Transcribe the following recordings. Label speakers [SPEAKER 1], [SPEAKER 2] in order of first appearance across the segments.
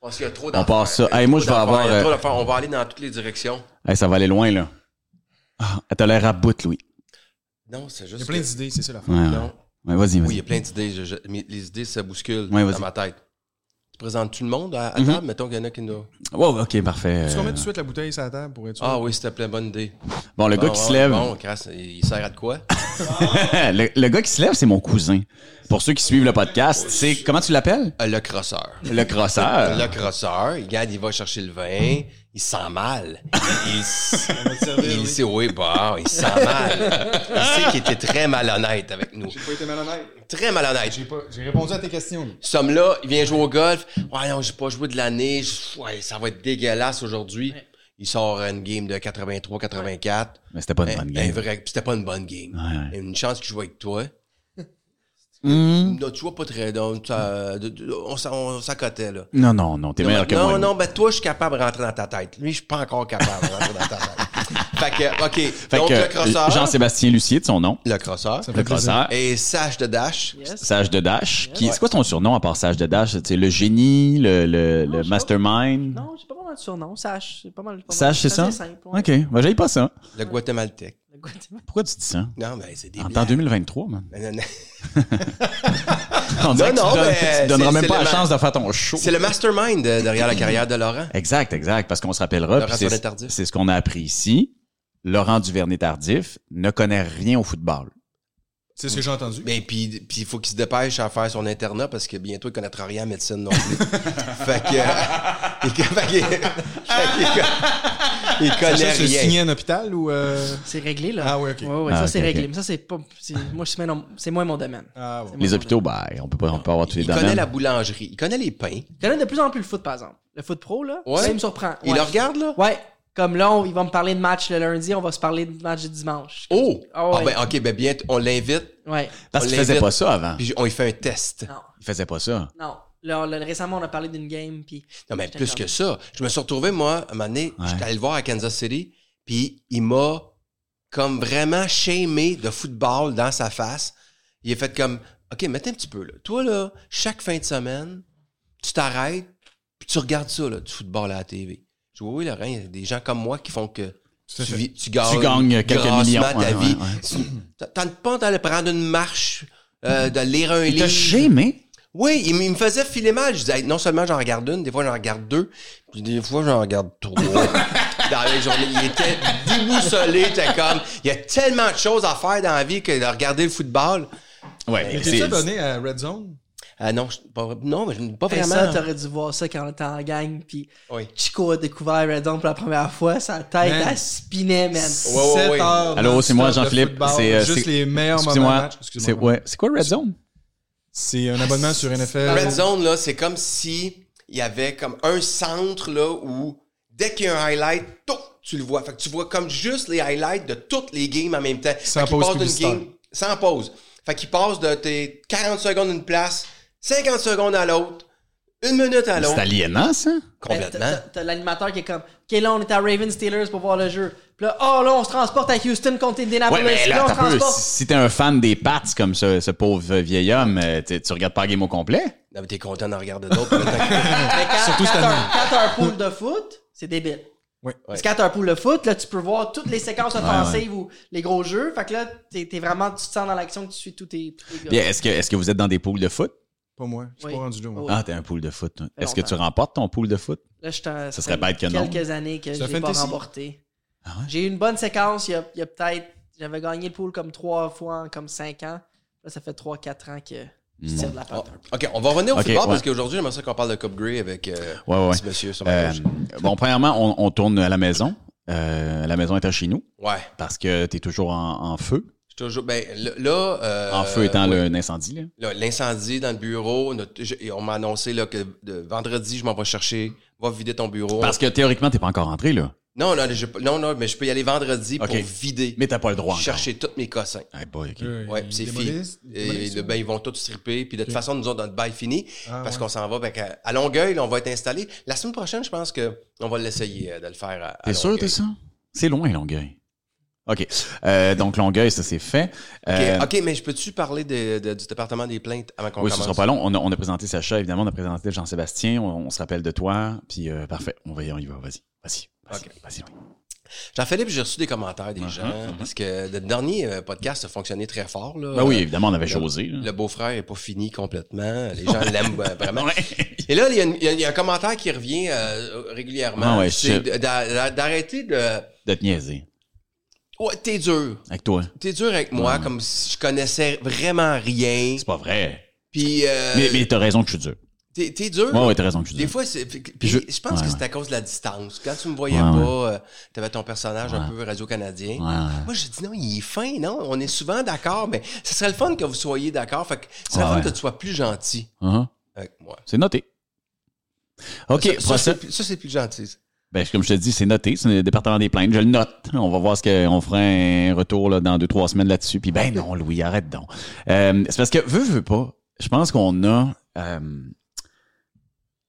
[SPEAKER 1] Parce qu'il y a trop
[SPEAKER 2] On
[SPEAKER 1] d'affaires.
[SPEAKER 2] passe ça.
[SPEAKER 1] Il y a
[SPEAKER 2] Hey,
[SPEAKER 1] trop
[SPEAKER 2] moi, je vais
[SPEAKER 1] d'affaires,
[SPEAKER 2] avoir,
[SPEAKER 1] il y a trop
[SPEAKER 2] euh,
[SPEAKER 1] d'affaires. On va aller dans toutes les directions.
[SPEAKER 2] Hey, ça va aller loin, là. Ah, T'as l'air à bout, Louis.
[SPEAKER 1] Non, c'est
[SPEAKER 3] Il
[SPEAKER 1] juste.
[SPEAKER 3] y a plein
[SPEAKER 1] que-
[SPEAKER 3] d'idées, c'est ça la fin.
[SPEAKER 2] Ouais, ouais.
[SPEAKER 1] Non.
[SPEAKER 2] Ouais, vas-y, vas-y.
[SPEAKER 1] Oui, il y a plein d'idées. Je- je- mais Les idées se bousculent
[SPEAKER 2] Ouais,
[SPEAKER 1] dans
[SPEAKER 2] vas-y.
[SPEAKER 1] ma tête. Tu présentes tout le monde à, à
[SPEAKER 2] Mhm.
[SPEAKER 1] table? Mettons qu'il y en a qui nous.
[SPEAKER 2] Wow, ok, parfait.
[SPEAKER 3] Est-ce
[SPEAKER 2] Euh,
[SPEAKER 3] qu'on met tout de suite la bouteille sur la table pour être sûr?
[SPEAKER 1] Ah oui, s'il te plaît, bonne idée. Ah,
[SPEAKER 2] Bon, le gars qui se lève,
[SPEAKER 1] Bon, crasse, il sert à de quoi?
[SPEAKER 2] le, le gars qui se lève, c'est mon cousin. Pour ceux qui suivent le
[SPEAKER 1] Oh,
[SPEAKER 2] podcast, c'est comment tu l'appelles
[SPEAKER 1] Euh, Le crosseur.
[SPEAKER 2] Le crosseur.
[SPEAKER 1] Le crosseur, il regarde, il va chercher le vin, il sent mal. Il, il s-
[SPEAKER 3] On va te servir,
[SPEAKER 1] il
[SPEAKER 3] oui.
[SPEAKER 1] sait, oui, bon, il sent mal. Il sait qu'il était très malhonnête avec nous.
[SPEAKER 3] J'ai pas été malhonnête.
[SPEAKER 1] Très malhonnête.
[SPEAKER 3] J'ai pas- J'ai répondu à tes questions. lui.
[SPEAKER 1] Somme là, il vient jouer au golf. Ouais, non, j'ai pas joué de l'année. Je- Ouais, ça va être dégueulasse aujourd'hui. Il sort une game de 83-84.
[SPEAKER 2] Mais c'était pas une
[SPEAKER 1] Un-
[SPEAKER 2] bonne
[SPEAKER 1] un
[SPEAKER 2] game.
[SPEAKER 1] vrai- C'était pas une bonne game.
[SPEAKER 2] Ouais,
[SPEAKER 1] Une chance que je joue avec toi.
[SPEAKER 2] Hmm.
[SPEAKER 1] Non, tu vois pas très. donc, ça- de- de- on s'en- on s'accotait, là.
[SPEAKER 2] Non, non, non, t'es
[SPEAKER 1] Non,
[SPEAKER 2] meilleur que
[SPEAKER 1] non,
[SPEAKER 2] moi.
[SPEAKER 1] non, ben toi, je suis capable de rentrer dans ta tête. Lui, je suis pas encore capable de rentrer dans ta tête. fait que, OK.
[SPEAKER 2] Fait
[SPEAKER 1] donc,
[SPEAKER 2] que,
[SPEAKER 1] le crosseur.
[SPEAKER 2] euh, Jean-Sébastien Lucier, de son nom.
[SPEAKER 1] le crosseur.
[SPEAKER 3] Ça
[SPEAKER 2] Le
[SPEAKER 3] fait plaisir.
[SPEAKER 2] crosseur.
[SPEAKER 1] Et Sage de Dash.
[SPEAKER 4] Yes.
[SPEAKER 2] Sage de Dash. Qui,
[SPEAKER 1] Ouais.
[SPEAKER 2] C'est quoi ton surnom à part Sage de Dash? C'est le génie, le, le, le
[SPEAKER 4] Non, je sais
[SPEAKER 2] mastermind?
[SPEAKER 4] Non, j'ai pas vraiment de surnom. Sache, c'est pas mal. pas mal-
[SPEAKER 2] Sage, c'est ça?
[SPEAKER 4] assez simple, ouais.
[SPEAKER 2] Ok, ben j'aille pas ça.
[SPEAKER 1] Le Guatémaltèque.
[SPEAKER 4] Le Guatemala.
[SPEAKER 2] Pourquoi tu dis ça?
[SPEAKER 1] Non, mais c'est des
[SPEAKER 2] En en
[SPEAKER 1] blagues.
[SPEAKER 2] 2023, man.
[SPEAKER 1] Non, non, non.
[SPEAKER 2] On dirait que tu,
[SPEAKER 1] non,
[SPEAKER 2] donnes-
[SPEAKER 1] mais
[SPEAKER 2] tu donneras
[SPEAKER 1] c'est-
[SPEAKER 2] même
[SPEAKER 1] c'est
[SPEAKER 2] pas
[SPEAKER 1] le
[SPEAKER 2] la
[SPEAKER 1] ma-
[SPEAKER 2] chance de faire ton show.
[SPEAKER 1] C'est le mastermind euh, derrière la carrière de Laurent.
[SPEAKER 2] Exact, exact, parce qu'on se rappellera,
[SPEAKER 1] Le
[SPEAKER 2] puis
[SPEAKER 1] rappel
[SPEAKER 2] c'est
[SPEAKER 1] tardif.
[SPEAKER 2] c'est ce qu'on a appris ici. Laurent Duvernay-Tardif ne connaît rien au football.
[SPEAKER 3] C'est ce que j'ai entendu.
[SPEAKER 1] Mais Ben, puis, puis il faut qu'il se dépêche à faire son internat parce que bientôt, il connaîtra rien en médecine non plus. fait que... euh, il, fait que- fait que- il
[SPEAKER 3] Ça,
[SPEAKER 1] connaît
[SPEAKER 3] c'est
[SPEAKER 1] rien.
[SPEAKER 3] signé à un hôpital ou. euh,
[SPEAKER 4] C'est réglé, là.
[SPEAKER 3] Ah oui, ok.
[SPEAKER 4] Ouais, ouais,
[SPEAKER 2] Ah,
[SPEAKER 4] ça,
[SPEAKER 2] ok,
[SPEAKER 4] c'est
[SPEAKER 2] ok.
[SPEAKER 4] réglé. Mais ça, c'est pas. c'est- Moi, je suis maintenant- c'est moins mon domaine.
[SPEAKER 3] Ah, ouais.
[SPEAKER 4] C'est
[SPEAKER 2] Les
[SPEAKER 4] moins
[SPEAKER 2] hôpitaux,
[SPEAKER 4] mon
[SPEAKER 2] ben, on peut pas, on peut avoir tous les
[SPEAKER 1] Il connaît
[SPEAKER 2] domaines.
[SPEAKER 1] la boulangerie. Il connaît les pains.
[SPEAKER 4] domaine. Je connais de plus en plus le foot, par exemple. Le foot pro, là.
[SPEAKER 1] Ouais.
[SPEAKER 4] Ça, il me surprend.
[SPEAKER 1] Il
[SPEAKER 4] Ouais.
[SPEAKER 1] le regarde, là?
[SPEAKER 4] Ouais. Comme là, on- il va me parler de match le lundi, on va se parler de match du dimanche.
[SPEAKER 1] Oh!
[SPEAKER 4] Ah ouais.
[SPEAKER 1] Ah ben, OK, ben bien, t- on l'invite,
[SPEAKER 4] Ouais.
[SPEAKER 2] Parce
[SPEAKER 1] on
[SPEAKER 2] qu'il faisait
[SPEAKER 1] l'invite.
[SPEAKER 2] pas ça avant.
[SPEAKER 1] puis on lui fait un test.
[SPEAKER 4] Non.
[SPEAKER 2] Il faisait pas ça.
[SPEAKER 4] Non. Là, on- là, récemment, on a parlé d'une game, puis.
[SPEAKER 1] Non, mais
[SPEAKER 4] J'étais
[SPEAKER 1] plus
[SPEAKER 4] comme-
[SPEAKER 1] que ça. Je me suis retrouvé, moi, à un moment donné,
[SPEAKER 2] Ouais.
[SPEAKER 1] j'étais allé le voir à Kansas City, puis il m'a comme vraiment shamé de football dans sa face. Il est fait comme, OK, mettez un petit peu, là. Toi, là, chaque fin de semaine, tu t'arrêtes, puis tu regardes ça, là, du football à la TV. Je dis, oui, oui, Laurent, il y a des gens comme moi qui font que
[SPEAKER 3] à
[SPEAKER 1] tu,
[SPEAKER 3] fait.
[SPEAKER 1] vis- tu gagnes,
[SPEAKER 2] Tu gagnes quelques
[SPEAKER 1] grassement
[SPEAKER 2] millions.
[SPEAKER 1] ta
[SPEAKER 2] Ouais,
[SPEAKER 1] vie.
[SPEAKER 2] ouais, ouais.
[SPEAKER 1] Tu- T'as t'as pas d'aller prendre une marche, euh, de lire un
[SPEAKER 2] Il
[SPEAKER 1] livre.
[SPEAKER 2] t'a gémé?
[SPEAKER 1] Oui, il, m- il me faisait filer mal. Je disais, hey, non seulement j'en regarde une, des fois j'en regarde deux, puis des fois j'en regarde trois. dans la journée, il était déboussolé, était comme, il y a tellement de choses à faire dans la vie que de regarder le football.
[SPEAKER 2] Ouais,
[SPEAKER 3] T'es-tu
[SPEAKER 2] c'est-
[SPEAKER 3] abonné à Red Zone?
[SPEAKER 1] Ah non, je- pas, non, mais je pas
[SPEAKER 4] Fait que
[SPEAKER 1] vraiment.
[SPEAKER 4] ça, t'aurais dû voir ça quand on était en gang, puis
[SPEAKER 1] Oui.
[SPEAKER 4] Chico a découvert Red Zone pour la première fois, sa tête,
[SPEAKER 3] Man.
[SPEAKER 4] elle spinait, man.
[SPEAKER 1] Ouais, ouais,
[SPEAKER 3] Sept
[SPEAKER 1] ouais.
[SPEAKER 3] heures
[SPEAKER 2] Allô,
[SPEAKER 3] non-stop
[SPEAKER 2] c'est moi,
[SPEAKER 3] de
[SPEAKER 2] Jean-Philippe.
[SPEAKER 3] football.
[SPEAKER 2] C'est, euh,
[SPEAKER 3] juste
[SPEAKER 2] c'est-
[SPEAKER 3] les meilleurs moments de
[SPEAKER 2] Excusez-moi.
[SPEAKER 3] match.
[SPEAKER 2] C'est
[SPEAKER 3] Excusez-moi.
[SPEAKER 2] ouais. C'est quoi Red Zone?
[SPEAKER 3] C'est un abonnement sur NFL.
[SPEAKER 1] Red Zone, là, c'est comme si il y avait comme un centre, là, où dès qu'il y a un highlight, toc, tu le vois. Fait que tu vois comme juste les highlights de toutes les games en même temps.
[SPEAKER 3] Sans
[SPEAKER 1] Fait qu'il
[SPEAKER 3] pause
[SPEAKER 1] passe d'une
[SPEAKER 3] publicitaire.
[SPEAKER 1] game- Sans pause. Fait qu'il passe de tes 40 secondes d'une place, 50 secondes à l'autre, une minute à
[SPEAKER 2] C'est
[SPEAKER 1] l'autre. Eh,
[SPEAKER 2] aliénant, ça?
[SPEAKER 1] Complètement.
[SPEAKER 4] Ben, t'as- t'as- T'as l'animateur qui est comme, OK, là, on est à Raven Steelers pour voir le jeu. Puis là, oh là, on se transporte à Houston contre
[SPEAKER 1] Ah,
[SPEAKER 4] Indianapolis.
[SPEAKER 2] Ouais, mais
[SPEAKER 4] Puis
[SPEAKER 2] là,
[SPEAKER 4] on
[SPEAKER 2] t'as peu.
[SPEAKER 4] transporte.
[SPEAKER 2] Si t'es un fan des Pats comme ce, ce pauvre vieil homme, euh, t'es- tu regardes pas la game au complet?
[SPEAKER 1] Non, mais t'es content d'en regarder d'autres. mais t'as-
[SPEAKER 4] Mais quand,
[SPEAKER 3] Surtout
[SPEAKER 4] quand
[SPEAKER 3] cette
[SPEAKER 4] t'as-
[SPEAKER 3] année.
[SPEAKER 4] quand t'as un pool de foot, c'est débile.
[SPEAKER 3] Oui.
[SPEAKER 4] Parce que quand t'as un pool de foot, là, tu peux voir toutes les séquences offensives ou les gros jeux. Fait que là, t'es t'es vraiment, tu te sens dans l'action que tu suis tous tes, tous tes gars.
[SPEAKER 2] Bien, est-ce que, est-ce que vous êtes dans des poules de foot?
[SPEAKER 3] Pas moi. Je suis
[SPEAKER 4] Oui.
[SPEAKER 3] pas rendu là. moi.
[SPEAKER 4] Oh, Oui.
[SPEAKER 2] Ah, t'es un pool de foot. toi. Est-ce que
[SPEAKER 4] longtemps.
[SPEAKER 2] tu remportes ton pool de foot?
[SPEAKER 4] Là, je t'en-
[SPEAKER 2] serait bête que non. Ah
[SPEAKER 4] quelques années que
[SPEAKER 3] C'est
[SPEAKER 4] je
[SPEAKER 3] un
[SPEAKER 4] l'ai pas
[SPEAKER 3] fantasy.
[SPEAKER 4] remporté. J'ai eu une bonne séquence il y a, il y a peut-être. J'avais gagné le pool comme trois fois en comme cinq ans. Là, ça fait trois, quatre ans que je tire de la
[SPEAKER 1] Oh,
[SPEAKER 4] pente.
[SPEAKER 1] OK, on va revenir au
[SPEAKER 2] OK,
[SPEAKER 1] football
[SPEAKER 2] ouais.
[SPEAKER 1] parce qu'aujourd'hui, j'aimerais ça qu'on parle de Cup Grey avec euh,
[SPEAKER 2] Ouais, ouais.
[SPEAKER 1] ce monsieur sur ma
[SPEAKER 2] Euh,
[SPEAKER 1] gauche.
[SPEAKER 2] bon, premièrement, on, on tourne à la maison. Euh, la maison est à chez nous
[SPEAKER 1] Ouais.
[SPEAKER 2] parce que t'es toujours en, en feu.
[SPEAKER 1] Je suis Toujours, ben, là, là, euh,
[SPEAKER 2] En feu étant le- un incendie, là.
[SPEAKER 1] Là, L'incendie dans le bureau, notre- je- et on m'a annoncé là, que de- vendredi, je m'en vais chercher, va vider ton bureau.
[SPEAKER 2] Parce que théoriquement, t'es pas encore entré, là.
[SPEAKER 1] Non, non, j'ai pas- non, non, mais je peux y aller vendredi
[SPEAKER 2] Ok.
[SPEAKER 1] pour vider,
[SPEAKER 2] Mais t'as pas le droit. encore.
[SPEAKER 1] chercher tous mes cossins.
[SPEAKER 2] Hey boy, ok.
[SPEAKER 3] Euh,
[SPEAKER 1] Ouais,
[SPEAKER 3] ils
[SPEAKER 1] puis c'est fini.
[SPEAKER 3] démolissent-
[SPEAKER 1] Et
[SPEAKER 3] démolissent,
[SPEAKER 1] le, ben, ils vont tous stripper. Puis de toute façon, nous autres, notre bail fini.
[SPEAKER 3] Ah,
[SPEAKER 1] parce
[SPEAKER 3] ouais.
[SPEAKER 1] qu'on s'en va. ben, qu'à- à Longueuil, là, on va être installé. La semaine prochaine, je pense que on va l'essayer euh, de le faire à, à
[SPEAKER 2] T'es sûr
[SPEAKER 1] Longueuil.
[SPEAKER 2] de ça? C'est loin, Longueuil. OK. Euh, donc, Longueuil, ça, c'est fait. Euh,
[SPEAKER 1] OK, OK, mais je peux-tu parler de- de- du département des plaintes avant qu'on
[SPEAKER 2] oui, ce
[SPEAKER 1] commence?
[SPEAKER 2] sera pas long. On a, on a présenté Sacha, évidemment. On a présenté Jean-Sébastien. On, on se rappelle de toi. Puis, euh, parfait. On va y, on y va. Vas-y. Vas-y. Vas-y.
[SPEAKER 1] OK.
[SPEAKER 2] Vas-y. oui.
[SPEAKER 1] Jean-Philippe, j'ai reçu des commentaires des
[SPEAKER 2] Mhm,
[SPEAKER 1] gens
[SPEAKER 2] mhm.
[SPEAKER 1] parce que le dernier euh, podcast a fonctionné très fort. Là.
[SPEAKER 2] Ben oui, évidemment, on avait
[SPEAKER 1] Euh, le-
[SPEAKER 2] chosé. là.
[SPEAKER 1] Le beau-frère est pas fini complètement. Les gens l'aiment euh, vraiment.
[SPEAKER 2] Ouais.
[SPEAKER 1] Et là, il y, a une- il y a- il y a un commentaire qui revient euh, régulièrement.
[SPEAKER 2] Ah ouais,
[SPEAKER 1] c'est
[SPEAKER 2] je-
[SPEAKER 1] d- d'a- d'a- d'arrêter de.
[SPEAKER 2] De te niaiser
[SPEAKER 1] Ouais, t'es dur.
[SPEAKER 2] avec toi.
[SPEAKER 1] T'es dur avec moi,
[SPEAKER 2] Ouais.
[SPEAKER 1] comme si je connaissais vraiment rien.
[SPEAKER 2] C'est pas vrai.
[SPEAKER 1] Puis, euh,
[SPEAKER 2] mais mais t'as raison que je suis dur.
[SPEAKER 1] t'es, t'es dur.
[SPEAKER 2] Ouais, ouais, t'as raison que je suis
[SPEAKER 1] Des
[SPEAKER 2] dur.
[SPEAKER 1] fois, c'est. Puis,
[SPEAKER 2] je-
[SPEAKER 1] je... pense
[SPEAKER 2] ouais,
[SPEAKER 1] que
[SPEAKER 2] ouais.
[SPEAKER 1] c'est à cause de la distance. Quand tu me voyais
[SPEAKER 2] Ouais,
[SPEAKER 1] pas,
[SPEAKER 2] ouais.
[SPEAKER 1] euh, t'avais ton personnage un
[SPEAKER 2] Ouais.
[SPEAKER 1] peu radio-canadien.
[SPEAKER 2] Ouais, ouais.
[SPEAKER 1] Moi, je dis non, il est fin, non? On est souvent d'accord, mais ce serait le fun que vous soyez d'accord. Fait que ce serait
[SPEAKER 2] Ouais,
[SPEAKER 1] le fun
[SPEAKER 2] ouais.
[SPEAKER 1] que tu sois plus gentil
[SPEAKER 2] Uh-huh.
[SPEAKER 1] avec moi.
[SPEAKER 2] C'est noté. OK,
[SPEAKER 1] Ça, ça,
[SPEAKER 2] procès-
[SPEAKER 1] c'est plus- ça, c'est plus gentil. ça.
[SPEAKER 2] Ben, comme je te dis, c'est noté. C'est le département des plaintes. Je le note. On va voir ce qu'on fera un retour là, dans deux, trois semaines là-dessus. Puis ben non, Louis, arrête donc. Euh, c'est parce que, veux, veux pas, je pense qu'on a... euh,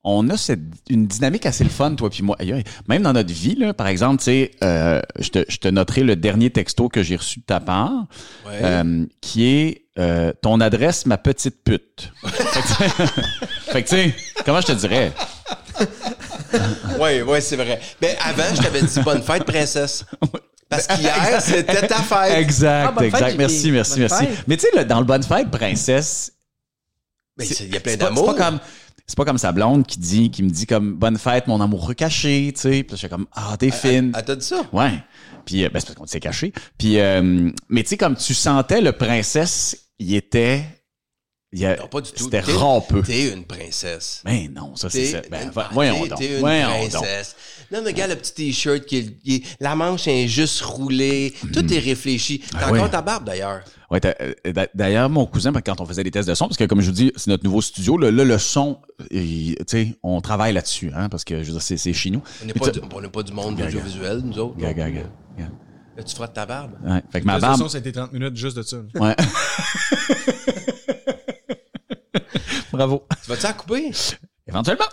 [SPEAKER 2] on a cette, une dynamique assez le fun, toi puis moi. Aïe, aïe. Même dans notre vie, là, par exemple, tu sais, euh, je, te, je te noterai le dernier texto que j'ai reçu de ta part,
[SPEAKER 1] Ouais.
[SPEAKER 2] euh, qui est euh, ton adresse, ma petite pute. fait que, tu sais, comment je te dirais?
[SPEAKER 1] Oui, oui, c'est vrai. Mais avant, je t'avais dit bonne fête, princesse. Parce qu'hier, c'était ta fête.
[SPEAKER 2] Exact,
[SPEAKER 4] Ah, bonne
[SPEAKER 2] exact.
[SPEAKER 4] fête,
[SPEAKER 2] merci,
[SPEAKER 4] JP.
[SPEAKER 2] merci,
[SPEAKER 4] Bonne
[SPEAKER 2] merci.
[SPEAKER 4] fête.
[SPEAKER 2] Mais tu sais, le- dans le Bonne Fête, princesse,
[SPEAKER 1] Mais
[SPEAKER 2] c'est-
[SPEAKER 1] c'est- il y a plein
[SPEAKER 2] c'est pas-
[SPEAKER 1] d'amour.
[SPEAKER 2] C'est pas comme. C'est pas comme sa blonde qui dit, qui me dit comme bonne fête, mon amour caché, tu sais. Puis là, j'étais comme ah t'es fine,
[SPEAKER 1] Ah, t'as dit ça?
[SPEAKER 2] ouais. Puis euh, ben, c'est parce qu'on s'est caché. Puis euh, mais tu sais comme tu sentais le princesse, il était, il y a-
[SPEAKER 1] Non, pas du tout.
[SPEAKER 2] c'était
[SPEAKER 1] T'es-
[SPEAKER 2] peu.
[SPEAKER 1] T'es une princesse.
[SPEAKER 2] Mais non, ça c'est
[SPEAKER 1] T'es
[SPEAKER 2] ça. Ben,
[SPEAKER 1] une-
[SPEAKER 2] va- voyons
[SPEAKER 1] t'es-
[SPEAKER 2] donc,
[SPEAKER 1] t'es une
[SPEAKER 2] voyons donc.
[SPEAKER 1] princesse. Non, mais regarde le petit t-shirt, qui est- qui est- la manche est juste roulée.
[SPEAKER 2] Mm.
[SPEAKER 1] Tout est réfléchi. T'as
[SPEAKER 2] Ah, ouais.
[SPEAKER 1] encore ta barbe, d'ailleurs.
[SPEAKER 2] Ouais, t'as- euh, d'a- d'ailleurs, mon cousin, ben, quand on faisait les tests de son, parce que comme je vous dis, c'est notre nouveau studio, là, là, le son, euh, il- tu sais, on travaille là-dessus, hein, parce que je veux dire, c'est- c'est chez nous.
[SPEAKER 1] On n'est
[SPEAKER 2] Mais
[SPEAKER 1] pas,
[SPEAKER 2] tu-
[SPEAKER 1] du- on n'est pas du monde
[SPEAKER 2] Gaga.
[SPEAKER 1] audiovisuel, nous autres.
[SPEAKER 2] Gars,
[SPEAKER 1] non
[SPEAKER 2] gars,
[SPEAKER 1] plus.
[SPEAKER 2] gars, gars.
[SPEAKER 1] Là, tu frottes ta barbe.
[SPEAKER 2] Ouais. Fait que ma
[SPEAKER 3] De toute
[SPEAKER 2] barbe.
[SPEAKER 3] façon, ça a été 30 minutes juste de ça. là.
[SPEAKER 2] Ouais. Bravo.
[SPEAKER 1] Tu vas-tu la couper?
[SPEAKER 2] Éventuellement.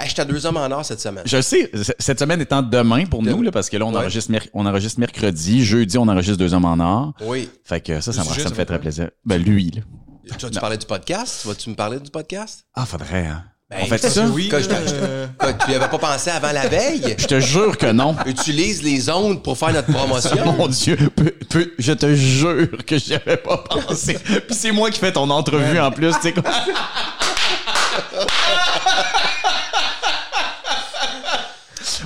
[SPEAKER 1] Hey, J'étais à deux hommes en or cette semaine.
[SPEAKER 2] Je le sais, c- cette semaine étant demain pour
[SPEAKER 1] Demain.
[SPEAKER 2] nous, là, parce que là, on,
[SPEAKER 1] Ouais.
[SPEAKER 2] enregistre merc- on enregistre mercredi, jeudi, on enregistre deux hommes en or.
[SPEAKER 1] Oui.
[SPEAKER 2] Fait que ça, ça, me-
[SPEAKER 3] Le
[SPEAKER 2] ça
[SPEAKER 3] sujet,
[SPEAKER 2] me
[SPEAKER 3] ça
[SPEAKER 2] fait
[SPEAKER 3] va
[SPEAKER 2] très
[SPEAKER 3] être-
[SPEAKER 2] plaisir. Ben, lui, là.
[SPEAKER 1] Tu vas-tu parler du podcast? Tu vas-tu me parler du podcast?
[SPEAKER 2] Ah, faudrait, hein.
[SPEAKER 1] Ben,
[SPEAKER 2] on fait
[SPEAKER 1] parce
[SPEAKER 2] ça?
[SPEAKER 1] que oui, Quand je-
[SPEAKER 3] euh,
[SPEAKER 1] Quoi, tu n'y avais pas pensé avant la veille?
[SPEAKER 2] Je te jure que non.
[SPEAKER 1] Utilise les ondes pour faire notre promotion.
[SPEAKER 2] Mon Dieu, peu- peu- je te jure que j'y avais pas pensé. Puis c'est moi qui fais ton entrevue en plus, tu sais quoi.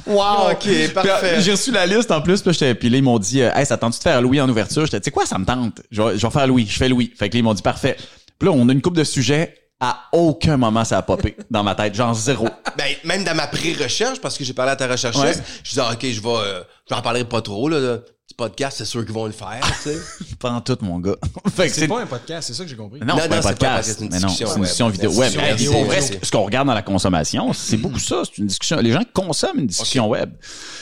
[SPEAKER 2] Wow!
[SPEAKER 1] Ok, parfait.
[SPEAKER 2] Puis, J'ai reçu la liste en plus, puis là, j'étais- puis là, ils m'ont dit euh, Hey, ça tente-tu de faire Louis en ouverture? J'étais, tu sais quoi, ça me tente. Je vais, je vais faire Louis, je fais Louis. Fait que là, ils m'ont dit parfait. Puis là, on a une coupe de sujets. À aucun moment ça a popé dans ma tête, genre zéro.
[SPEAKER 1] Ben, même dans ma pré-recherche, parce que j'ai parlé à ta rechercheuse,
[SPEAKER 2] Ouais.
[SPEAKER 1] je disais, OK, je vais. euh, je n'en parlerai pas trop, là. là. Du podcast, c'est sûr qu'ils vont le faire, tu sais.
[SPEAKER 2] Pendant tout, mon gars. Fait que
[SPEAKER 3] C'est pas un podcast, c'est ça que j'ai compris.
[SPEAKER 2] Non,
[SPEAKER 1] Non,
[SPEAKER 2] c'est pas un
[SPEAKER 1] non, c'est pas un podcast,
[SPEAKER 2] podcast.
[SPEAKER 1] c'est une
[SPEAKER 2] mais non,
[SPEAKER 1] discussion
[SPEAKER 2] c'est une
[SPEAKER 1] web.
[SPEAKER 2] discussion vidéo.
[SPEAKER 1] C'est une
[SPEAKER 2] Ouais,
[SPEAKER 1] discussion
[SPEAKER 2] mais
[SPEAKER 1] vidéo,
[SPEAKER 2] pour vrai,
[SPEAKER 1] c'est-
[SPEAKER 2] ce ce qu'on regarde dans la consommation, c'est beaucoup ça. C'est une discussion. Les gens consomment une discussion web.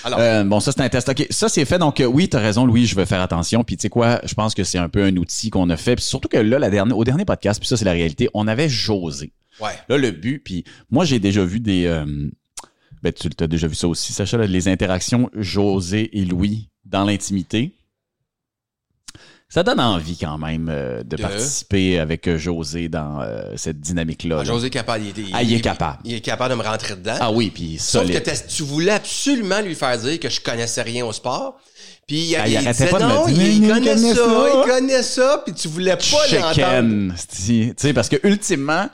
[SPEAKER 1] Alors.
[SPEAKER 2] Euh, bon, ça, c'est un test. OK, ça, c'est fait. Donc, euh, oui, t'as raison, Louis, je vais faire attention. Puis, tu sais quoi, je pense que c'est un peu un outil qu'on a fait. Puis, surtout que là, la dernière, au dernier podcast, puis ça, c'est la réalité, on avait josé.
[SPEAKER 1] Ouais.
[SPEAKER 2] Là, le but, puis moi, j'ai déjà vu des... euh, ben, tu as déjà vu ça aussi, Sacha, là, les interactions José et Louis dans l'intimité. Ça donne envie quand même euh, de
[SPEAKER 1] De?
[SPEAKER 2] participer avec euh, José dans euh, cette dynamique-là.
[SPEAKER 1] Ah,
[SPEAKER 2] là.
[SPEAKER 1] José est capable. Il,
[SPEAKER 2] Ah, il est capable.
[SPEAKER 1] Il est capable de me rentrer dedans.
[SPEAKER 2] Ah oui, puis
[SPEAKER 1] Sauf que
[SPEAKER 2] solide.
[SPEAKER 1] t'as- tu voulais absolument lui faire dire que je connaissais rien au sport. Puis il,
[SPEAKER 2] Ah, il
[SPEAKER 1] il
[SPEAKER 2] arrêtait
[SPEAKER 1] disait
[SPEAKER 2] pas de me
[SPEAKER 1] non,
[SPEAKER 2] dire,
[SPEAKER 1] il,
[SPEAKER 2] Mais il
[SPEAKER 1] connaît ça,
[SPEAKER 2] connaît ça.
[SPEAKER 1] il connaît ça, puis tu voulais pas l'entendre.
[SPEAKER 2] Chicken, c'ti. tu sais, parce que ultimement,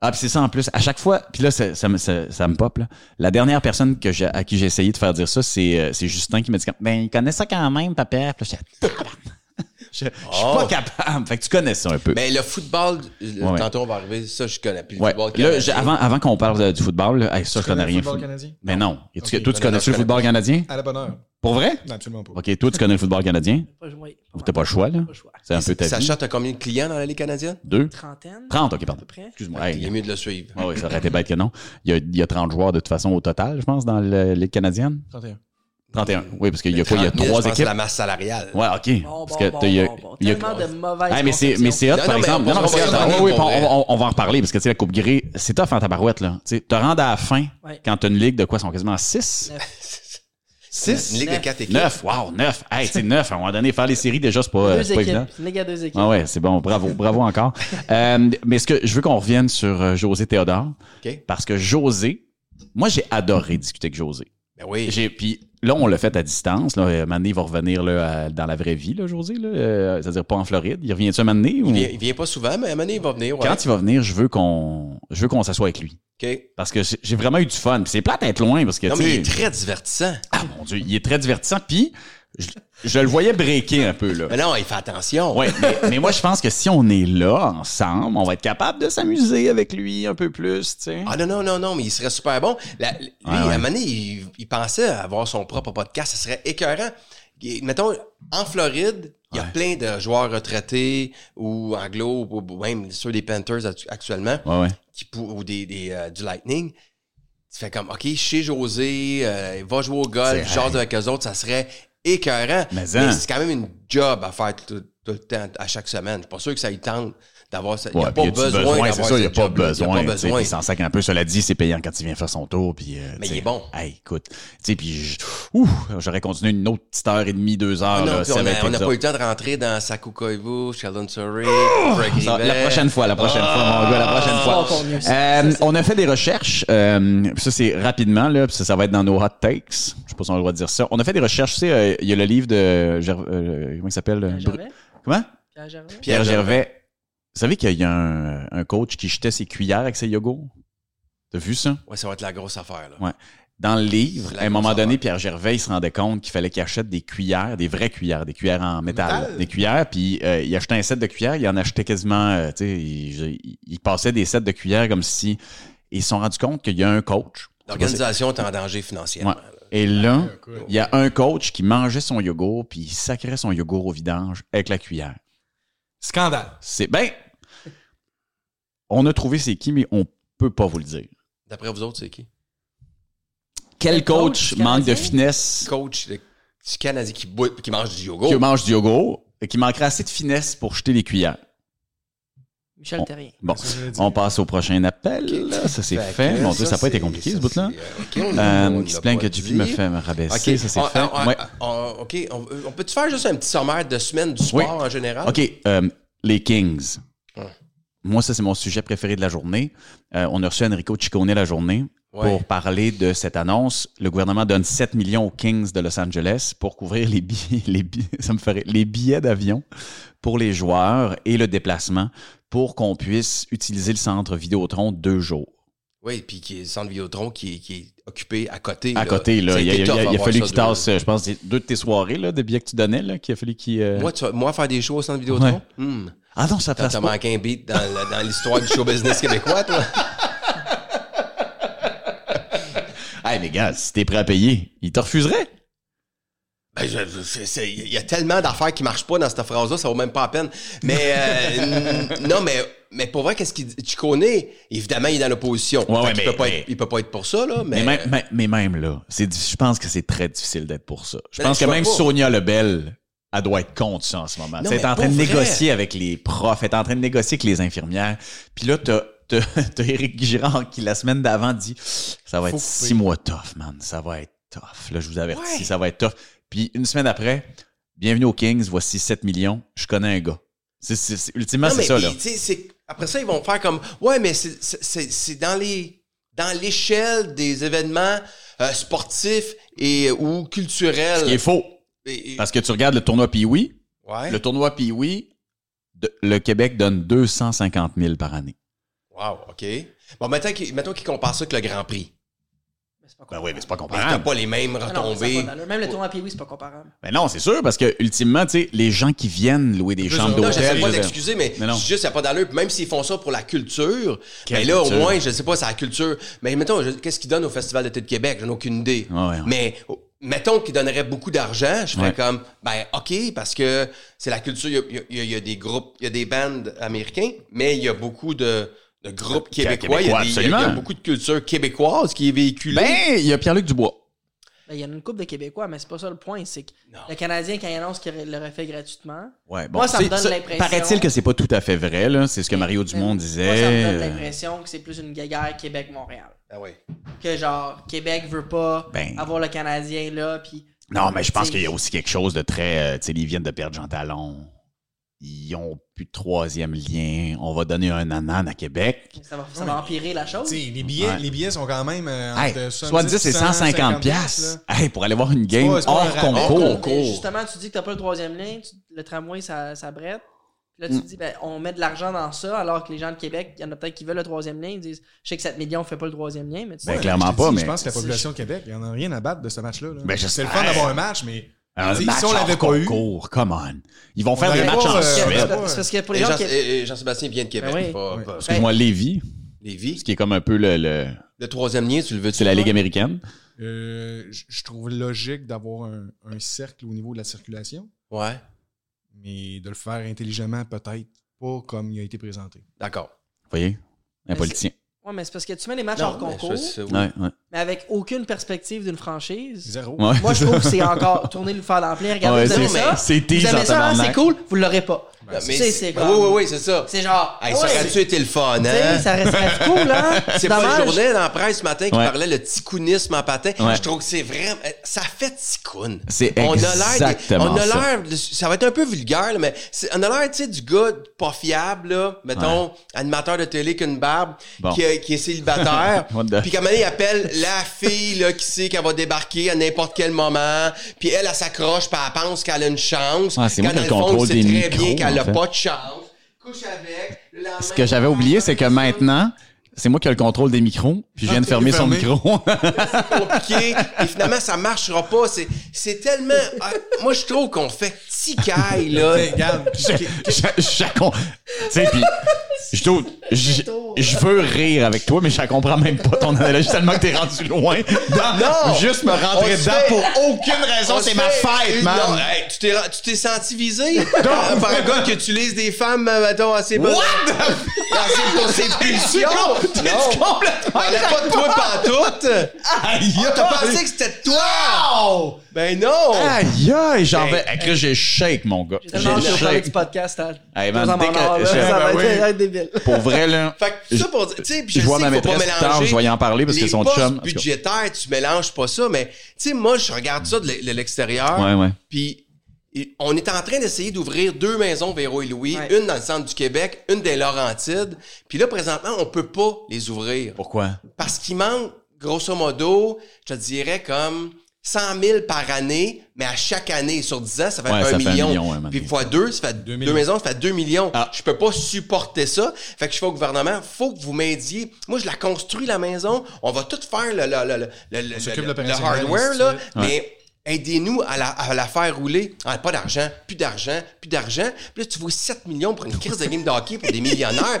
[SPEAKER 2] ah, puis c'est ça en plus. À chaque fois, puis là, ça, ça, me- ça- ça me pop. Là. La dernière personne que j'ai- à qui j'ai essayé de faire dire ça, c'est euh, c'est Justin qui m'a dit comme, ben, il connaît ça quand même, papa. Puis là, j'étais, ah, Tabarnak. je, je suis pas
[SPEAKER 1] Oh.
[SPEAKER 2] capable. Fait que tu connais ça un peu.
[SPEAKER 1] Ben, le football, euh,
[SPEAKER 2] Ouais.
[SPEAKER 1] tantôt on va arriver, ça je connais. Puis le
[SPEAKER 2] ouais.
[SPEAKER 1] football
[SPEAKER 2] Là,
[SPEAKER 1] canadien.
[SPEAKER 2] j'ai- avant, avant qu'on parle euh, du football, là, hey, ça, je connais
[SPEAKER 3] connais le
[SPEAKER 2] rien.
[SPEAKER 3] football
[SPEAKER 2] Foot-
[SPEAKER 3] canadien?
[SPEAKER 2] Mais non. Et tu-
[SPEAKER 3] Ok,
[SPEAKER 2] toi,
[SPEAKER 3] ben
[SPEAKER 2] tu
[SPEAKER 3] non,
[SPEAKER 2] connais-tu
[SPEAKER 1] je
[SPEAKER 2] le
[SPEAKER 1] connais
[SPEAKER 2] football canadien?
[SPEAKER 3] À la bonne heure.
[SPEAKER 2] Pour vrai?
[SPEAKER 3] Non, absolument pas.
[SPEAKER 2] OK, toi, tu connais le football canadien?
[SPEAKER 4] Pas- ouais,
[SPEAKER 2] T'as pas le choix, là?
[SPEAKER 4] Pas le choix.
[SPEAKER 2] C'est un peu ta vie.
[SPEAKER 1] Sacha, t'as combien de clients dans la Ligue canadienne?
[SPEAKER 2] Deux?
[SPEAKER 4] Trentaine.
[SPEAKER 2] 30, OK,
[SPEAKER 4] à
[SPEAKER 2] pardon.
[SPEAKER 4] peu près.
[SPEAKER 2] Excuse-moi.
[SPEAKER 1] Il
[SPEAKER 2] Hey,
[SPEAKER 1] est mieux de le suivre.
[SPEAKER 2] Ah oui, ça aurait été bête que non. Il y, a, il y a 30 joueurs de toute façon au total, je pense, dans la Ligue canadienne.
[SPEAKER 3] 31.
[SPEAKER 2] 31. Oui, parce qu'il y a quoi? Il y a
[SPEAKER 1] 30 000,
[SPEAKER 2] trois
[SPEAKER 1] je pense,
[SPEAKER 2] équipes.
[SPEAKER 1] la masse salariale.
[SPEAKER 2] Ouais, OK.
[SPEAKER 4] Bon,
[SPEAKER 2] parce
[SPEAKER 4] bon,
[SPEAKER 2] que
[SPEAKER 4] bon,
[SPEAKER 2] t'as- il y a-
[SPEAKER 4] bon, bon.
[SPEAKER 2] il y a-
[SPEAKER 4] Tellement de mauvaises
[SPEAKER 2] Ah, mais c'est, mais c'est hot,
[SPEAKER 1] Non,
[SPEAKER 2] par
[SPEAKER 1] non, mais
[SPEAKER 2] exemple.
[SPEAKER 1] on
[SPEAKER 2] Non, non,
[SPEAKER 1] va
[SPEAKER 2] c'est hot.
[SPEAKER 1] se
[SPEAKER 2] Ah,
[SPEAKER 1] regarder
[SPEAKER 2] oui, oui,
[SPEAKER 1] pour
[SPEAKER 2] on,
[SPEAKER 1] vrai.
[SPEAKER 2] on- on va en reparler parce que, tu sais, la Coupe Grey, c'est tough en tabarouette, là. Tu sais, te rendre à la fin
[SPEAKER 4] Ouais.
[SPEAKER 2] quand t'as une ligue de quoi? Ils sont quasiment à 6.
[SPEAKER 1] C'est Six? Une ligue de
[SPEAKER 4] Neuf.
[SPEAKER 1] quatre équipes.
[SPEAKER 2] Neuf, wow, neuf. Hey, c'est neuf. À un moment donné, faire les séries, déjà, c'est pas, euh,
[SPEAKER 4] deux
[SPEAKER 2] c'est pas
[SPEAKER 4] équipes.
[SPEAKER 2] évident.
[SPEAKER 4] Une ligue à deux équipes.
[SPEAKER 2] Ah ouais, c'est bon. Bravo, bravo encore. Euh, mais ce que je veux qu'on revienne sur euh, José Théodore,
[SPEAKER 1] OK.
[SPEAKER 2] parce que José, moi, j'ai adoré discuter avec José.
[SPEAKER 1] Ben oui.
[SPEAKER 2] J'ai- Puis là, on l'a fait à distance. Là, Euh, un moment donné, il va revenir là, à- dans la vraie vie, là, José. là, euh, C'est-à-dire pas en Floride. Il revient-tu un moment donné? Ou...
[SPEAKER 1] Il vient, il vient pas souvent, mais à un moment donné, il va venir. ouais.
[SPEAKER 2] Quand il va venir, je veux qu'on je veux qu'on s'assoie avec lui.
[SPEAKER 1] OK.
[SPEAKER 2] Parce que j'ai j'ai vraiment eu du fun. Puis C'est plate d'être loin parce que
[SPEAKER 1] Non,
[SPEAKER 2] tu
[SPEAKER 1] mais il
[SPEAKER 2] sais,
[SPEAKER 1] est très divertissant.
[SPEAKER 2] ah, mon Dieu, il est très divertissant. Puis je, je le voyais breaker un peu. là.
[SPEAKER 1] Mais non, il fait attention.
[SPEAKER 2] Ouais, mais, mais moi, je pense que si on est là ensemble, on va être capable de s'amuser avec lui un peu plus, tu sais.
[SPEAKER 1] Ah non, non, non, non, mais il serait super bon. La- lui, à
[SPEAKER 2] ouais.
[SPEAKER 1] un moment donné, il, il pensait avoir son propre podcast. Ce serait écœurant. Il- mettons, en Floride, il y a plein de joueurs retraités ou anglo ou, ou même ceux des Panthers actu- actuellement
[SPEAKER 2] Ouais, ouais.
[SPEAKER 1] qui, pou- ou des, des, euh, du Lightning. Tu fais comme, OK, chez José, euh, il va jouer au golf,
[SPEAKER 2] C'est-
[SPEAKER 1] genre avec eux autres, ça serait écœurant.
[SPEAKER 2] Mais hein. en.
[SPEAKER 1] c'est quand même une job à faire tout, tout le temps, à chaque semaine. Je suis pas sûr que ça lui tente d'avoir ça. il n'y a
[SPEAKER 2] Ouais,
[SPEAKER 1] pas
[SPEAKER 2] puis y a-tu
[SPEAKER 1] besoin, d'avoir
[SPEAKER 2] c'est ça, il n'y a
[SPEAKER 1] cette
[SPEAKER 2] pas
[SPEAKER 1] job-là. Il y a
[SPEAKER 2] besoin.
[SPEAKER 1] pas
[SPEAKER 2] tu sais,
[SPEAKER 1] besoin.
[SPEAKER 2] puis Il s'en sac un peu, cela dit, c'est payant quand il vient faire son tour. Puis, euh,
[SPEAKER 1] Mais
[SPEAKER 2] tu
[SPEAKER 1] il
[SPEAKER 2] sais,
[SPEAKER 1] est bon.
[SPEAKER 2] Hey, écoute, tu sais, puis je- ouh, j'aurais continué une autre petite heure et demie, deux heures.
[SPEAKER 1] Ah non,
[SPEAKER 2] là,
[SPEAKER 1] puis
[SPEAKER 2] ça
[SPEAKER 1] on
[SPEAKER 2] va
[SPEAKER 1] a-
[SPEAKER 2] être
[SPEAKER 1] on n'a pas eu
[SPEAKER 2] exhaustant.
[SPEAKER 1] le temps de rentrer dans Sakukoivu, Sheldon Surrey, Greg
[SPEAKER 2] Oh! Ça,
[SPEAKER 1] Rivet.
[SPEAKER 2] la prochaine fois, la prochaine fois, mon gars, la
[SPEAKER 1] Ah!
[SPEAKER 2] prochaine fois.
[SPEAKER 4] Encore mieux, ça.
[SPEAKER 2] Euh, on a fait des recherches, euh, puis ça c'est rapidement, là, puis ça, ça va être dans nos hot takes. Je sais pas si on a le droit de dire ça. On a fait des recherches, tu sais, euh, il y a le livre de... Ger- euh, comment il s'appelle? euh,
[SPEAKER 4] Pierre
[SPEAKER 2] Bru-
[SPEAKER 4] Gervais?
[SPEAKER 2] Comment?
[SPEAKER 4] Pierre Gervais?
[SPEAKER 1] Pierre
[SPEAKER 2] Pierre
[SPEAKER 1] Gervais.
[SPEAKER 2] Gervais. Vous savez qu'il y a un, un coach qui jetait ses cuillères avec ses yogos? T'as vu ça?
[SPEAKER 1] Ouais, ça va être la grosse affaire. Là.
[SPEAKER 2] Ouais. Dans le livre,
[SPEAKER 1] C'est la
[SPEAKER 2] à un moment
[SPEAKER 1] grosse
[SPEAKER 2] donné,
[SPEAKER 1] affaire.
[SPEAKER 2] Pierre Gervais il se rendait compte qu'il fallait qu'il achète des cuillères, des vraies cuillères, des cuillères en métal,
[SPEAKER 3] Métal?
[SPEAKER 2] des cuillères. Puis euh, il achetait un set de cuillères, il en achetait quasiment, euh, tu sais, il, il- il passait des sets de cuillères comme si ils se sont rendus compte qu'il y a un coach.
[SPEAKER 1] L'organisation est en danger financièrement.
[SPEAKER 2] Ouais. Et là,
[SPEAKER 3] cool.
[SPEAKER 2] il Hein? y a un coach qui mangeait son yogourt puis il sacrait son yogourt au vidange avec la cuillère.
[SPEAKER 3] Scandale.
[SPEAKER 2] C'est ben, on a trouvé c'est qui, mais on peut pas vous le dire.
[SPEAKER 1] D'après vous autres, c'est qui?
[SPEAKER 2] Quel coach,
[SPEAKER 4] coach
[SPEAKER 2] manque de
[SPEAKER 4] canadien?
[SPEAKER 2] finesse
[SPEAKER 1] Coach de- du Canadien qui, boit- qui mange du yogourt.
[SPEAKER 2] qui mange du yogourt et qui manquerait assez de finesse pour jeter les cuillères.
[SPEAKER 4] Michel
[SPEAKER 2] On-
[SPEAKER 4] Terrien.
[SPEAKER 2] Bon,
[SPEAKER 3] C'est ce que j'allais dire.
[SPEAKER 2] on passe au prochain appel. là. Ça, c'est
[SPEAKER 1] Fait que
[SPEAKER 2] fait. Mon Dieu, ça n'a pas été
[SPEAKER 1] c'est-
[SPEAKER 2] compliqué,
[SPEAKER 1] ça,
[SPEAKER 2] ce bout-là.
[SPEAKER 1] c'est- ok, on- on
[SPEAKER 2] Euh,
[SPEAKER 1] l'a
[SPEAKER 2] qui se plaint
[SPEAKER 1] pas
[SPEAKER 2] que JP
[SPEAKER 1] dit.
[SPEAKER 2] me fait me rabaisser.
[SPEAKER 1] Ok, Ah,
[SPEAKER 2] Ça, c'est
[SPEAKER 1] on-
[SPEAKER 2] fait.
[SPEAKER 1] on-
[SPEAKER 2] Ouais.
[SPEAKER 1] on- OK, on, on peut-tu faire juste un petit sommaire de semaine du sport
[SPEAKER 2] Oui.
[SPEAKER 1] en général?
[SPEAKER 2] OK, euh, les Kings.
[SPEAKER 1] Ouais.
[SPEAKER 2] Moi, ça, c'est mon sujet préféré de la journée. Euh, on a reçu Enrico Ciccone la journée
[SPEAKER 1] Ouais.
[SPEAKER 2] pour parler de cette annonce. Le gouvernement donne 7 millions aux Kings de Los Angeles pour couvrir les billets, les billets, ça me ferait, les billets d'avion pour les joueurs et le déplacement pour qu'on puisse utiliser le centre Vidéotron deux jours.
[SPEAKER 1] Oui, puis qui est le centre Vidéotron qui, est- qui est occupé à côté.
[SPEAKER 2] À côté, là,
[SPEAKER 1] Ça a
[SPEAKER 2] il y a,
[SPEAKER 1] été
[SPEAKER 2] il y a-
[SPEAKER 1] tough
[SPEAKER 2] il y a
[SPEAKER 1] avoir
[SPEAKER 2] fallu
[SPEAKER 1] ça,
[SPEAKER 2] qu'il
[SPEAKER 1] deux-
[SPEAKER 2] tasse, je pense, des- deux de tes soirées, là, de billets que tu donnais, là, qu'il a fallu qu'il. euh,
[SPEAKER 1] Moi, tu vas- moi, faire des shows au centre Vidéotron?
[SPEAKER 2] Ouais.
[SPEAKER 1] Hmm.
[SPEAKER 2] Ah non, ça
[SPEAKER 1] T'as
[SPEAKER 2] passe
[SPEAKER 1] t'as
[SPEAKER 2] pas.
[SPEAKER 1] manqué un beat dans, le- dans l'histoire du show business québécois, toi?
[SPEAKER 2] Hey, les gars, si t'es prêt à payer, il te refuserait.
[SPEAKER 1] Ben, je- je- c'est- c'est- Il y a tellement d'affaires qui marchent pas dans cette phrase-là, ça vaut même pas la peine. Mais euh, n- non, mais, mais pour vrai, qu'est-ce qu'il dit? Tu connais, évidemment, il est dans l'opposition.
[SPEAKER 2] Ouais,
[SPEAKER 1] Fait
[SPEAKER 2] ouais,
[SPEAKER 1] qu'il
[SPEAKER 2] mais-
[SPEAKER 1] peut pas
[SPEAKER 2] mais-
[SPEAKER 1] être- il peut pas être pour ça, là. Mais, euh,
[SPEAKER 2] Mais, même, mais- mais même là, c'est, diffi- je pense que c'est très difficile d'être pour ça. Je
[SPEAKER 1] Mais
[SPEAKER 2] pense
[SPEAKER 1] je
[SPEAKER 2] que
[SPEAKER 1] vois
[SPEAKER 2] même
[SPEAKER 1] Ben, pas.
[SPEAKER 2] Sonia Lebel, elle doit être contre ça en ce moment.
[SPEAKER 1] Non, mais
[SPEAKER 2] Elle est en train
[SPEAKER 1] pour
[SPEAKER 2] de
[SPEAKER 1] vrai.
[SPEAKER 2] négocier avec les profs, elle est en train de négocier avec les infirmières. Puis là, t'as, t'as, t'as Éric Girard qui, la semaine d'avant, dit Ça va
[SPEAKER 3] Faut
[SPEAKER 2] être
[SPEAKER 3] couper.
[SPEAKER 2] six mois tough, man. Ça va être tough. Là, je vous avertis,
[SPEAKER 1] Ouais.
[SPEAKER 2] ça va être tough. Puis une semaine après, bienvenue aux Kings, voici 7 millions. Je connais un gars. C'est, c'est- c'est- ultimement,
[SPEAKER 1] Non,
[SPEAKER 2] c'est
[SPEAKER 1] mais
[SPEAKER 2] ça,
[SPEAKER 1] puis,
[SPEAKER 2] là.
[SPEAKER 1] tu sais, c'est- Après ça, ils vont faire comme Ouais, mais c'est- c'est c'est- c'est dans les dans l'échelle des événements euh, sportifs et ou culturels.
[SPEAKER 2] Ce qui est faux.
[SPEAKER 1] Et- et-
[SPEAKER 2] Parce que tu regardes le tournoi Pee-Wee,
[SPEAKER 4] Hein?
[SPEAKER 1] ouais.
[SPEAKER 2] Le tournoi Pee-Wee, de- le Québec donne 250 000 par année.
[SPEAKER 1] Wow, OK. Bon, maintenant qu'il- mettons qu'ils comparent ça avec le Grand Prix.
[SPEAKER 4] Ben Mais c'est pas comparable.
[SPEAKER 2] pas
[SPEAKER 1] Mais t'as pas les mêmes
[SPEAKER 4] Ah non, ça a
[SPEAKER 1] retombées.
[SPEAKER 4] pas d'allure. Même le tournoi à Pee-Wee, c'est pas comparable.
[SPEAKER 2] Mais non, c'est sûr, parce que ultimement, tu sais, les gens qui viennent louer des
[SPEAKER 3] Plus
[SPEAKER 2] chambres
[SPEAKER 3] de-
[SPEAKER 1] Non,
[SPEAKER 2] d'hôtel. ben,
[SPEAKER 1] je sais
[SPEAKER 2] je
[SPEAKER 1] pas
[SPEAKER 2] veux dire,
[SPEAKER 1] d'excuser, mais,
[SPEAKER 2] Mais non.
[SPEAKER 1] c'est juste, il n'y a pas d'allure. Puis Même s'ils font ça pour la culture,
[SPEAKER 2] Quelle
[SPEAKER 1] mais là, au
[SPEAKER 2] culture?
[SPEAKER 1] moins, je sais pas, c'est la culture. Mais mettons, je- qu'est-ce qu'ils donnent au Festival d'été de Québec? J'en ai aucune idée.
[SPEAKER 2] Ouais, ouais.
[SPEAKER 1] Mais oh, mettons qu'ils donneraient beaucoup d'argent, je ferais
[SPEAKER 2] Ouais.
[SPEAKER 1] comme, ben, OK, parce que c'est la culture. Il y a- il y, a- il y a des groupes, il y a des bandes américains, mais il y a beaucoup de, de groupes
[SPEAKER 2] Québécois,
[SPEAKER 1] québécois. Il y a des- il y, a- il y a
[SPEAKER 2] absolument.
[SPEAKER 1] beaucoup de culture québécoise qui est véhiculée.
[SPEAKER 2] Ben, il y a Pierre-Luc Dubois.
[SPEAKER 4] Ben, il y en a une coupe de Québécois, mais c'est pas ça le point. C'est que
[SPEAKER 1] Non.
[SPEAKER 4] le Canadien, quand il annonce qu'il l'aurait fait gratuitement,
[SPEAKER 2] Ouais,
[SPEAKER 4] Moi, ça me
[SPEAKER 2] c'est-
[SPEAKER 4] donne l'impression- ben,
[SPEAKER 2] Paraît-il que c'est pas tout à fait vrai, là. C'est ce que Mario Dumont
[SPEAKER 4] moi, ça me
[SPEAKER 2] disait. euh,
[SPEAKER 4] donne l'impression que c'est plus une guéguerre Québec-Montréal.
[SPEAKER 1] Ah ouais.
[SPEAKER 4] Que genre, Québec veut pas
[SPEAKER 2] Ben.
[SPEAKER 4] avoir le Canadien là, puis
[SPEAKER 2] Non, mais je pense
[SPEAKER 4] T'sais,
[SPEAKER 2] qu'il y a aussi quelque chose de très. euh, Tu sais, ils viennent de perdre Jean Talon. Ils ont plus de troisième lien. On va donner un anan à Québec.
[SPEAKER 4] ça va, ça va empirer la chose.
[SPEAKER 3] Tu sais, les billets,
[SPEAKER 2] Ouais.
[SPEAKER 3] les billets sont quand même euh,
[SPEAKER 2] Hey,
[SPEAKER 3] entre
[SPEAKER 2] 70 et 150 piastres.
[SPEAKER 3] piastres,
[SPEAKER 2] Hey, pour aller voir une game
[SPEAKER 3] C'est pas- c'est pas
[SPEAKER 2] hors
[SPEAKER 3] un racket.
[SPEAKER 4] Mais
[SPEAKER 2] concours.
[SPEAKER 4] comme,
[SPEAKER 2] Hors
[SPEAKER 4] mais
[SPEAKER 2] concours.
[SPEAKER 4] Justement, tu dis que t'as pas le troisième lien, tu- le tramway, ça, ça brette. Puis
[SPEAKER 2] Mm.
[SPEAKER 4] là, tu dis, ben, on met de l'argent dans ça, alors que les gens de Québec, il y en a peut-être qui veulent le troisième lien. Ils disent, je sais que 7 millions fait pas le troisième lien, mais tu
[SPEAKER 2] Ben,
[SPEAKER 4] sais,
[SPEAKER 3] là.
[SPEAKER 2] clairement
[SPEAKER 3] Je te
[SPEAKER 2] pas,
[SPEAKER 3] dis,
[SPEAKER 2] mais-
[SPEAKER 3] Je pense que la population de Québec, il n'y en a rien à battre de ce match-là. là.
[SPEAKER 2] Ben, je
[SPEAKER 3] C'est le
[SPEAKER 2] sais.
[SPEAKER 3] fun d'avoir un match, mais
[SPEAKER 2] Un
[SPEAKER 3] tu sais,
[SPEAKER 2] match
[SPEAKER 3] si on l'avait
[SPEAKER 2] hors
[SPEAKER 3] pas eu.
[SPEAKER 2] concours, come on. Ils vont faire
[SPEAKER 3] On
[SPEAKER 2] des
[SPEAKER 3] aurait
[SPEAKER 2] matchs
[SPEAKER 3] pas,
[SPEAKER 2] en
[SPEAKER 3] euh,
[SPEAKER 4] c'est parce que-
[SPEAKER 2] Suède.
[SPEAKER 3] ouais.
[SPEAKER 4] c'est parce que pour
[SPEAKER 1] Et
[SPEAKER 4] les gens
[SPEAKER 1] Jean-
[SPEAKER 4] qui-
[SPEAKER 1] et- et Jean-Sébastien vient de Québec.
[SPEAKER 4] Ben oui.
[SPEAKER 1] pas,
[SPEAKER 3] Oui.
[SPEAKER 1] pas-
[SPEAKER 2] Excuse-moi, Lévis,
[SPEAKER 1] Lévis.
[SPEAKER 2] ce qui est comme un peu le. le-
[SPEAKER 1] Le troisième lien, tu le veux
[SPEAKER 2] c'est la Ligue américaine.
[SPEAKER 3] euh, je je trouve logique d'avoir un, un cercle au niveau de la circulation,
[SPEAKER 1] Ouais.
[SPEAKER 3] mais de le faire intelligemment, peut-être pas comme il a été présenté.
[SPEAKER 1] D'accord.
[SPEAKER 2] Vous voyez? Un
[SPEAKER 4] Mais
[SPEAKER 2] politicien.
[SPEAKER 4] Ouais, mais c'est parce que tu mets les matchs
[SPEAKER 1] Non,
[SPEAKER 4] hors
[SPEAKER 1] mais
[SPEAKER 4] concours,
[SPEAKER 1] je- c'est- oui.
[SPEAKER 2] Ouais, ouais.
[SPEAKER 4] mais avec aucune perspective d'une franchise.
[SPEAKER 3] Zéro.
[SPEAKER 2] Ouais.
[SPEAKER 4] Moi, je trouve que c'est encore tourner le fer dans le plein. Regardez,
[SPEAKER 2] Ouais,
[SPEAKER 4] vous avez
[SPEAKER 2] c'est-
[SPEAKER 4] ça.
[SPEAKER 2] c'est
[SPEAKER 4] Vous
[SPEAKER 2] tease en
[SPEAKER 4] avez ça, hein, c'est
[SPEAKER 2] tabarnak.
[SPEAKER 4] cool. Vous l'aurez pas.
[SPEAKER 1] Non, mais
[SPEAKER 4] Tu sais,
[SPEAKER 1] c'est-
[SPEAKER 4] c'est
[SPEAKER 1] Ben
[SPEAKER 4] comme-
[SPEAKER 1] Oui, oui, oui, c'est ça.
[SPEAKER 4] C'est genre.
[SPEAKER 1] Hey,
[SPEAKER 4] ouais,
[SPEAKER 1] ça aurait-tu été le fun,
[SPEAKER 4] tu sais,
[SPEAKER 1] hein?
[SPEAKER 4] ça resterait cool, hein?
[SPEAKER 1] C'est pas le
[SPEAKER 4] Dommage.
[SPEAKER 1] journal dans la presse ce matin qui
[SPEAKER 2] Ouais.
[SPEAKER 1] parlait le ticounisme en patin.
[SPEAKER 2] Ouais.
[SPEAKER 1] Je trouve que c'est vraiment. Ça fait ticoun.
[SPEAKER 2] C'est
[SPEAKER 1] On a l'air. des-
[SPEAKER 2] exactement
[SPEAKER 1] On a
[SPEAKER 2] ça.
[SPEAKER 1] l'air. de- Ça va être un peu vulgaire, là, mais c'est- on a l'air, tu sais, du gars pas fiable, là. Mettons, animateur de télé qu'une barbe,
[SPEAKER 2] Bon.
[SPEAKER 1] qui, qui est célibataire.
[SPEAKER 2] What the-
[SPEAKER 1] Puis comme elle, il appelle la fille, là, qui sait qu'elle va débarquer à n'importe quel moment. Puis elle, elle s'accroche, puis elle pense qu'elle a une chance.
[SPEAKER 2] Ah, c'est moi
[SPEAKER 1] Quand
[SPEAKER 2] qui ai
[SPEAKER 1] dans
[SPEAKER 2] le
[SPEAKER 1] fond,
[SPEAKER 2] contrôle
[SPEAKER 1] c'est
[SPEAKER 2] des
[SPEAKER 1] très bien
[SPEAKER 2] micros,
[SPEAKER 1] qu'elle
[SPEAKER 2] en
[SPEAKER 1] a
[SPEAKER 2] fait.
[SPEAKER 1] pas de chance. Couche avec. le lendemain-
[SPEAKER 2] Ce que j'avais oublié, c'est que maintenant, c'est moi qui ai le contrôle des micros, puis je viens de
[SPEAKER 3] Ah,
[SPEAKER 2] fermer son
[SPEAKER 3] fermé.
[SPEAKER 2] micro.
[SPEAKER 1] compliqué et finalement ça marchera pas c'est c'est tellement Ah, moi je trouve qu'on fait ticaille là
[SPEAKER 3] Hey, regarde,
[SPEAKER 2] Je- je- je con- Tu sais, puis je trouve- je- je veux rire avec toi, mais je la comprends même pas ton analogie tellement que t'es rendu loin.
[SPEAKER 1] Non!
[SPEAKER 2] Juste me rentrer
[SPEAKER 1] On se
[SPEAKER 2] dedans
[SPEAKER 1] fait-
[SPEAKER 2] pour aucune raison,
[SPEAKER 1] On
[SPEAKER 2] c'est
[SPEAKER 1] se
[SPEAKER 2] ma
[SPEAKER 1] fait
[SPEAKER 2] fête,
[SPEAKER 1] une-
[SPEAKER 2] man.
[SPEAKER 1] Non, hey, tu t'es tu t'es senti visé par par un gars qui utilise des femmes euh, mettons assez bonnes
[SPEAKER 2] What the
[SPEAKER 1] dans ses, dans ses
[SPEAKER 2] C'est
[SPEAKER 1] pulsions
[SPEAKER 2] con-
[SPEAKER 1] Non.
[SPEAKER 2] c'est complètement.
[SPEAKER 1] on parlait pas de toi pantoute
[SPEAKER 2] Aïe,
[SPEAKER 1] t'as pensé que c'était de toi
[SPEAKER 2] Wow!
[SPEAKER 1] ben non
[SPEAKER 2] Aïe, aïe, j'en
[SPEAKER 1] Hey.
[SPEAKER 2] vais. Hey, Chris, j'ai shake, mon gars.
[SPEAKER 4] J'ai
[SPEAKER 2] J'ai
[SPEAKER 4] tellement hâte de parler du
[SPEAKER 2] shake.
[SPEAKER 4] podcast. hein.
[SPEAKER 2] Hey, man,
[SPEAKER 4] Dans mon
[SPEAKER 2] dès que-
[SPEAKER 4] art, là,
[SPEAKER 2] je-
[SPEAKER 4] Ça va
[SPEAKER 2] ben
[SPEAKER 4] être-
[SPEAKER 2] oui.
[SPEAKER 4] ça va être débile.
[SPEAKER 2] Pour vrai, là.
[SPEAKER 1] fait que ça pour dire tu sais puis je,
[SPEAKER 2] Je
[SPEAKER 1] sais
[SPEAKER 2] vois ma
[SPEAKER 1] qu'il faut pas
[SPEAKER 2] maîtresse plus tard,
[SPEAKER 1] mélanger
[SPEAKER 2] je vais y en parler parce
[SPEAKER 1] les
[SPEAKER 2] que son
[SPEAKER 1] postes
[SPEAKER 2] chum.
[SPEAKER 1] budgétaires, tu mélanges pas ça, mais tu sais, moi, je regarde ça de l- de l'extérieur.
[SPEAKER 2] Ouais, ouais.
[SPEAKER 1] Puis et- on est en train d'essayer d'ouvrir deux maisons Véro et Louis,
[SPEAKER 4] Ouais.
[SPEAKER 1] une dans le centre du Québec, une des Laurentides. Puis là, présentement, on peut pas les ouvrir
[SPEAKER 2] Pourquoi?
[SPEAKER 1] parce qu'il manque, grosso modo, je te dirais comme 100 000 par année, mais à chaque année sur 10 ans, ça fait
[SPEAKER 2] Ouais,
[SPEAKER 1] un
[SPEAKER 2] ça fait un
[SPEAKER 1] million.
[SPEAKER 2] million, ouais,
[SPEAKER 1] Puis
[SPEAKER 2] maintenant.
[SPEAKER 1] fois deux, ça fait deux,
[SPEAKER 3] millions.
[SPEAKER 1] maisons, ça fait 2 millions.
[SPEAKER 2] Ah.
[SPEAKER 1] Je peux pas supporter ça. Fait que je fais au gouvernement, faut que vous m'aidiez. Moi, je la construis, la maison. On va tout faire le, le, le, le, le,
[SPEAKER 3] s'occupe de
[SPEAKER 1] le- le
[SPEAKER 3] l'opérationnel,
[SPEAKER 1] hardware,
[SPEAKER 3] ainsi
[SPEAKER 1] là.
[SPEAKER 3] de suite.
[SPEAKER 1] Mais aidez-nous à la, à la faire rouler. Ah, pas d'argent, plus d'argent, plus d'argent. Puis là, tu vois 7 millions pour une crise de game de hockey pour des millionnaires.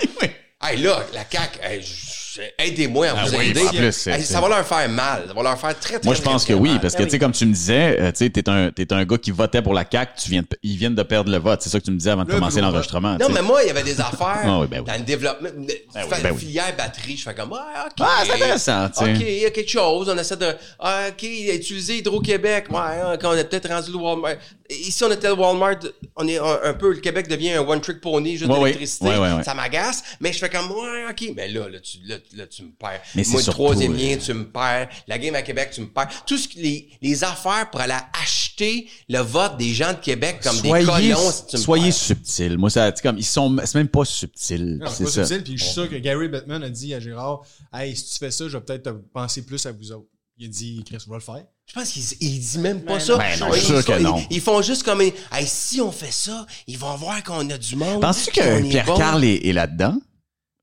[SPEAKER 1] Hey, là, la CAQ, hey, je- aidez-moi à
[SPEAKER 2] Ah
[SPEAKER 1] vous
[SPEAKER 2] oui,
[SPEAKER 1] aider.
[SPEAKER 2] en plus, c'est-
[SPEAKER 1] Hey, ça va leur faire mal. Ça va leur faire très, très
[SPEAKER 2] Moi, je
[SPEAKER 1] très,
[SPEAKER 2] pense que
[SPEAKER 1] très
[SPEAKER 2] oui,
[SPEAKER 1] mal.
[SPEAKER 2] parce que,
[SPEAKER 4] Ben
[SPEAKER 2] tu sais,
[SPEAKER 4] oui.
[SPEAKER 2] comme tu me disais, euh, tu sais, t'es un, t'es un gars qui votait pour la CAQ, tu viens de- ils viennent de perdre le vote. C'est ça que tu me disais avant de
[SPEAKER 3] Le
[SPEAKER 2] commencer
[SPEAKER 3] gros
[SPEAKER 2] l'enregistrement.
[SPEAKER 1] Non,
[SPEAKER 2] tu sais.
[SPEAKER 1] mais moi, il y avait des affaires
[SPEAKER 2] Ah oui, ben oui.
[SPEAKER 1] dans le développement. une
[SPEAKER 2] oui, ben oui.
[SPEAKER 1] filière batterie, je fais comme, ah, OK.
[SPEAKER 2] Ah, c'est intéressant, tu sais.
[SPEAKER 1] OK, il y a quelque chose. On essaie de, ah, OK, utiliser Hydro-Québec. Ouais, hein, quand on est peut-être rendu le Walmart. Ici, on était le Walmart. On est un, un peu, le Québec devient un one-trick pony, juste
[SPEAKER 2] Ouais, ouais.
[SPEAKER 1] d'électricité.
[SPEAKER 2] Ouais, ouais, ouais.
[SPEAKER 1] Ça m'agace, mais je fais comme, ouais, OK. Mais là, là, tu, là, là, tu me perds.
[SPEAKER 2] Mais
[SPEAKER 1] Moi,
[SPEAKER 2] c'est
[SPEAKER 1] le
[SPEAKER 2] surtout,
[SPEAKER 1] troisième
[SPEAKER 2] euh,
[SPEAKER 1] lien, tu me perds. La game à Québec, tu me perds. Tout ce que les, les affaires pour aller acheter le vote des gens de Québec comme
[SPEAKER 2] soyez,
[SPEAKER 1] des colons, si tu me
[SPEAKER 2] soyez
[SPEAKER 1] perds.
[SPEAKER 2] subtil. Moi, ça, tu sais, comme, ils sont, c'est même pas subtil.
[SPEAKER 3] Non,
[SPEAKER 2] C'est
[SPEAKER 3] C'est pas
[SPEAKER 2] ça.
[SPEAKER 3] subtil, puis je suis sûr que Gary Bettman a dit à Gérard Hey, si tu fais ça, je vais peut-être te penser plus à vous autres. Il a dit Chris, on va le faire.
[SPEAKER 1] Je pense qu'ils ils disent même pas
[SPEAKER 4] Ben
[SPEAKER 1] ça.
[SPEAKER 4] non.
[SPEAKER 2] Ben non,
[SPEAKER 1] Ils
[SPEAKER 2] je suis sûr
[SPEAKER 1] font-
[SPEAKER 2] que
[SPEAKER 1] ils-
[SPEAKER 2] non.
[SPEAKER 1] Ils font juste comme, hey, si on fait ça, ils vont voir qu'on a du monde.
[SPEAKER 2] Penses-tu
[SPEAKER 1] qu'on
[SPEAKER 2] que
[SPEAKER 1] est
[SPEAKER 2] Pierre
[SPEAKER 1] bon.
[SPEAKER 2] Carl est, est là-dedans?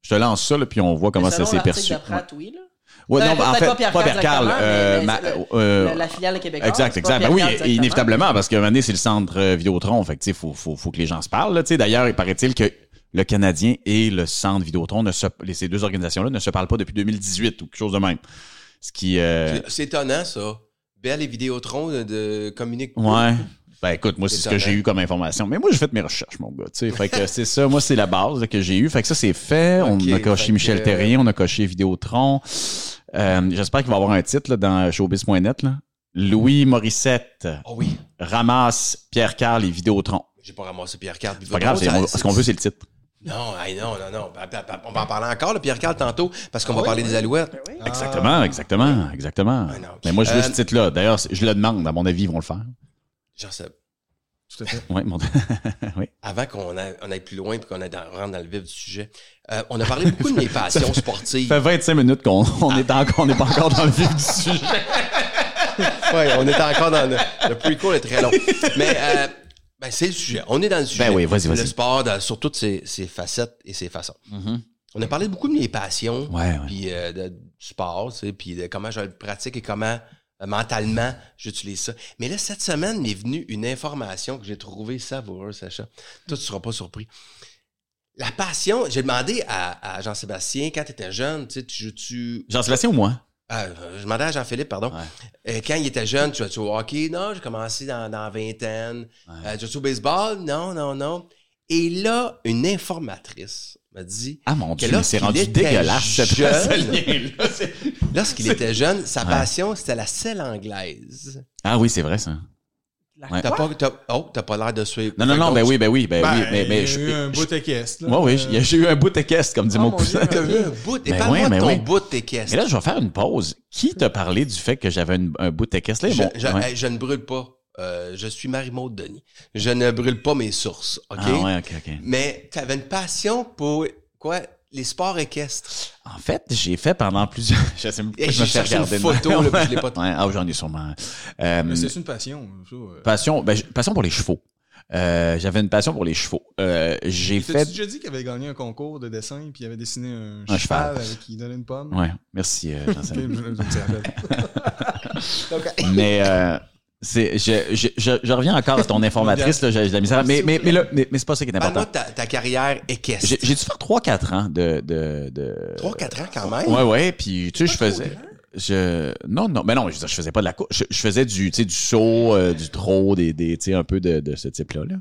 [SPEAKER 2] Je te lance ça, là, puis on voit comment
[SPEAKER 4] Mais
[SPEAKER 2] ça
[SPEAKER 4] selon
[SPEAKER 2] s'est
[SPEAKER 4] l'article
[SPEAKER 2] perçu.
[SPEAKER 4] de Pratt, oui, là.
[SPEAKER 2] Ouais,
[SPEAKER 4] Ben,
[SPEAKER 2] non, en
[SPEAKER 4] peut-être
[SPEAKER 2] fait,
[SPEAKER 4] pas Pierre
[SPEAKER 2] pas Pierre Carl.
[SPEAKER 4] Carl,
[SPEAKER 2] euh,
[SPEAKER 4] mais-
[SPEAKER 2] ma-
[SPEAKER 4] mais c'est
[SPEAKER 2] euh,
[SPEAKER 4] La, la filiale québécoise.
[SPEAKER 2] Exact,
[SPEAKER 4] c'est
[SPEAKER 2] exact.
[SPEAKER 4] pas
[SPEAKER 2] Ben oui,
[SPEAKER 4] Pierre Carl directement.
[SPEAKER 2] inévitablement, parce que un moment donné, c'est le centre euh, Vidéotron. Fait que, tu sais, faut, faut, faut que les gens se parlent, là, tu sais. D'ailleurs, il paraît-il que le Canadien et le centre Vidéotron, ne se, les- ces deux organisations-là, ne se parlent pas depuis 2018 ou quelque chose de même. Ce qui, euh,
[SPEAKER 1] C'est étonnant, ça. Belle et Vidéotron euh, de communique.
[SPEAKER 2] ouais. Ben, écoute, moi, c'est ce que
[SPEAKER 1] Étonnant.
[SPEAKER 2] j'ai eu comme information. Mais moi, j'ai fait mes recherches, mon gars, tu sais. Fait que c'est ça. Moi, c'est la base là, que j'ai eue. Fait que ça, c'est fait.
[SPEAKER 1] Ok,
[SPEAKER 2] on a
[SPEAKER 1] fait
[SPEAKER 2] coché
[SPEAKER 1] que-
[SPEAKER 2] Michel Terrien, on a coché Vidéotron. Euh, j'espère qu'il va y avoir un titre, là, dans showbiz.net, là. Louis Morissette
[SPEAKER 1] Oh oui.
[SPEAKER 2] ramasse Pierre-Carl et Vidéotron.
[SPEAKER 1] J'ai pas ramassé Pierre Carl.
[SPEAKER 2] C'est pas grave, c'est- on- ce qu'on veut, c'est le titre.
[SPEAKER 1] Non, hey, non, non, non. Pa- pa- pa- On va en parler encore, le Pierre Carl, tantôt, parce qu'on va parler des Alouettes.
[SPEAKER 4] Ben oui.
[SPEAKER 2] Exactement, exactement, exactement.
[SPEAKER 1] Ah, non, ok.
[SPEAKER 2] Mais moi, je veux
[SPEAKER 1] Euh,
[SPEAKER 2] ce titre-là. D'ailleurs, c'est- je le demande. À mon avis, ils vont le faire.
[SPEAKER 1] Genre, ça-
[SPEAKER 3] Tout à fait.
[SPEAKER 2] Oui, mon... oui.
[SPEAKER 1] avant qu'on a- on aille plus loin et qu'on aille dans- rentre dans le vif du sujet, euh, on a parlé beaucoup de mes passions sportives.
[SPEAKER 2] Ça fait 25 minutes qu'on on est encore- on n'est pas encore dans le vif du sujet.
[SPEAKER 1] Ouais, on est encore dans le, le prequel est très long. Mais euh, ben, c'est le sujet. On est dans le sujet.
[SPEAKER 2] Ben oui, vas-y,
[SPEAKER 1] Le
[SPEAKER 2] vas-y.
[SPEAKER 1] sport dans- sur toutes ses, ses facettes et ses façons. On a parlé beaucoup de mes passions,
[SPEAKER 2] Ouais, ouais.
[SPEAKER 1] puis euh, de- du sport, tu sais, puis de comment je le pratique et comment euh, mentalement j'utilise ça. Mais là, cette semaine, m'est venue une information que j'ai trouvée savoureuse, Sacha. Toi, tu seras pas surpris. La passion, j'ai demandé à, à Jean-Sébastien, quand tu étais jeune, tu sais, tu joues-tu
[SPEAKER 2] Jean-Sébastien ou moi?
[SPEAKER 1] ah, je demandais à Jean-Philippe, pardon. Euh, quand il était jeune, tu as-tu au hockey? Non, j'ai commencé dans, dans la vingtaine. Euh, tu as-tu au baseball? Non, non, non. Et là, une informatrice m'a dit,
[SPEAKER 2] Ah mon
[SPEAKER 1] Que
[SPEAKER 2] Dieu, mais
[SPEAKER 1] lorsqu'il
[SPEAKER 2] c'est rendu
[SPEAKER 1] était
[SPEAKER 2] dégueulasse cette
[SPEAKER 1] jeune-
[SPEAKER 2] lien-là. c'est-
[SPEAKER 1] lorsqu'il était jeune, sa passion, c'était la selle anglaise.
[SPEAKER 2] Ah oui, c'est vrai ça.
[SPEAKER 4] La
[SPEAKER 2] Ouais.
[SPEAKER 1] T'as pas, t'as, oh, t'as pas l'air de suivre.
[SPEAKER 2] Non, non,
[SPEAKER 1] Fait
[SPEAKER 2] non,
[SPEAKER 1] que
[SPEAKER 2] ben
[SPEAKER 1] donc,
[SPEAKER 2] oui, ben oui, ben,
[SPEAKER 3] Ben,
[SPEAKER 2] oui, mais, mais
[SPEAKER 3] il y a
[SPEAKER 2] je.
[SPEAKER 3] eu un
[SPEAKER 2] je-
[SPEAKER 3] bout équeste. là.
[SPEAKER 2] Ouais, oui,
[SPEAKER 3] Euh,
[SPEAKER 2] j'ai- j'ai eu un bout équeste, comme dit
[SPEAKER 4] Oh,
[SPEAKER 2] mon
[SPEAKER 4] mon
[SPEAKER 2] cousin.
[SPEAKER 4] Dieu.
[SPEAKER 1] T'as vu un bout. Et
[SPEAKER 2] Ben
[SPEAKER 1] parle-moi
[SPEAKER 2] oui,
[SPEAKER 1] de
[SPEAKER 2] ben
[SPEAKER 1] ton
[SPEAKER 2] oui.
[SPEAKER 1] bout de tes caisses.
[SPEAKER 2] Mais là, je vais faire une pause. Qui t'a parlé du fait que j'avais une- un bout équeste? Là,
[SPEAKER 1] je,
[SPEAKER 2] bon,
[SPEAKER 1] je-
[SPEAKER 2] ouais.
[SPEAKER 1] hey, je ne brûle pas. Euh, je suis Marie-Maude Denis. Je ne brûle pas mes sources, OK?
[SPEAKER 2] Ah ouais, ok, ok.
[SPEAKER 1] Mais tu avais une passion pour quoi? Les sports équestres.
[SPEAKER 2] En fait, j'ai fait pendant plusieurs. Je sais même pas
[SPEAKER 1] Hey,
[SPEAKER 2] pourquoi je me
[SPEAKER 1] j'ai
[SPEAKER 2] fais
[SPEAKER 1] cherché une
[SPEAKER 2] regarder. de
[SPEAKER 1] photo,
[SPEAKER 2] même.
[SPEAKER 1] là, puis je l'ai pas trouvée.
[SPEAKER 2] Ouais, Ah, j'en ai sûrement. Euh,
[SPEAKER 3] Mais c'est une passion. ça, euh.
[SPEAKER 2] passion, ben, j- passion pour les chevaux. Euh, j'avais une passion pour les chevaux. Euh, j'ai
[SPEAKER 3] T'as-tu
[SPEAKER 2] fait.
[SPEAKER 3] déjà dit qu'il avait gagné un concours de dessin puis il avait dessiné un,
[SPEAKER 2] Un
[SPEAKER 3] cheval
[SPEAKER 2] cheval.
[SPEAKER 3] avec qui il donnait une pomme?
[SPEAKER 2] Ouais, merci, euh,
[SPEAKER 3] Je
[SPEAKER 2] Jean-Samuel.
[SPEAKER 3] me rappelle.
[SPEAKER 2] mais euh, c'est, je, je, je, je reviens encore à ton informatrice, là, j'ai j'ai de la misère. Mais, mais, mais, là, mais, mais c'est pas ça qui est
[SPEAKER 1] Parle-moi
[SPEAKER 2] important.
[SPEAKER 1] de ta, ta carrière équestre.
[SPEAKER 2] J'ai, j'ai dû faire 3-4 ans de. de, de...
[SPEAKER 1] 3-4 ans quand même.
[SPEAKER 2] Ouais, ouais, puis tu sais, je faisais. Je... Non, non, mais non, je, veux dire, je faisais pas de la course. Je, je faisais du, tu sais, du saut, euh, du trot, des, des, tu sais, un peu de, de ce type-là. là.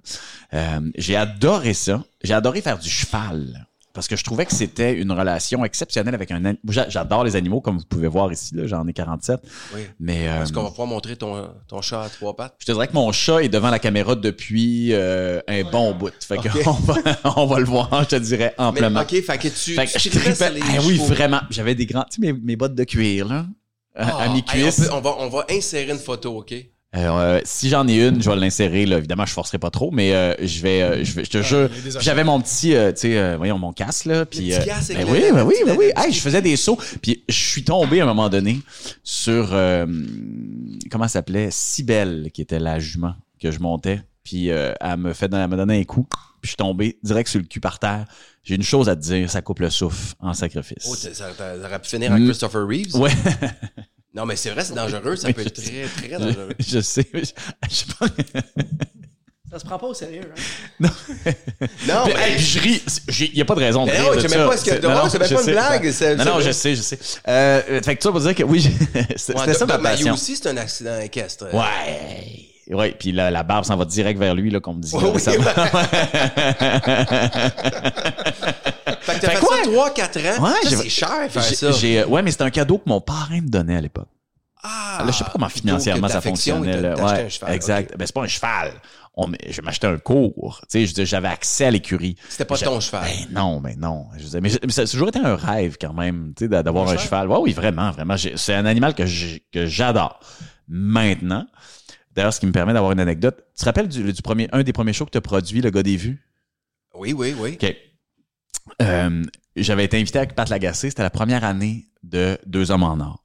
[SPEAKER 2] Euh, j'ai adoré ça. J'ai adoré faire du cheval. Parce que je trouvais que c'était une relation exceptionnelle avec un... an- J'a- J'adore les animaux, comme vous pouvez voir ici, là, j'en ai 47.
[SPEAKER 1] Oui.
[SPEAKER 2] Mais, euh,
[SPEAKER 1] Est-ce qu'on va pouvoir montrer ton, ton chat à trois pattes?
[SPEAKER 2] je te dirais que mon chat est devant la caméra depuis euh, un bon bout. Fait que on, va, on va le voir, je te dirais,
[SPEAKER 1] Mais,
[SPEAKER 2] amplement.
[SPEAKER 1] OK, fait que tu,
[SPEAKER 2] Fait que
[SPEAKER 1] tu
[SPEAKER 2] je
[SPEAKER 1] tripais sur
[SPEAKER 2] tripais-
[SPEAKER 1] les
[SPEAKER 2] Ah oui,
[SPEAKER 1] chevaux.
[SPEAKER 2] vraiment. J'avais des grands... Tu sais, mes, mes bottes de cuir, là, Euh, à, à
[SPEAKER 1] Ah,
[SPEAKER 2] mi-cuisse.
[SPEAKER 1] hey, on, peut- on va, on va insérer une photo, OK?
[SPEAKER 2] Alors, euh, si j'en ai une, je vais l'insérer. Là. Évidemment, je forcerai pas trop, mais euh, je, vais, euh, je vais- je te jure,
[SPEAKER 3] il y a des
[SPEAKER 2] j'avais mon petit, euh, tu sais, euh, voyons, mon casque, là. Puis,
[SPEAKER 1] Le petit casque
[SPEAKER 2] ben
[SPEAKER 1] avec
[SPEAKER 2] oui,
[SPEAKER 1] le-
[SPEAKER 2] ben
[SPEAKER 1] le
[SPEAKER 2] oui,
[SPEAKER 1] petit-
[SPEAKER 2] ben
[SPEAKER 1] le
[SPEAKER 2] oui.
[SPEAKER 1] petit-
[SPEAKER 2] Hey, je faisais des sauts, puis je suis tombé à un moment donné sur, euh, comment ça s'appelait, Cybelle, qui était la jument que je montais. Puis euh, elle, me fait, elle me donnait un coup, puis je suis tombé direct sur le cul par terre. J'ai une chose à te dire, ça coupe le souffle en sacrifice.
[SPEAKER 1] Oh, t'as- ça, ça- ça aurait pu finir en Christopher Reeves.
[SPEAKER 2] Mm. ouais.
[SPEAKER 1] Non, mais c'est vrai, c'est dangereux. Ça
[SPEAKER 2] Oui,
[SPEAKER 1] peut être
[SPEAKER 2] je
[SPEAKER 1] très, très dangereux.
[SPEAKER 2] je, je sais. Je, je sais pas.
[SPEAKER 4] Ça se prend pas au sérieux. hein.
[SPEAKER 1] Non,
[SPEAKER 2] Puis,
[SPEAKER 1] mais...
[SPEAKER 2] hey, puis je ris. Il n'y a pas de raison de
[SPEAKER 1] Mais
[SPEAKER 2] rire.
[SPEAKER 1] non,
[SPEAKER 2] de
[SPEAKER 1] c'est
[SPEAKER 2] ça.
[SPEAKER 1] même pas ce qu'il y a de
[SPEAKER 2] Non,
[SPEAKER 1] drôle,
[SPEAKER 2] non,
[SPEAKER 1] c'est même
[SPEAKER 2] je
[SPEAKER 1] pas une
[SPEAKER 2] sais.
[SPEAKER 1] blague, c'est-
[SPEAKER 2] Non, non,
[SPEAKER 1] c'est-
[SPEAKER 2] je sais, je sais. Euh, euh, fait que ça pour dire que oui, j'ai- c'était
[SPEAKER 1] Ouais,
[SPEAKER 2] ça ma
[SPEAKER 1] Dr. Mayu
[SPEAKER 2] passion.
[SPEAKER 1] aussi, c'est un accident équestre.
[SPEAKER 2] Ouais. Ouais, puis la, la barbe s'en va direct vers lui, là, qu'on me dit.
[SPEAKER 1] Oui, oui.
[SPEAKER 2] ça va.
[SPEAKER 1] Fait que t'as
[SPEAKER 2] Fait
[SPEAKER 1] fait,
[SPEAKER 2] quoi?
[SPEAKER 1] ça 3-4 ans.
[SPEAKER 2] Ouais,
[SPEAKER 1] Ça,
[SPEAKER 2] j'ai-
[SPEAKER 1] c'est cher faire
[SPEAKER 2] J'ai-
[SPEAKER 1] ça.
[SPEAKER 2] j'ai- euh, ouais, mais c'était un cadeau que mon parrain me donnait à l'époque.
[SPEAKER 1] Ah,
[SPEAKER 2] Là, je sais pas comment
[SPEAKER 1] plutôt que
[SPEAKER 2] financièrement ça
[SPEAKER 1] d'affection et
[SPEAKER 2] fonctionnait.
[SPEAKER 1] de-
[SPEAKER 2] là.
[SPEAKER 1] d'acheter
[SPEAKER 2] Ouais,
[SPEAKER 1] un cheval,
[SPEAKER 2] exact.
[SPEAKER 1] OK.
[SPEAKER 2] Ben, c'est pas un cheval. On, m- je m'achetais un cours. Tu sais, je veux dire, j'avais accès à l'écurie.
[SPEAKER 1] C'était pas
[SPEAKER 2] J'ai-
[SPEAKER 1] ton cheval.
[SPEAKER 2] Ben non, mais non. Je veux dire, mais, je- mais ça a toujours été un rêve quand même, tu sais, d'a- d'avoir
[SPEAKER 3] Un
[SPEAKER 2] un
[SPEAKER 3] cheval?
[SPEAKER 2] cheval. Ouais, oui, vraiment, vraiment. J'ai- C'est un animal que j'ai- que j'adore. Maintenant, d'ailleurs, ce qui me permet d'avoir une anecdote. Tu te rappelles du, du premier, un des premiers shows que tu as produit, Le gars des vues?
[SPEAKER 1] Oui, oui, oui.
[SPEAKER 2] OK. Euh, J'avais été invité avec Pat Lagacé. C'était la première année de Deux hommes en or.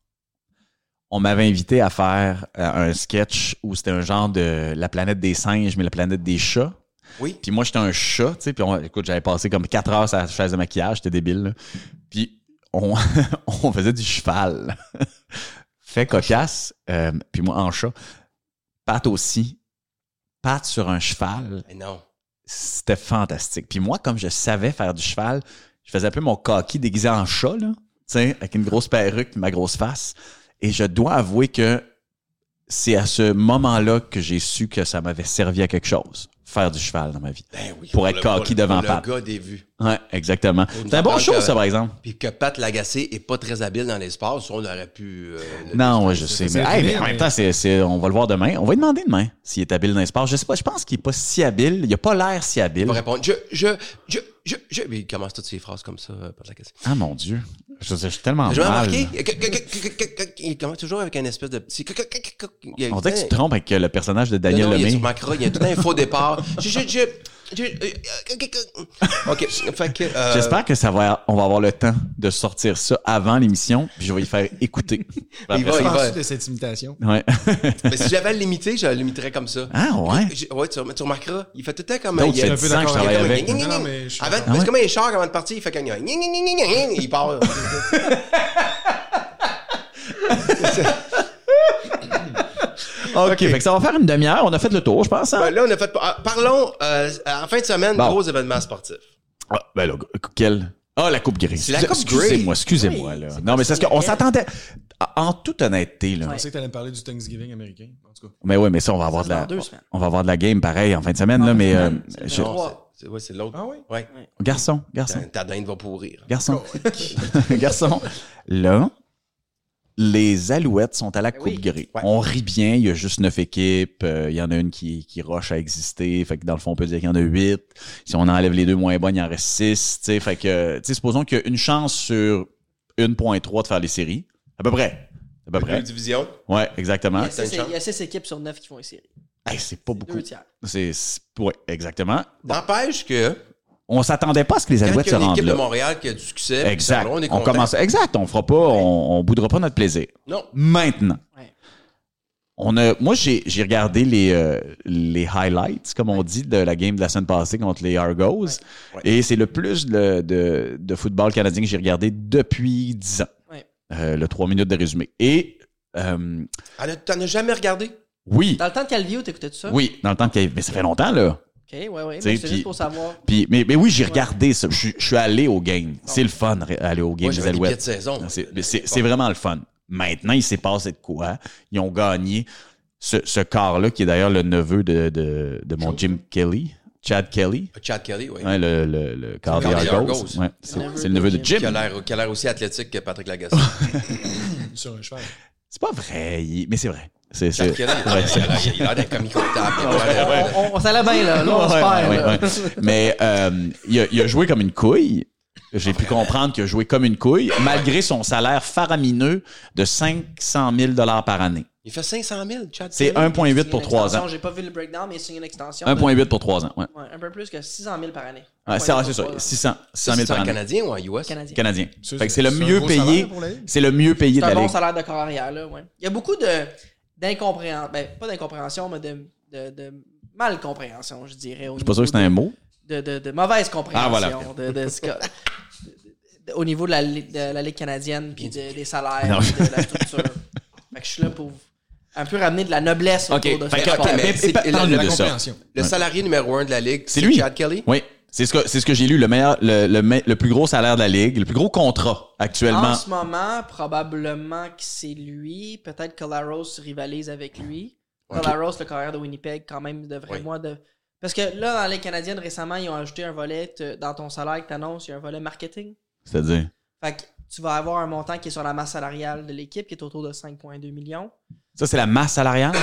[SPEAKER 2] On m'avait invité à faire euh, un sketch où c'était un genre de la planète des singes, mais la planète des chats.
[SPEAKER 1] Oui.
[SPEAKER 2] Puis moi, j'étais un chat, tu sais. Puis on- écoute, j'avais passé comme quatre heures sur la chaise de maquillage, j'étais débile. là. Puis on, on faisait du cheval. fait cocasse. euh, puis moi, en chat. Pat aussi. Pat sur un cheval
[SPEAKER 1] Mais non.
[SPEAKER 2] c'était fantastique. Puis moi, comme je savais faire du cheval, je faisais un peu mon coquille déguisé en chat, là, tu sais, avec une grosse perruque, ma grosse face. Et je dois avouer que c'est à ce moment-là que j'ai su que ça m'avait servi à quelque chose. faire du cheval dans ma vie.
[SPEAKER 1] Ben oui,
[SPEAKER 2] Pour être
[SPEAKER 1] le-
[SPEAKER 2] cocky devant
[SPEAKER 1] le
[SPEAKER 2] Pat.
[SPEAKER 1] gars des vues.
[SPEAKER 2] Ouais, exactement. C'est un bon
[SPEAKER 1] parle
[SPEAKER 2] show,
[SPEAKER 1] que-
[SPEAKER 2] ça, par exemple.
[SPEAKER 1] Puis que Pat Lagacé est pas très habile dans l'espace, on aurait pu. euh, le-
[SPEAKER 2] Non, ouais, je sais.
[SPEAKER 3] c'est
[SPEAKER 2] Mais,
[SPEAKER 3] terrible,
[SPEAKER 2] hey, mais en même
[SPEAKER 3] mais-
[SPEAKER 2] temps, c'est- c'est- on va le voir demain. On va lui demander demain s'il est habile dans l'espace. Je sais pas, je pense qu'il est pas si habile. Il a pas l'air si
[SPEAKER 1] Il
[SPEAKER 2] habile.
[SPEAKER 1] va répondre je, je, je, je, je. Mais il commence toutes ses phrases comme ça, euh, Pat Lagacé.
[SPEAKER 2] Ah mon Dieu. Je, je suis tellement
[SPEAKER 1] J'ai jamais
[SPEAKER 2] mal.
[SPEAKER 1] remarqué que- que- que- que- que- que- Il commence toujours avec un espèce de petit. que- que- que- que- que- il y a-
[SPEAKER 2] On dirait que tu te trompes avec euh, le personnage de Daniel
[SPEAKER 1] Non, non, il y a- Tu
[SPEAKER 2] Lemay.
[SPEAKER 1] remarqueras, il y a tout un faux départ. Je- je- je- je- euh, que- que- que- OK. Fait que, euh,
[SPEAKER 2] J'espère que ça va, on va avoir le temps de sortir ça avant l'émission, puis je vais y faire écouter.
[SPEAKER 1] Il va,
[SPEAKER 3] Qu'est-ce
[SPEAKER 1] il
[SPEAKER 3] que
[SPEAKER 1] va.
[SPEAKER 3] penses-tu de cette imitation?
[SPEAKER 2] Ouais.
[SPEAKER 1] Mais si j'avais à le limiter, je le limiterais comme ça.
[SPEAKER 2] Ah ouais.
[SPEAKER 1] Je- ouais, tu, tu remarqueras, il fait tout le temps comme
[SPEAKER 2] Donc,
[SPEAKER 1] il y a-
[SPEAKER 2] c'est
[SPEAKER 3] un peu
[SPEAKER 2] 10 ans que je
[SPEAKER 3] d'accord
[SPEAKER 2] travaille
[SPEAKER 1] comme un
[SPEAKER 2] avec.
[SPEAKER 1] gna, gna,
[SPEAKER 3] Non,
[SPEAKER 1] gna.
[SPEAKER 3] non, mais je suis
[SPEAKER 1] Avant, mais
[SPEAKER 3] d'accord.
[SPEAKER 2] Ah ouais?
[SPEAKER 1] c'est comme un char avant de partir, il fait comme gna, gna, gna, gna, gna, gna, gna, il part.
[SPEAKER 2] OK, fait que ça va faire une demi-heure. On a fait le tour, je pense. hein?
[SPEAKER 1] Ben là, on a fait. ah, Parlons euh, en fin de semaine,
[SPEAKER 2] Bon.
[SPEAKER 1] gros événement sportif.
[SPEAKER 2] Ah, ben là, quel. Ah, la Coupe Grise.
[SPEAKER 1] C'est la Coupe
[SPEAKER 2] Excusez-moi, excusez-moi.
[SPEAKER 4] Oui,
[SPEAKER 2] là.
[SPEAKER 4] c'est
[SPEAKER 2] non, mais c'est parce qu'on
[SPEAKER 4] laquelle?
[SPEAKER 2] s'attendait. En toute honnêteté, là.
[SPEAKER 4] Ouais.
[SPEAKER 3] Je pensais que t'allais me parler du Thanksgiving américain. En tout cas,
[SPEAKER 2] Mais oui, mais ça, on va avoir de
[SPEAKER 4] Ça, c'est
[SPEAKER 2] la.
[SPEAKER 4] dans deux semaines.
[SPEAKER 2] On va avoir de la game pareil en fin de semaine,
[SPEAKER 4] En
[SPEAKER 2] là,
[SPEAKER 4] fin de
[SPEAKER 2] mais.
[SPEAKER 4] semaine,
[SPEAKER 2] euh,
[SPEAKER 4] c'est le
[SPEAKER 2] je-
[SPEAKER 4] vingt-trois.
[SPEAKER 1] Non, c'est- c'est ouais, c'est l'autre.
[SPEAKER 3] Ah oui?
[SPEAKER 1] Ouais.
[SPEAKER 2] Garçon, garçon,
[SPEAKER 1] Ta, ta dinde va pourrir.
[SPEAKER 2] garçon. garçon. Là, les Alouettes sont à la Coupe
[SPEAKER 4] oui.
[SPEAKER 2] Gris.
[SPEAKER 1] Ah Ouais.
[SPEAKER 2] On rit bien, il y a juste neuf équipes. euh, Il y en a une qui, qui roche à exister. Fait que dans le fond, on peut dire qu'il y en a huit. Si on enlève les deux moins bonnes, il en reste six. tu sais. Fait que, tu sais, supposons qu'il y a une chance sur 1.3 de faire les séries. À peu près. À peu près.
[SPEAKER 1] Deux divisions.
[SPEAKER 2] Ouais, exactement.
[SPEAKER 4] Il y a six-
[SPEAKER 1] c'est une chance.
[SPEAKER 4] il y a 6 équipes sur 9 qui font une série.
[SPEAKER 2] Hey, c'est pas beaucoup.
[SPEAKER 4] Deux tiers.
[SPEAKER 2] C'est, c'est- ouais, exactement.
[SPEAKER 1] N'empêche que
[SPEAKER 2] On s'attendait pas à ce que les
[SPEAKER 1] quand
[SPEAKER 2] Alouettes
[SPEAKER 1] il y
[SPEAKER 2] se
[SPEAKER 1] a une
[SPEAKER 2] rendent
[SPEAKER 1] équipe de
[SPEAKER 2] là.
[SPEAKER 1] Montréal qui a du succès, puis ça
[SPEAKER 2] Exact.
[SPEAKER 1] va, on est
[SPEAKER 2] on
[SPEAKER 1] content.
[SPEAKER 2] commence. Exact. On fera pas, on, on boudera pas notre plaisir.
[SPEAKER 1] Non.
[SPEAKER 2] Maintenant.
[SPEAKER 4] Ouais.
[SPEAKER 2] On a, moi, j'ai j'ai regardé les, euh, les highlights, comme on dit, de la game de la semaine passée contre les Argos.
[SPEAKER 1] Ouais.
[SPEAKER 2] Et c'est le plus de, de, de football canadien que j'ai regardé depuis 10 ans.
[SPEAKER 4] Ouais.
[SPEAKER 2] Euh, le 3 minutes de résumé. Et euh,
[SPEAKER 1] Ah, T'en as jamais regardé?
[SPEAKER 2] oui,
[SPEAKER 4] Dans le temps de Calvio, t'écoutais tout ça?
[SPEAKER 2] oui, dans le temps qu'il y avait- Mais ça fait longtemps, là.
[SPEAKER 4] OK, ouais, ouais. mais
[SPEAKER 2] T'sais,
[SPEAKER 4] C'est
[SPEAKER 2] puis-
[SPEAKER 4] juste pour savoir.
[SPEAKER 2] Puis, mais, mais oui, j'ai regardé ça. Je suis- je suis allé au game. C'est le fun, re- aller au game
[SPEAKER 1] Moi,
[SPEAKER 2] des
[SPEAKER 1] j'avais des billets
[SPEAKER 2] Alouettes. Ah,
[SPEAKER 1] de saison.
[SPEAKER 2] Hein, C'est- mais C'est c'est vraiment le fun. Maintenant, il s'est passé de quoi? Ils ont gagné ce, ce quart-là, qui est d'ailleurs le neveu de, de, de mon Jim Kelly, Chad Kelly,
[SPEAKER 1] Ah, Chad Kelly, oui.
[SPEAKER 2] hein, le, le, le quart
[SPEAKER 1] C'est le
[SPEAKER 2] des
[SPEAKER 1] quart des
[SPEAKER 2] Argos.
[SPEAKER 1] Argos.
[SPEAKER 2] Ouais, c'est c'est le neveu de
[SPEAKER 1] Qui a
[SPEAKER 2] Jim.
[SPEAKER 1] l'air qui a l'air aussi athlétique que Patrick Lagacé.
[SPEAKER 3] sur un cheval.
[SPEAKER 2] C'est pas vrai, il- mais c'est vrai. C'est
[SPEAKER 1] Chad
[SPEAKER 2] c'est-
[SPEAKER 1] Kelly, il a
[SPEAKER 2] Ouais,
[SPEAKER 1] l'air-
[SPEAKER 2] c'est-
[SPEAKER 1] il a l'air- il a l'air d'un comique comptable. Il a
[SPEAKER 4] On,
[SPEAKER 1] l'air-
[SPEAKER 4] on- on s'allait bien, là. Là, on se
[SPEAKER 2] Ouais,
[SPEAKER 4] perd.
[SPEAKER 2] ouais,
[SPEAKER 4] là.
[SPEAKER 2] ouais. Mais euh, il, a, il a joué comme une couille. J'ai pu comprendre qu'il a joué comme une couille, malgré son salaire faramineux de 500 000 par année.
[SPEAKER 1] Il fait 500 000, Chad
[SPEAKER 2] C'est
[SPEAKER 1] Kelly.
[SPEAKER 2] 1,8 pour
[SPEAKER 4] Une
[SPEAKER 2] 3
[SPEAKER 4] extension,
[SPEAKER 2] ans.
[SPEAKER 4] J'ai pas vu le breakdown, mais c'est une extension. de-
[SPEAKER 2] 1,8 pour 3 ans, ouais.
[SPEAKER 4] Ouais, un peu plus que 600 000 par année.
[SPEAKER 2] Ah, c'est ah, c'est ça,
[SPEAKER 4] 600
[SPEAKER 2] 600, 600 000 par
[SPEAKER 1] C'est un
[SPEAKER 2] année.
[SPEAKER 1] Canadien ou en US?
[SPEAKER 4] Canadien.
[SPEAKER 2] Canadien.
[SPEAKER 3] Ça,
[SPEAKER 2] Fait que c'est le
[SPEAKER 3] un
[SPEAKER 2] mieux
[SPEAKER 3] gros
[SPEAKER 2] payé.
[SPEAKER 3] salaire pour la Ligue.
[SPEAKER 2] C'est le mieux payé
[SPEAKER 4] C'est
[SPEAKER 2] de
[SPEAKER 4] un
[SPEAKER 2] la
[SPEAKER 4] bon
[SPEAKER 2] ligue.
[SPEAKER 4] salaire de corps arrière, là, ouais. Il y a beaucoup de d'incompréhension. Ben, pas d'incompréhension, mais de, de, de mal compréhension, je dirais. au
[SPEAKER 2] Je suis pas sûr que c'est
[SPEAKER 4] niveau
[SPEAKER 2] un mot.
[SPEAKER 4] de, de, de- de mauvaise compréhension
[SPEAKER 2] Ah, voilà.
[SPEAKER 4] de, de ce que- de- de- au niveau de la, li- de la Ligue canadienne, puis de- des salaires,
[SPEAKER 2] Non.
[SPEAKER 4] puis de la structure. fait que je suis là pour un peu ramener de la noblesse
[SPEAKER 2] OK.
[SPEAKER 4] autour de
[SPEAKER 2] Fait
[SPEAKER 4] ce
[SPEAKER 2] que,
[SPEAKER 4] sport.
[SPEAKER 2] OK, mais-
[SPEAKER 1] c'est-
[SPEAKER 2] mais pa-
[SPEAKER 1] la-
[SPEAKER 2] parle-nous
[SPEAKER 3] La
[SPEAKER 2] de ça.
[SPEAKER 3] compréhension.
[SPEAKER 1] Le salarié numéro un de la Ligue,
[SPEAKER 2] C'est lui.
[SPEAKER 1] Chad Kelly?
[SPEAKER 2] Oui. C'est ce que, c'est ce que j'ai lu. Le meilleur, le, le, me- le plus gros salaire de la ligue, le plus gros contrat actuellement.
[SPEAKER 4] En ce moment, probablement que c'est lui. Peut-être que Laros rivalise avec lui.
[SPEAKER 1] Ok.
[SPEAKER 4] Laros, le carrière de Winnipeg, quand même, devrait
[SPEAKER 1] Oui.
[SPEAKER 4] moi de. Parce que là, dans la Ligue canadienne, récemment, ils ont ajouté un volet te- dans ton salaire que tu annonces, il y a un volet marketing.
[SPEAKER 2] C'est-à-dire.
[SPEAKER 4] Fait que tu vas avoir un montant qui est sur la masse salariale de l'équipe, qui est autour de 5,2 millions.
[SPEAKER 2] Ça, c'est la masse salariale.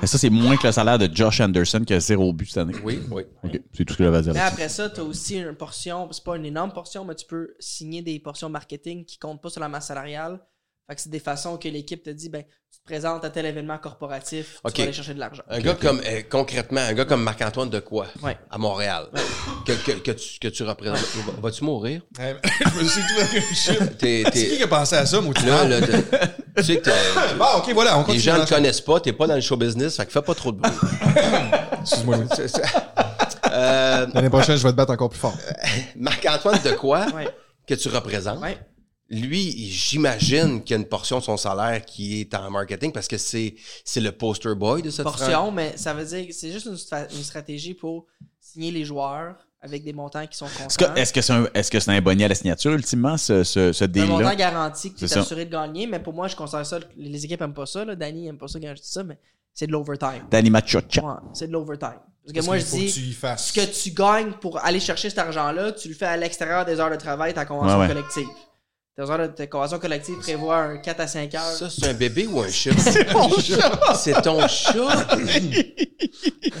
[SPEAKER 2] Mais ça, c'est moins que le salaire de Josh Anderson qui a zéro but cette année.
[SPEAKER 1] Oui, oui.
[SPEAKER 2] OK. C'est tout ce que j'avais à dire.
[SPEAKER 4] Mais
[SPEAKER 2] là-dessus.
[SPEAKER 4] après ça, tu as aussi une portion, c'est pas une énorme portion, mais tu peux signer des portions marketing qui comptent pas sur la masse salariale. Fait que c'est des façons que l'équipe te dit ben tu te présentes à tel événement corporatif,
[SPEAKER 1] Ok.
[SPEAKER 4] tu vas aller chercher de l'argent.
[SPEAKER 1] Un gars comme, euh, concrètement, un gars comme Marc-Antoine de quoi?
[SPEAKER 4] Ouais.
[SPEAKER 1] À Montréal. Que, que, que tu, que tu représentes. Va- Vas-tu mourir?
[SPEAKER 3] Ouais, mais- Eh, ben, Je me suis tout avec une shit.
[SPEAKER 1] T'es,
[SPEAKER 3] C'est qui
[SPEAKER 1] t'es,
[SPEAKER 3] qui a pensé à ça, mon petit
[SPEAKER 1] là,
[SPEAKER 3] mal?
[SPEAKER 1] là, t'es- tu sais que t'es-
[SPEAKER 3] Bon, ok, voilà, on
[SPEAKER 1] les
[SPEAKER 3] continue.
[SPEAKER 1] gens ne
[SPEAKER 3] dans-
[SPEAKER 1] connaissent pas, t'es pas dans le show business, fait que fais pas trop de bruit.
[SPEAKER 3] Excuse-moi, Louis.
[SPEAKER 1] C'est- c'est- Euh,
[SPEAKER 3] L'année prochaine, je vais te battre encore plus fort.
[SPEAKER 1] Marc-Antoine de quoi?
[SPEAKER 4] Ouais.
[SPEAKER 1] que tu représentes.
[SPEAKER 4] Ouais.
[SPEAKER 1] Lui, j'imagine qu'il y a une portion de son salaire qui est en marketing parce que c'est, c'est le poster boy de cette franchise.
[SPEAKER 4] Portion, mais ça veut dire que c'est juste une, stra- une stratégie pour signer les joueurs avec des montants qui sont
[SPEAKER 2] Est-ce que
[SPEAKER 4] constants.
[SPEAKER 2] est-ce que c'est un, est-ce que c'est un bonnet à la signature, ultimement, ce, ce, ce
[SPEAKER 4] C'est un montant
[SPEAKER 2] deal-là?
[SPEAKER 4] garanti qui
[SPEAKER 2] C'est
[SPEAKER 4] est
[SPEAKER 2] ça.
[SPEAKER 4] assuré de gagner, mais pour moi, je considère ça. Les équipes aiment pas ça. Là. Danny aime pas ça quand je dis ça, mais c'est de l'overtime.
[SPEAKER 2] Danny Machocha.
[SPEAKER 4] Ouais, c'est de l'overtime. Parce
[SPEAKER 3] Parce
[SPEAKER 4] que moi,
[SPEAKER 3] qu'il
[SPEAKER 4] je
[SPEAKER 3] faut
[SPEAKER 4] dis,
[SPEAKER 3] que tu y fasses.
[SPEAKER 4] ce que tu gagnes pour aller chercher cet argent-là, tu le fais à l'extérieur des heures de travail, ta convention
[SPEAKER 2] Ouais, ouais.
[SPEAKER 4] collective. Tes heures de ta convention collective prévoit un 4 à 5 heures.
[SPEAKER 1] Ça, c'est un bébé ou un chat?
[SPEAKER 2] C'est mon chat!
[SPEAKER 1] c'est ton chat?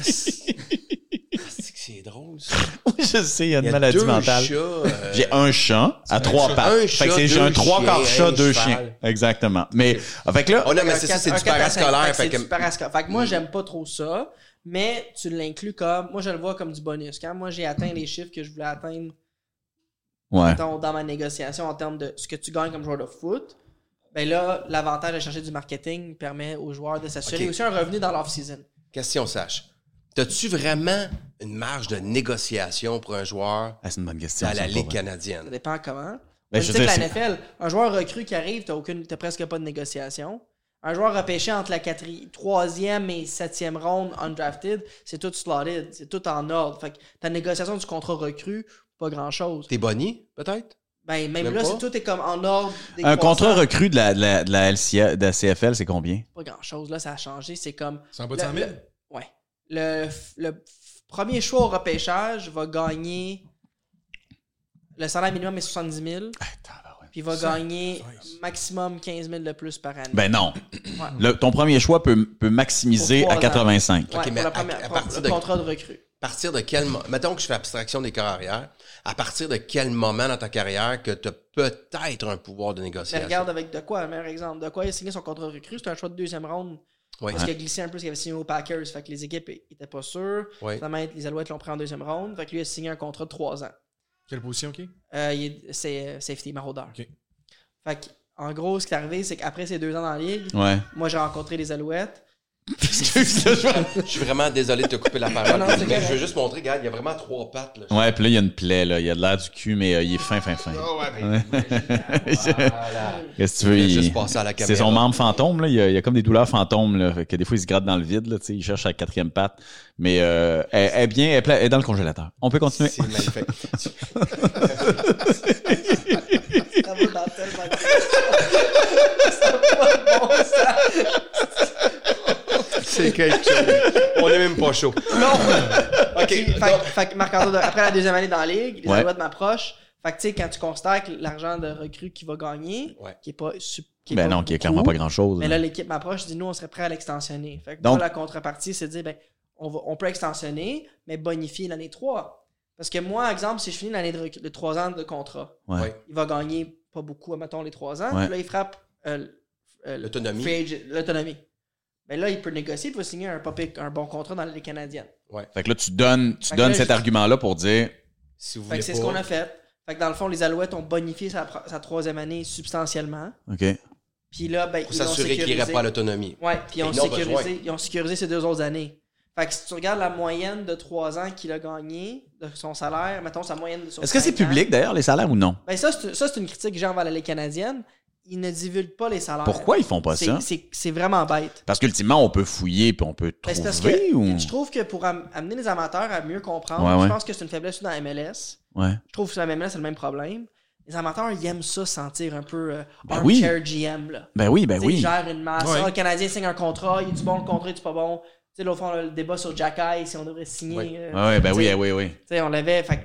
[SPEAKER 1] c'est c'est que c'est drôle, ça.
[SPEAKER 2] Oui, je sais, il y a une
[SPEAKER 1] Il y a
[SPEAKER 2] maladie
[SPEAKER 1] deux
[SPEAKER 2] mentale.
[SPEAKER 1] chats, euh,
[SPEAKER 2] J'ai un chat à trois
[SPEAKER 3] chat.
[SPEAKER 2] pattes.
[SPEAKER 1] Un
[SPEAKER 2] fait que
[SPEAKER 1] chat,
[SPEAKER 2] c'est j'ai un
[SPEAKER 1] deux
[SPEAKER 2] trois quarts
[SPEAKER 1] chiens,
[SPEAKER 2] chat,
[SPEAKER 1] un
[SPEAKER 2] deux
[SPEAKER 1] cheval.
[SPEAKER 2] chiens. Exactement. Mais, euh, fait que là,
[SPEAKER 1] Oh non, mais
[SPEAKER 4] Un
[SPEAKER 1] c'est ça,
[SPEAKER 4] quatre-
[SPEAKER 1] c'est
[SPEAKER 4] un
[SPEAKER 1] du
[SPEAKER 4] quatre à cinq,
[SPEAKER 1] parascolaire.
[SPEAKER 4] Fait
[SPEAKER 1] Fait
[SPEAKER 4] que c'est
[SPEAKER 1] que Mm.
[SPEAKER 4] du parascolaire. Fait que moi, j'aime pas trop ça, mais tu l'inclus comme. Moi, je le vois comme du bonus. Quand moi, j'ai atteint les chiffres que je voulais atteindre
[SPEAKER 2] ouais.
[SPEAKER 4] mettons, dans ma négociation en termes de ce que tu gagnes comme joueur de foot, ben là, l'avantage de chercher du marketing permet aux joueurs de s'assurer
[SPEAKER 1] Ok.
[SPEAKER 4] aussi un revenu dans l'off-season.
[SPEAKER 1] question sache. T'as-tu vraiment une marge de négociation pour un joueur
[SPEAKER 2] Ah, c'est une bonne question.
[SPEAKER 1] dans la
[SPEAKER 2] ça,
[SPEAKER 1] Ligue
[SPEAKER 2] pour vrai.
[SPEAKER 4] Ça
[SPEAKER 1] canadienne?
[SPEAKER 4] dépend comment.
[SPEAKER 2] Ben,
[SPEAKER 4] je
[SPEAKER 2] je
[SPEAKER 4] sais que la
[SPEAKER 2] sais,
[SPEAKER 4] NFL, un joueur recru qui arrive, t'as aucune, t'as presque pas de négociation. Un joueur repêché entre la 3e et 7e ronde undrafted, c'est tout slotted, c'est tout en ordre. Fait que ta négociation du contrat recru, pas grand chose.
[SPEAKER 1] T'es boni, peut-être?
[SPEAKER 4] Ben, même
[SPEAKER 1] Même
[SPEAKER 4] là,
[SPEAKER 1] pas?
[SPEAKER 4] c'est tout est comme en ordre. des
[SPEAKER 2] Un contrat
[SPEAKER 4] croissances.
[SPEAKER 2] recru de la, de la, de la, LCA de la CFL, c'est combien?
[SPEAKER 4] Pas grand chose, là, ça a changé. C'est comme
[SPEAKER 3] C'est en bas de 100
[SPEAKER 4] Le-
[SPEAKER 3] 000?
[SPEAKER 4] le- Ouais. Le, f- le f- premier choix au repêchage va gagner. Le salaire minimum est 70 000,
[SPEAKER 2] Attends, ben, ouais.
[SPEAKER 4] puis va
[SPEAKER 3] Ça-
[SPEAKER 4] gagner
[SPEAKER 3] Nice.
[SPEAKER 4] maximum 15 000 de plus par année.
[SPEAKER 2] Ben non.
[SPEAKER 4] Ouais.
[SPEAKER 2] Le- ton premier choix peut, peut maximiser
[SPEAKER 4] Pour
[SPEAKER 2] à
[SPEAKER 4] trois ans.
[SPEAKER 2] 85.
[SPEAKER 4] Ouais,
[SPEAKER 1] mais
[SPEAKER 4] pour la
[SPEAKER 1] à-
[SPEAKER 4] première-
[SPEAKER 1] à
[SPEAKER 4] pour
[SPEAKER 1] partir
[SPEAKER 4] le
[SPEAKER 1] de-
[SPEAKER 4] contrat de recrue.
[SPEAKER 1] À partir de quel moment, mettons que je fais abstraction des carrières, à partir de quel moment dans ta carrière que tu as peut-être un pouvoir de
[SPEAKER 4] Mais
[SPEAKER 1] négociation?
[SPEAKER 4] Ben, regarde avec de quoi, un meilleur exemple. De quoi il a signé son contrat de recrue, c'était un choix de deuxième ronde.
[SPEAKER 1] Ouais.
[SPEAKER 4] Parce qu'il a glissé un peu, parce qu'il avait signé aux Packers. Fait que les équipes n'étaient pas sûres.
[SPEAKER 1] Ouais.
[SPEAKER 4] Finalement, les Alouettes l'ont pris en deuxième ronde. Fait que lui a signé un contrat de trois ans.
[SPEAKER 3] Quelle position, OK?
[SPEAKER 4] Euh, il est- c'est euh, safety maraudeur.
[SPEAKER 3] Ok.
[SPEAKER 4] Fait que, en gros, ce qui est arrivé, c'est qu'après ces deux ans dans la ligue,
[SPEAKER 2] Ouais.
[SPEAKER 4] moi j'ai rencontré les Alouettes.
[SPEAKER 2] Excuse-le, je vais-
[SPEAKER 1] Je suis vraiment désolé de te couper la
[SPEAKER 4] Ah
[SPEAKER 1] parole,
[SPEAKER 4] non, c'est
[SPEAKER 1] mais
[SPEAKER 4] correct.
[SPEAKER 1] je veux juste montrer, regarde, il y a vraiment trois pattes. Là.
[SPEAKER 2] Ouais, puis là, il y a une plaie, là. Il y a de l'air du cul, mais euh, il est fin, fin, fin.
[SPEAKER 1] Voilà.
[SPEAKER 2] Qu'est-ce que tu veux?
[SPEAKER 1] Il a
[SPEAKER 2] il-
[SPEAKER 1] juste passé à la
[SPEAKER 2] C'est
[SPEAKER 1] caméra.
[SPEAKER 2] son membre fantôme, là. Il y a, il y a comme des douleurs fantômes, là. Fait que des fois, il se gratte dans le vide, là. tu sais, Il cherche sa quatrième patte. Mais euh, elle, elle est bien, elle, est pla- elle est dans le congélateur. On peut continuer.
[SPEAKER 1] C'est magnifique.
[SPEAKER 4] Ça va dans tellement de- Ça va pas de bon sens.
[SPEAKER 1] C'est quelque chose. On est même pas chaud. Non! OK.
[SPEAKER 4] Fait, que- fait que Marc-Antoine, après la deuxième année dans la ligue, les
[SPEAKER 2] Ouais.
[SPEAKER 4] Alouettes m'approchent. Fait que tu sais, quand tu constates que l'argent de recrue qu'il va gagner,
[SPEAKER 1] Ouais.
[SPEAKER 4] qui est pas. su- Qui est
[SPEAKER 2] Ben
[SPEAKER 4] pas
[SPEAKER 2] non, qui est
[SPEAKER 4] beaucoup,
[SPEAKER 2] clairement pas grand-chose.
[SPEAKER 4] Mais
[SPEAKER 2] là.
[SPEAKER 4] là, l'équipe m'approche, dit nous, on serait prêt à l'extensionner. Fait que
[SPEAKER 2] Donc-
[SPEAKER 4] moi, la contrepartie, c'est de dire ben, on, va- on peut extensionner, mais bonifier l'année 3. Parce que moi, exemple, si je finis l'année de, rec- de 3 ans de contrat,
[SPEAKER 2] Ouais.
[SPEAKER 1] Ouais.
[SPEAKER 4] il va gagner pas beaucoup, mettons, les 3 ans.
[SPEAKER 2] Ouais.
[SPEAKER 4] Puis là, il frappe euh, l- euh, le
[SPEAKER 1] L'autonomie.
[SPEAKER 4] free agent- l'autonomie. Mais là, il peut négocier, il peut signer un, pas pire- un bon contrat dans la Ligue canadienne.
[SPEAKER 2] Fait que là, tu donnes, tu
[SPEAKER 4] Fait que
[SPEAKER 2] donnes
[SPEAKER 4] là,
[SPEAKER 2] cet
[SPEAKER 4] je-
[SPEAKER 2] argument-là pour dire
[SPEAKER 1] Si vous
[SPEAKER 4] Fait
[SPEAKER 1] voulez
[SPEAKER 4] que c'est ce qu'on
[SPEAKER 1] pas...
[SPEAKER 4] a fait. Fait que dans le fond, les Alouettes ont bonifié sa, pro- sa troisième année substantiellement.
[SPEAKER 2] OK.
[SPEAKER 4] Puis là, ben,
[SPEAKER 1] Pour
[SPEAKER 4] ils l'ont
[SPEAKER 1] s'assurer qu'il n'irait
[SPEAKER 4] sécurisé.
[SPEAKER 1] pas à l'autonomie.
[SPEAKER 4] Ouais, puis ils ont,
[SPEAKER 1] Ils en ont besoin.
[SPEAKER 4] sécurisé, ils ont sécurisé ces deux autres années. Fait que si tu regardes la moyenne de 3 ans qu'il a gagné, de son salaire, mettons sa moyenne de sur
[SPEAKER 2] Est-ce que c'est
[SPEAKER 4] cinq ans,
[SPEAKER 2] public, d'ailleurs, les salaires ou non?
[SPEAKER 4] Ben ça, c'est ça, c'est une critique que j'ai envers la Ligue canadienne. Ils ne divulguent pas les salaires.
[SPEAKER 2] Pourquoi ils font pas
[SPEAKER 4] C'est-
[SPEAKER 2] ça?
[SPEAKER 4] c'est- C'est vraiment bête.
[SPEAKER 2] Parce qu'ultimement, on peut fouiller puis on peut
[SPEAKER 4] Ben, c'est parce
[SPEAKER 2] trouver
[SPEAKER 4] que
[SPEAKER 2] ou.
[SPEAKER 4] Je trouve que pour am- amener les amateurs à mieux comprendre,
[SPEAKER 2] Hmm. Ouais, ouais.
[SPEAKER 4] je pense que c'est une faiblesse dans la MLS.
[SPEAKER 2] Ouais.
[SPEAKER 4] Je trouve que sur la MLS, c'est le même problème. Les amateurs, ils aiment ça, sentir un peu euh,
[SPEAKER 2] Ben
[SPEAKER 4] armchair GM. Là.
[SPEAKER 2] Ben oui, ben
[SPEAKER 4] Tu sais, Il
[SPEAKER 2] oui.
[SPEAKER 4] gère une masse.
[SPEAKER 3] Ouais.
[SPEAKER 4] Ah, le Canadien signe un contrat, il est du bon, le contrat, il est du pas bon. Tu sais, là, au fond, on a le débat sur Jack Eye, si on devrait signer.
[SPEAKER 1] Ouais.
[SPEAKER 4] euh,
[SPEAKER 2] Ah ouais, ben
[SPEAKER 4] tu
[SPEAKER 2] oui,
[SPEAKER 4] sais,
[SPEAKER 2] ah oui, oui.
[SPEAKER 4] tu sais, on l'avait. fait que-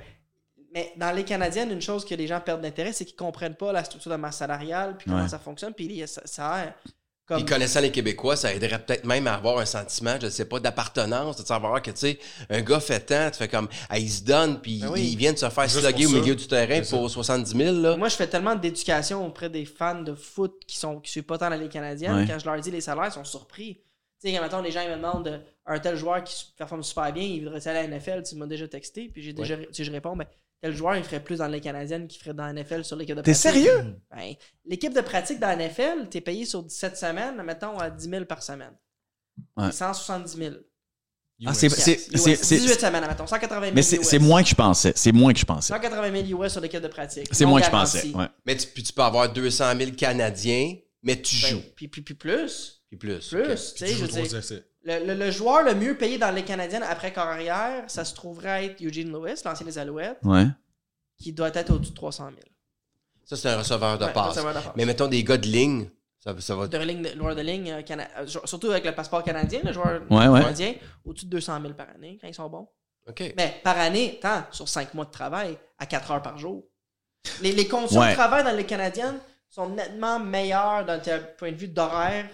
[SPEAKER 4] Mais dans les Canadiennes, une chose que les gens perdent d'intérêt, c'est qu'ils comprennent pas la structure de masse salariale, puis comment
[SPEAKER 2] Ouais.
[SPEAKER 4] ça fonctionne, puis il y a- ça, ça a
[SPEAKER 1] Puis
[SPEAKER 4] comme.
[SPEAKER 1] connaissant les Québécois, ça aiderait peut-être même à avoir un sentiment, je sais pas, d'appartenance, de savoir que, tu sais, un gars fait tant, tu fais comme, ah, il se donne, puis
[SPEAKER 4] Ben oui.
[SPEAKER 1] il vient de se faire
[SPEAKER 3] Juste
[SPEAKER 1] slugger au
[SPEAKER 3] pour ça.
[SPEAKER 1] milieu du terrain
[SPEAKER 3] C'est
[SPEAKER 1] pour 70 000, là.
[SPEAKER 4] Moi, je fais tellement d'éducation auprès des fans de foot qui sont qui suivent pas tant la Ligue canadienne.
[SPEAKER 2] Ouais.
[SPEAKER 4] Quand je leur dis les salaires, ils sont surpris. Tu sais, quand maintenant les gens ils me demandent euh, un tel joueur qui s- performe super bien, il voudrait aller à la NFL, tu m'as déjà texté, puis j'ai déjà si je réponds, ben, tel joueur il ferait plus dans la Ligue canadienne qu'il ferait dans la NFL sur l'équipe de
[SPEAKER 2] T'es
[SPEAKER 4] pratique.
[SPEAKER 2] sérieux?
[SPEAKER 4] Ben, l'équipe de pratique dans la NFL, t'es payé sur 17 semaines, mettons à 10 000 par semaine.
[SPEAKER 2] Ouais.
[SPEAKER 4] 170 000.
[SPEAKER 2] Ah, c'est-
[SPEAKER 4] US.
[SPEAKER 2] c'est-
[SPEAKER 4] US.
[SPEAKER 2] c'est- c'est-
[SPEAKER 4] 18 semaines, mettons. 180 000.
[SPEAKER 2] Mais c'est
[SPEAKER 4] US.
[SPEAKER 2] c'est moins que je pensais. C'est moins que je pensais.
[SPEAKER 4] 180 000 US sur l'équipe de pratique.
[SPEAKER 2] C'est
[SPEAKER 4] Non
[SPEAKER 2] moins que je
[SPEAKER 4] garanti.
[SPEAKER 2] pensais. Ouais.
[SPEAKER 1] Mais tu, puis tu peux avoir 200 000 Canadiens, mais tu
[SPEAKER 4] Ben,
[SPEAKER 1] joues.
[SPEAKER 4] puis, puis, puis plus.
[SPEAKER 1] Puis plus.
[SPEAKER 4] Plus,
[SPEAKER 1] ok.
[SPEAKER 4] tu sais, je veux dire, le, le- le joueur le mieux payé dans les Canadiennes après carrière, ça se trouverait être Eugene Lewis, l'ancien des Alouettes,
[SPEAKER 2] Ouais.
[SPEAKER 4] qui doit être au-dessus de 300 000.
[SPEAKER 1] Ça, c'est un receveur de
[SPEAKER 4] Ouais,
[SPEAKER 1] passe.
[SPEAKER 4] receveur de passe.
[SPEAKER 1] Mais mettons des gars de ligne, ça Ça, ça va.
[SPEAKER 4] de ligne, de- joueur de ligne, euh, cana- euh, jou- surtout avec le passeport canadien, le joueur
[SPEAKER 2] Ouais, ouais.
[SPEAKER 4] canadien, au-dessus de 200 000 par année quand ils sont bons.
[SPEAKER 1] OK.
[SPEAKER 4] Mais par année, tant, sur 5 mois de travail, à 4 heures par jour. Les, les conditions
[SPEAKER 2] Ouais.
[SPEAKER 4] de travail dans le Canadien sont nettement meilleures d'un tel point de vue d'horaire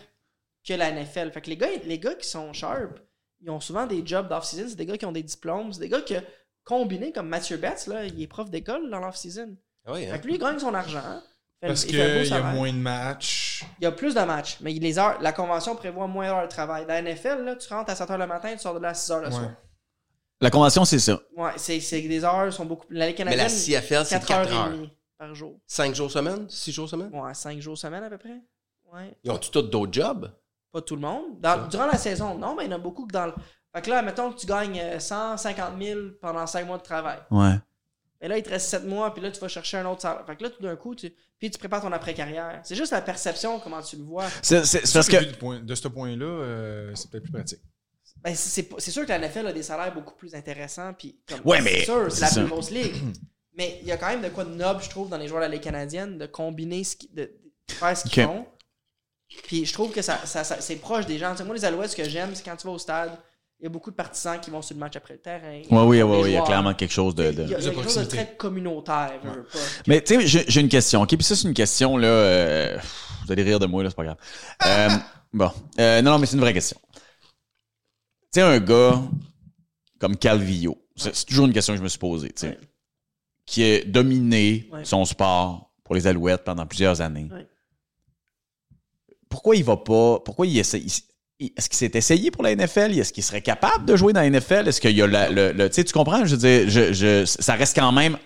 [SPEAKER 4] que la NFL. Fait que les gars, les gars qui sont sharp, ils ont souvent des jobs d'off-season, c'est des gars qui ont des diplômes, c'est des gars que, combinés comme Mathieu Betts, là, il est prof d'école dans l'off-season.
[SPEAKER 1] Ah oui, hein?
[SPEAKER 4] Fait que lui, il gagne son argent. Fait-
[SPEAKER 3] Parce
[SPEAKER 4] il fait un beau
[SPEAKER 3] qu'il y a
[SPEAKER 4] salaire.
[SPEAKER 3] moins de matchs.
[SPEAKER 4] Il y a plus de matchs, mais les heures, la convention prévoit moins d'heures de travail. Dans la NFL, là, tu rentres à 7 h le matin, tu sors de là à 6 h le
[SPEAKER 3] Ouais.
[SPEAKER 4] soir.
[SPEAKER 2] La convention, c'est ça.
[SPEAKER 4] Ouais, c'est c'est que les heures sont beaucoup plus. La Ligue
[SPEAKER 1] Mais la
[SPEAKER 4] canadienne,
[SPEAKER 1] CFL, c'est
[SPEAKER 4] 4
[SPEAKER 1] 4
[SPEAKER 4] heures et
[SPEAKER 1] heures.
[SPEAKER 4] demie par jour.
[SPEAKER 1] 5 jours semaine? 6 jours semaine?
[SPEAKER 4] Ouais, 5 jours semaine à peu près. Ouais.
[SPEAKER 1] Ils ont-tu tous d'autres jobs?
[SPEAKER 4] Pas tout le monde. Dans- durant la saison, non, mais il y en a beaucoup que dans le. Fait que là, mettons que tu gagnes euh, 150 000 pendant 5 mois de travail.
[SPEAKER 2] Ouais.
[SPEAKER 4] Mais là, il te reste 7 mois, puis là, tu vas chercher un autre salaire. Fait que là, tout d'un coup, tu, puis tu prépares ton après-carrière. C'est juste la perception, comment tu le vois.
[SPEAKER 2] C'est c'est- c'est parce
[SPEAKER 3] Parce
[SPEAKER 2] que.
[SPEAKER 3] de, point- de ce point-là, euh, c'est peut-être plus pratique.
[SPEAKER 4] Ben, c'est- c'est pas- c'est sûr que la NFL a des salaires beaucoup plus intéressants. Puis, comme,
[SPEAKER 2] Ouais,
[SPEAKER 4] c'est
[SPEAKER 2] mais-
[SPEAKER 4] sûr,
[SPEAKER 2] c'est
[SPEAKER 4] c'est la
[SPEAKER 2] ça.
[SPEAKER 4] plus grosse ligue. mais il y a quand même de quoi de noble, je trouve, dans les joueurs de la Ligue canadienne, de combiner, ce qui- de, de faire ce qu'ils
[SPEAKER 2] Ok.
[SPEAKER 4] font. Puis je trouve que ça, ça- ça- c'est proche des gens. Tu sais, moi, les Alouettes, ce que j'aime, c'est quand tu vas au stade, il y a beaucoup de partisans qui vont sur le match après le terrain.
[SPEAKER 2] Ouais, oui, oui, oui, il
[SPEAKER 4] Les
[SPEAKER 2] y a
[SPEAKER 4] joueurs.
[SPEAKER 2] clairement quelque chose de.
[SPEAKER 4] Il y
[SPEAKER 2] de-
[SPEAKER 4] a, il y a
[SPEAKER 3] de
[SPEAKER 4] quelque chose de
[SPEAKER 3] proximité.
[SPEAKER 4] très communautaire. je veux pas.
[SPEAKER 2] Mais tu sais, j'ai- j'ai une question, OK? Puis ça, c'est une question, là. euh, pff, vous allez rire de moi, là, c'est pas grave. Euh, bon. Euh, non, non, mais c'est une vraie question. Tu sais, un gars comme Calvillo, c'est c'est toujours une question que je me suis posée, tu sais,
[SPEAKER 4] Ouais.
[SPEAKER 2] qui a dominé
[SPEAKER 4] Ouais.
[SPEAKER 2] son sport pour les Alouettes pendant plusieurs années.
[SPEAKER 4] Ouais.
[SPEAKER 2] Pourquoi il va pas. Pourquoi il essaie. il- Est-ce qu'il s'est essayé pour la NFL? Est-ce qu'il serait capable de jouer dans la NFL? Est-ce qu'il y a la- le. le- tu sais, tu comprends? Je veux dire, je- je- ça reste quand même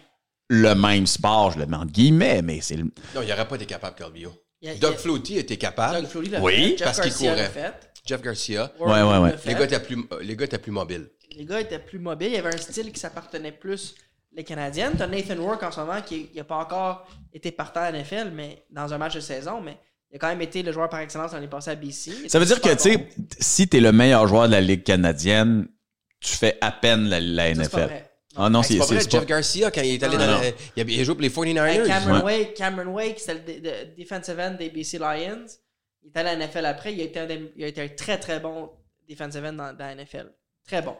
[SPEAKER 2] le même sport, je le demande guillemets, mais c'est le.
[SPEAKER 1] Non, il n'aurait pas été capable, Calvio.
[SPEAKER 4] Il y a- Ben, il y a-
[SPEAKER 1] Doug Flouty était
[SPEAKER 4] Doug
[SPEAKER 1] capable.
[SPEAKER 4] Fleury l'a
[SPEAKER 2] Oui,
[SPEAKER 4] fait, Jeff
[SPEAKER 1] parce qu'il
[SPEAKER 4] Garcia l'a
[SPEAKER 1] courait.
[SPEAKER 4] fait,
[SPEAKER 1] Jeff Garcia.
[SPEAKER 4] Warren
[SPEAKER 2] Ouais, ouais,
[SPEAKER 4] l'a
[SPEAKER 2] ouais.
[SPEAKER 4] fait.
[SPEAKER 1] Les gars, étaient plus, euh, les gars étaient plus mobiles.
[SPEAKER 4] les gars étaient plus mobiles. Il y avait un style qui s'appartenait plus les Canadiennes. T'as Nathan Rourke en ce moment qui n'a pas encore été partant à NFL, mais dans un match de saison, mais il a quand même été le joueur par excellence l'année passée à BC. Il était
[SPEAKER 2] Ça veut dire que,
[SPEAKER 4] super
[SPEAKER 2] tu sais,
[SPEAKER 4] bon.
[SPEAKER 2] t- si t'es le meilleur joueur de la Ligue canadienne, tu fais à peine la, la
[SPEAKER 4] Ça, c'est pas
[SPEAKER 2] NFL.
[SPEAKER 4] vrai.
[SPEAKER 2] Ah non,
[SPEAKER 1] Hey,
[SPEAKER 2] c'est
[SPEAKER 1] C'est pas vrai,
[SPEAKER 2] c'est
[SPEAKER 1] Jeff
[SPEAKER 2] pas-
[SPEAKER 1] Garcia, quand il est allé
[SPEAKER 4] Non,
[SPEAKER 1] dans
[SPEAKER 2] non.
[SPEAKER 1] la- il, a, il a joué pour les 49ers.
[SPEAKER 4] Hey, Cameron Wake, Cameron Wake, c'est le dé- de- defensive end des BC Lions. Il est allé à la NFL après. Il a été un, des- il a été un très très bon defensive end dans, dans la NFL. Très bon.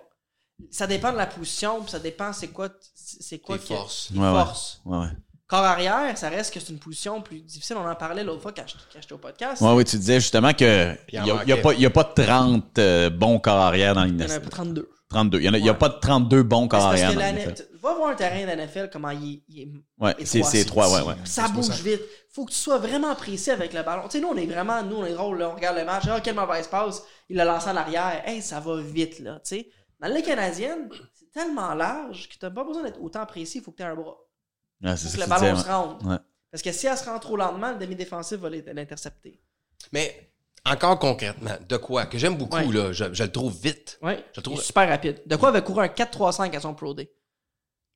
[SPEAKER 4] Ça dépend de la position, puis ça dépend c'est quoi, t- c'est quoi
[SPEAKER 1] Tes
[SPEAKER 4] que-
[SPEAKER 1] forces.
[SPEAKER 4] tes
[SPEAKER 2] Ouais, ouais.
[SPEAKER 4] forces.
[SPEAKER 2] Ouais, ouais.
[SPEAKER 4] Corps arrière, ça reste que c'est une position plus difficile. On en parlait l'autre fois quand je- quand j'étais au podcast.
[SPEAKER 2] Ouais, ouais, tu disais justement que
[SPEAKER 1] il
[SPEAKER 2] il
[SPEAKER 1] en
[SPEAKER 2] n'y a,
[SPEAKER 1] manquait.
[SPEAKER 2] pas- il y a pas 30 euh, bons corps arrière dans
[SPEAKER 4] Il y en a
[SPEAKER 2] l'INES.
[SPEAKER 4] pas 32.
[SPEAKER 2] 32. Il n'y a, il y a
[SPEAKER 4] Ouais.
[SPEAKER 2] pas de 32 bons
[SPEAKER 4] C'est
[SPEAKER 2] corps
[SPEAKER 4] parce
[SPEAKER 2] arrière
[SPEAKER 4] que
[SPEAKER 2] dans
[SPEAKER 4] la
[SPEAKER 2] l'INES.
[SPEAKER 4] N- va voir un terrain d'NFL, comment il, il est-
[SPEAKER 2] Ouais,
[SPEAKER 4] et
[SPEAKER 2] c'est
[SPEAKER 4] trois,
[SPEAKER 2] c'est
[SPEAKER 4] c'est
[SPEAKER 2] trois, ouais,
[SPEAKER 3] petit.
[SPEAKER 2] ouais.
[SPEAKER 4] Ça
[SPEAKER 3] C'est
[SPEAKER 4] bouge
[SPEAKER 3] pas ça.
[SPEAKER 4] vite. Faut que tu sois vraiment précis avec le ballon. Tu sais, nous, on est vraiment, nous, on est drôle, là. On regarde le match. Ah, quelle mauvaise passe. Il l'a lancé en arrière. Hey, ça va vite, là. Tu sais, dans la canadienne, c'est tellement large que t'as pas besoin d'être autant précis. Faut que t'aies un bras.
[SPEAKER 2] Ouais, c'est ça
[SPEAKER 4] Faut que
[SPEAKER 2] que
[SPEAKER 4] le
[SPEAKER 2] tu
[SPEAKER 4] ballon
[SPEAKER 2] disais,
[SPEAKER 4] se rende.
[SPEAKER 2] Ouais.
[SPEAKER 4] Parce que si elle se rend trop lentement, le demi-défensif va l'in- l'intercepter.
[SPEAKER 1] Mais encore concrètement, de quoi? Que j'aime beaucoup,
[SPEAKER 4] Ouais.
[SPEAKER 1] là. Je, je le trouve vite.
[SPEAKER 4] Ouais.
[SPEAKER 1] Je trouve-
[SPEAKER 4] Il est super rapide. De quoi avait couru un 4-3-5 à son Pro Day?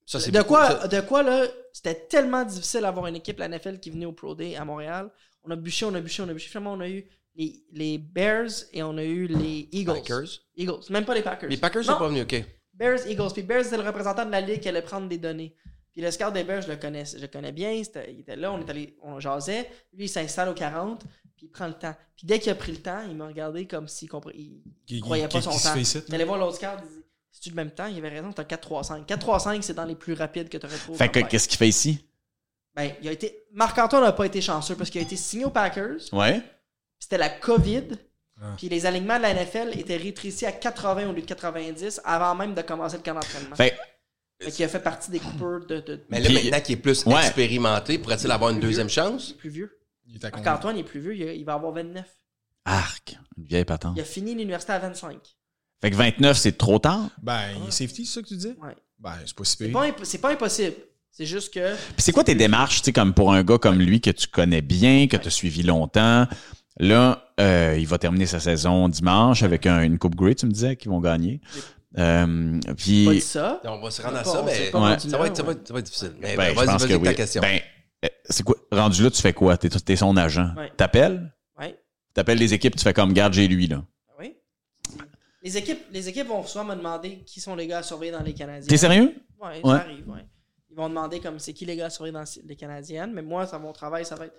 [SPEAKER 1] Ça, c'est
[SPEAKER 4] De
[SPEAKER 1] beaucoup,
[SPEAKER 4] quoi,
[SPEAKER 1] ça-
[SPEAKER 4] de quoi, là, c'était tellement difficile d'avoir une équipe, la NFL, qui venait au Pro Day à Montréal. On a bûché, on a bûché, on a bûché. Finalement, on a eu les, les Bears et on a eu les Eagles.
[SPEAKER 1] Packers.
[SPEAKER 4] Eagles, même pas les Packers.
[SPEAKER 1] Les Packers
[SPEAKER 4] Non,
[SPEAKER 1] sont pas venus, OK.
[SPEAKER 4] Bears, Eagles. Puis Bears, c'était le représentant de la Ligue qui allait prendre des données. Puis le scout des Bears, je le connais, je le connais bien. C'était- il était là, on, est allé, on jasait. Lui, il s'installe au 40, puis il prend le temps. Puis dès qu'il a pris le temps, il m'a regardé comme s'il comprenait.
[SPEAKER 3] Qui,
[SPEAKER 4] Il croyait
[SPEAKER 3] qui-
[SPEAKER 4] pas
[SPEAKER 3] qui-
[SPEAKER 4] son
[SPEAKER 3] qui se
[SPEAKER 4] temps.
[SPEAKER 3] félicite,
[SPEAKER 4] T'allais voir l'autre carte, il dit Si tu le même temps, il avait raison, t'as 4-3-5. 4-3-5, c'est dans les plus rapides que tu retrouves.
[SPEAKER 2] Fait que
[SPEAKER 4] en
[SPEAKER 2] qu'est-ce qu'il fait ici?
[SPEAKER 4] ben, il a été. Marc-Antoine n'a pas été chanceux parce qu'il a été signé aux Packers.
[SPEAKER 2] Ouais.
[SPEAKER 4] C'était la COVID.
[SPEAKER 3] Ah.
[SPEAKER 4] Puis les alignements de la NFL étaient rétrécis à 80 au lieu de 90 avant même de commencer le camp d'entraînement.
[SPEAKER 2] Fait-
[SPEAKER 4] Fait qu'il a fait partie des coupeurs de, de-
[SPEAKER 1] Mais là,
[SPEAKER 2] Puis-
[SPEAKER 1] maintenant qu'il est plus
[SPEAKER 2] Ouais.
[SPEAKER 1] expérimenté, pourrait-il avoir une deuxième chance?
[SPEAKER 4] des plus vieux.
[SPEAKER 3] Il est à combien?
[SPEAKER 4] Marc-Antoine est plus vieux, il, a- il va avoir 29.
[SPEAKER 2] Arc. Une vieille patente.
[SPEAKER 4] Il a fini l'université à 25.
[SPEAKER 2] Fait que 29, c'est trop tard.
[SPEAKER 3] Ben, il est safety, c'est ça que tu dis?
[SPEAKER 4] Ouais.
[SPEAKER 3] Ben, c'est pas si
[SPEAKER 4] C'est
[SPEAKER 3] pire.
[SPEAKER 4] pas, imp- c'est pas impossible. C'est juste que.
[SPEAKER 2] Puis c'est quoi tes démarches, tu sais, comme pour un gars comme lui que tu connais bien, que tu as suivi longtemps? Là, euh, il va terminer sa saison dimanche avec un- une Coupe Grey, tu me disais, qu'ils vont gagner. Euh, puis,
[SPEAKER 4] Pas dit ça.
[SPEAKER 1] On va se rendre à
[SPEAKER 4] Pas-
[SPEAKER 1] ça,
[SPEAKER 4] on
[SPEAKER 1] mais
[SPEAKER 4] sait pas
[SPEAKER 2] Ouais.
[SPEAKER 4] rendu
[SPEAKER 1] ça, va
[SPEAKER 4] là,
[SPEAKER 1] être, ça, va
[SPEAKER 4] ouais.
[SPEAKER 1] être, ça va être difficile. Mais
[SPEAKER 2] ben,
[SPEAKER 1] vas-y,
[SPEAKER 2] je pense
[SPEAKER 1] vas-y
[SPEAKER 2] que
[SPEAKER 1] avec ta
[SPEAKER 2] oui.
[SPEAKER 1] question.
[SPEAKER 2] Ben, euh, c'est quoi? Rendu là, tu fais quoi? T'es, t'es son agent.
[SPEAKER 4] Ouais.
[SPEAKER 2] T'appelles?
[SPEAKER 4] Ouais.
[SPEAKER 2] T'appelles les équipes, tu fais comme garde j'ai lui, là.
[SPEAKER 4] Oui. Les équipes, les équipes vont souvent me demander qui sont les gars à surveiller dans les Canadiens.
[SPEAKER 2] T'es sérieux?
[SPEAKER 4] Ouais,
[SPEAKER 2] Ouais.
[SPEAKER 4] ça arrive, ouais. Ils vont demander comme c'est qui les gars à surveiller dans les Canadiennes. Mais moi, ça, mon travail, ça va être.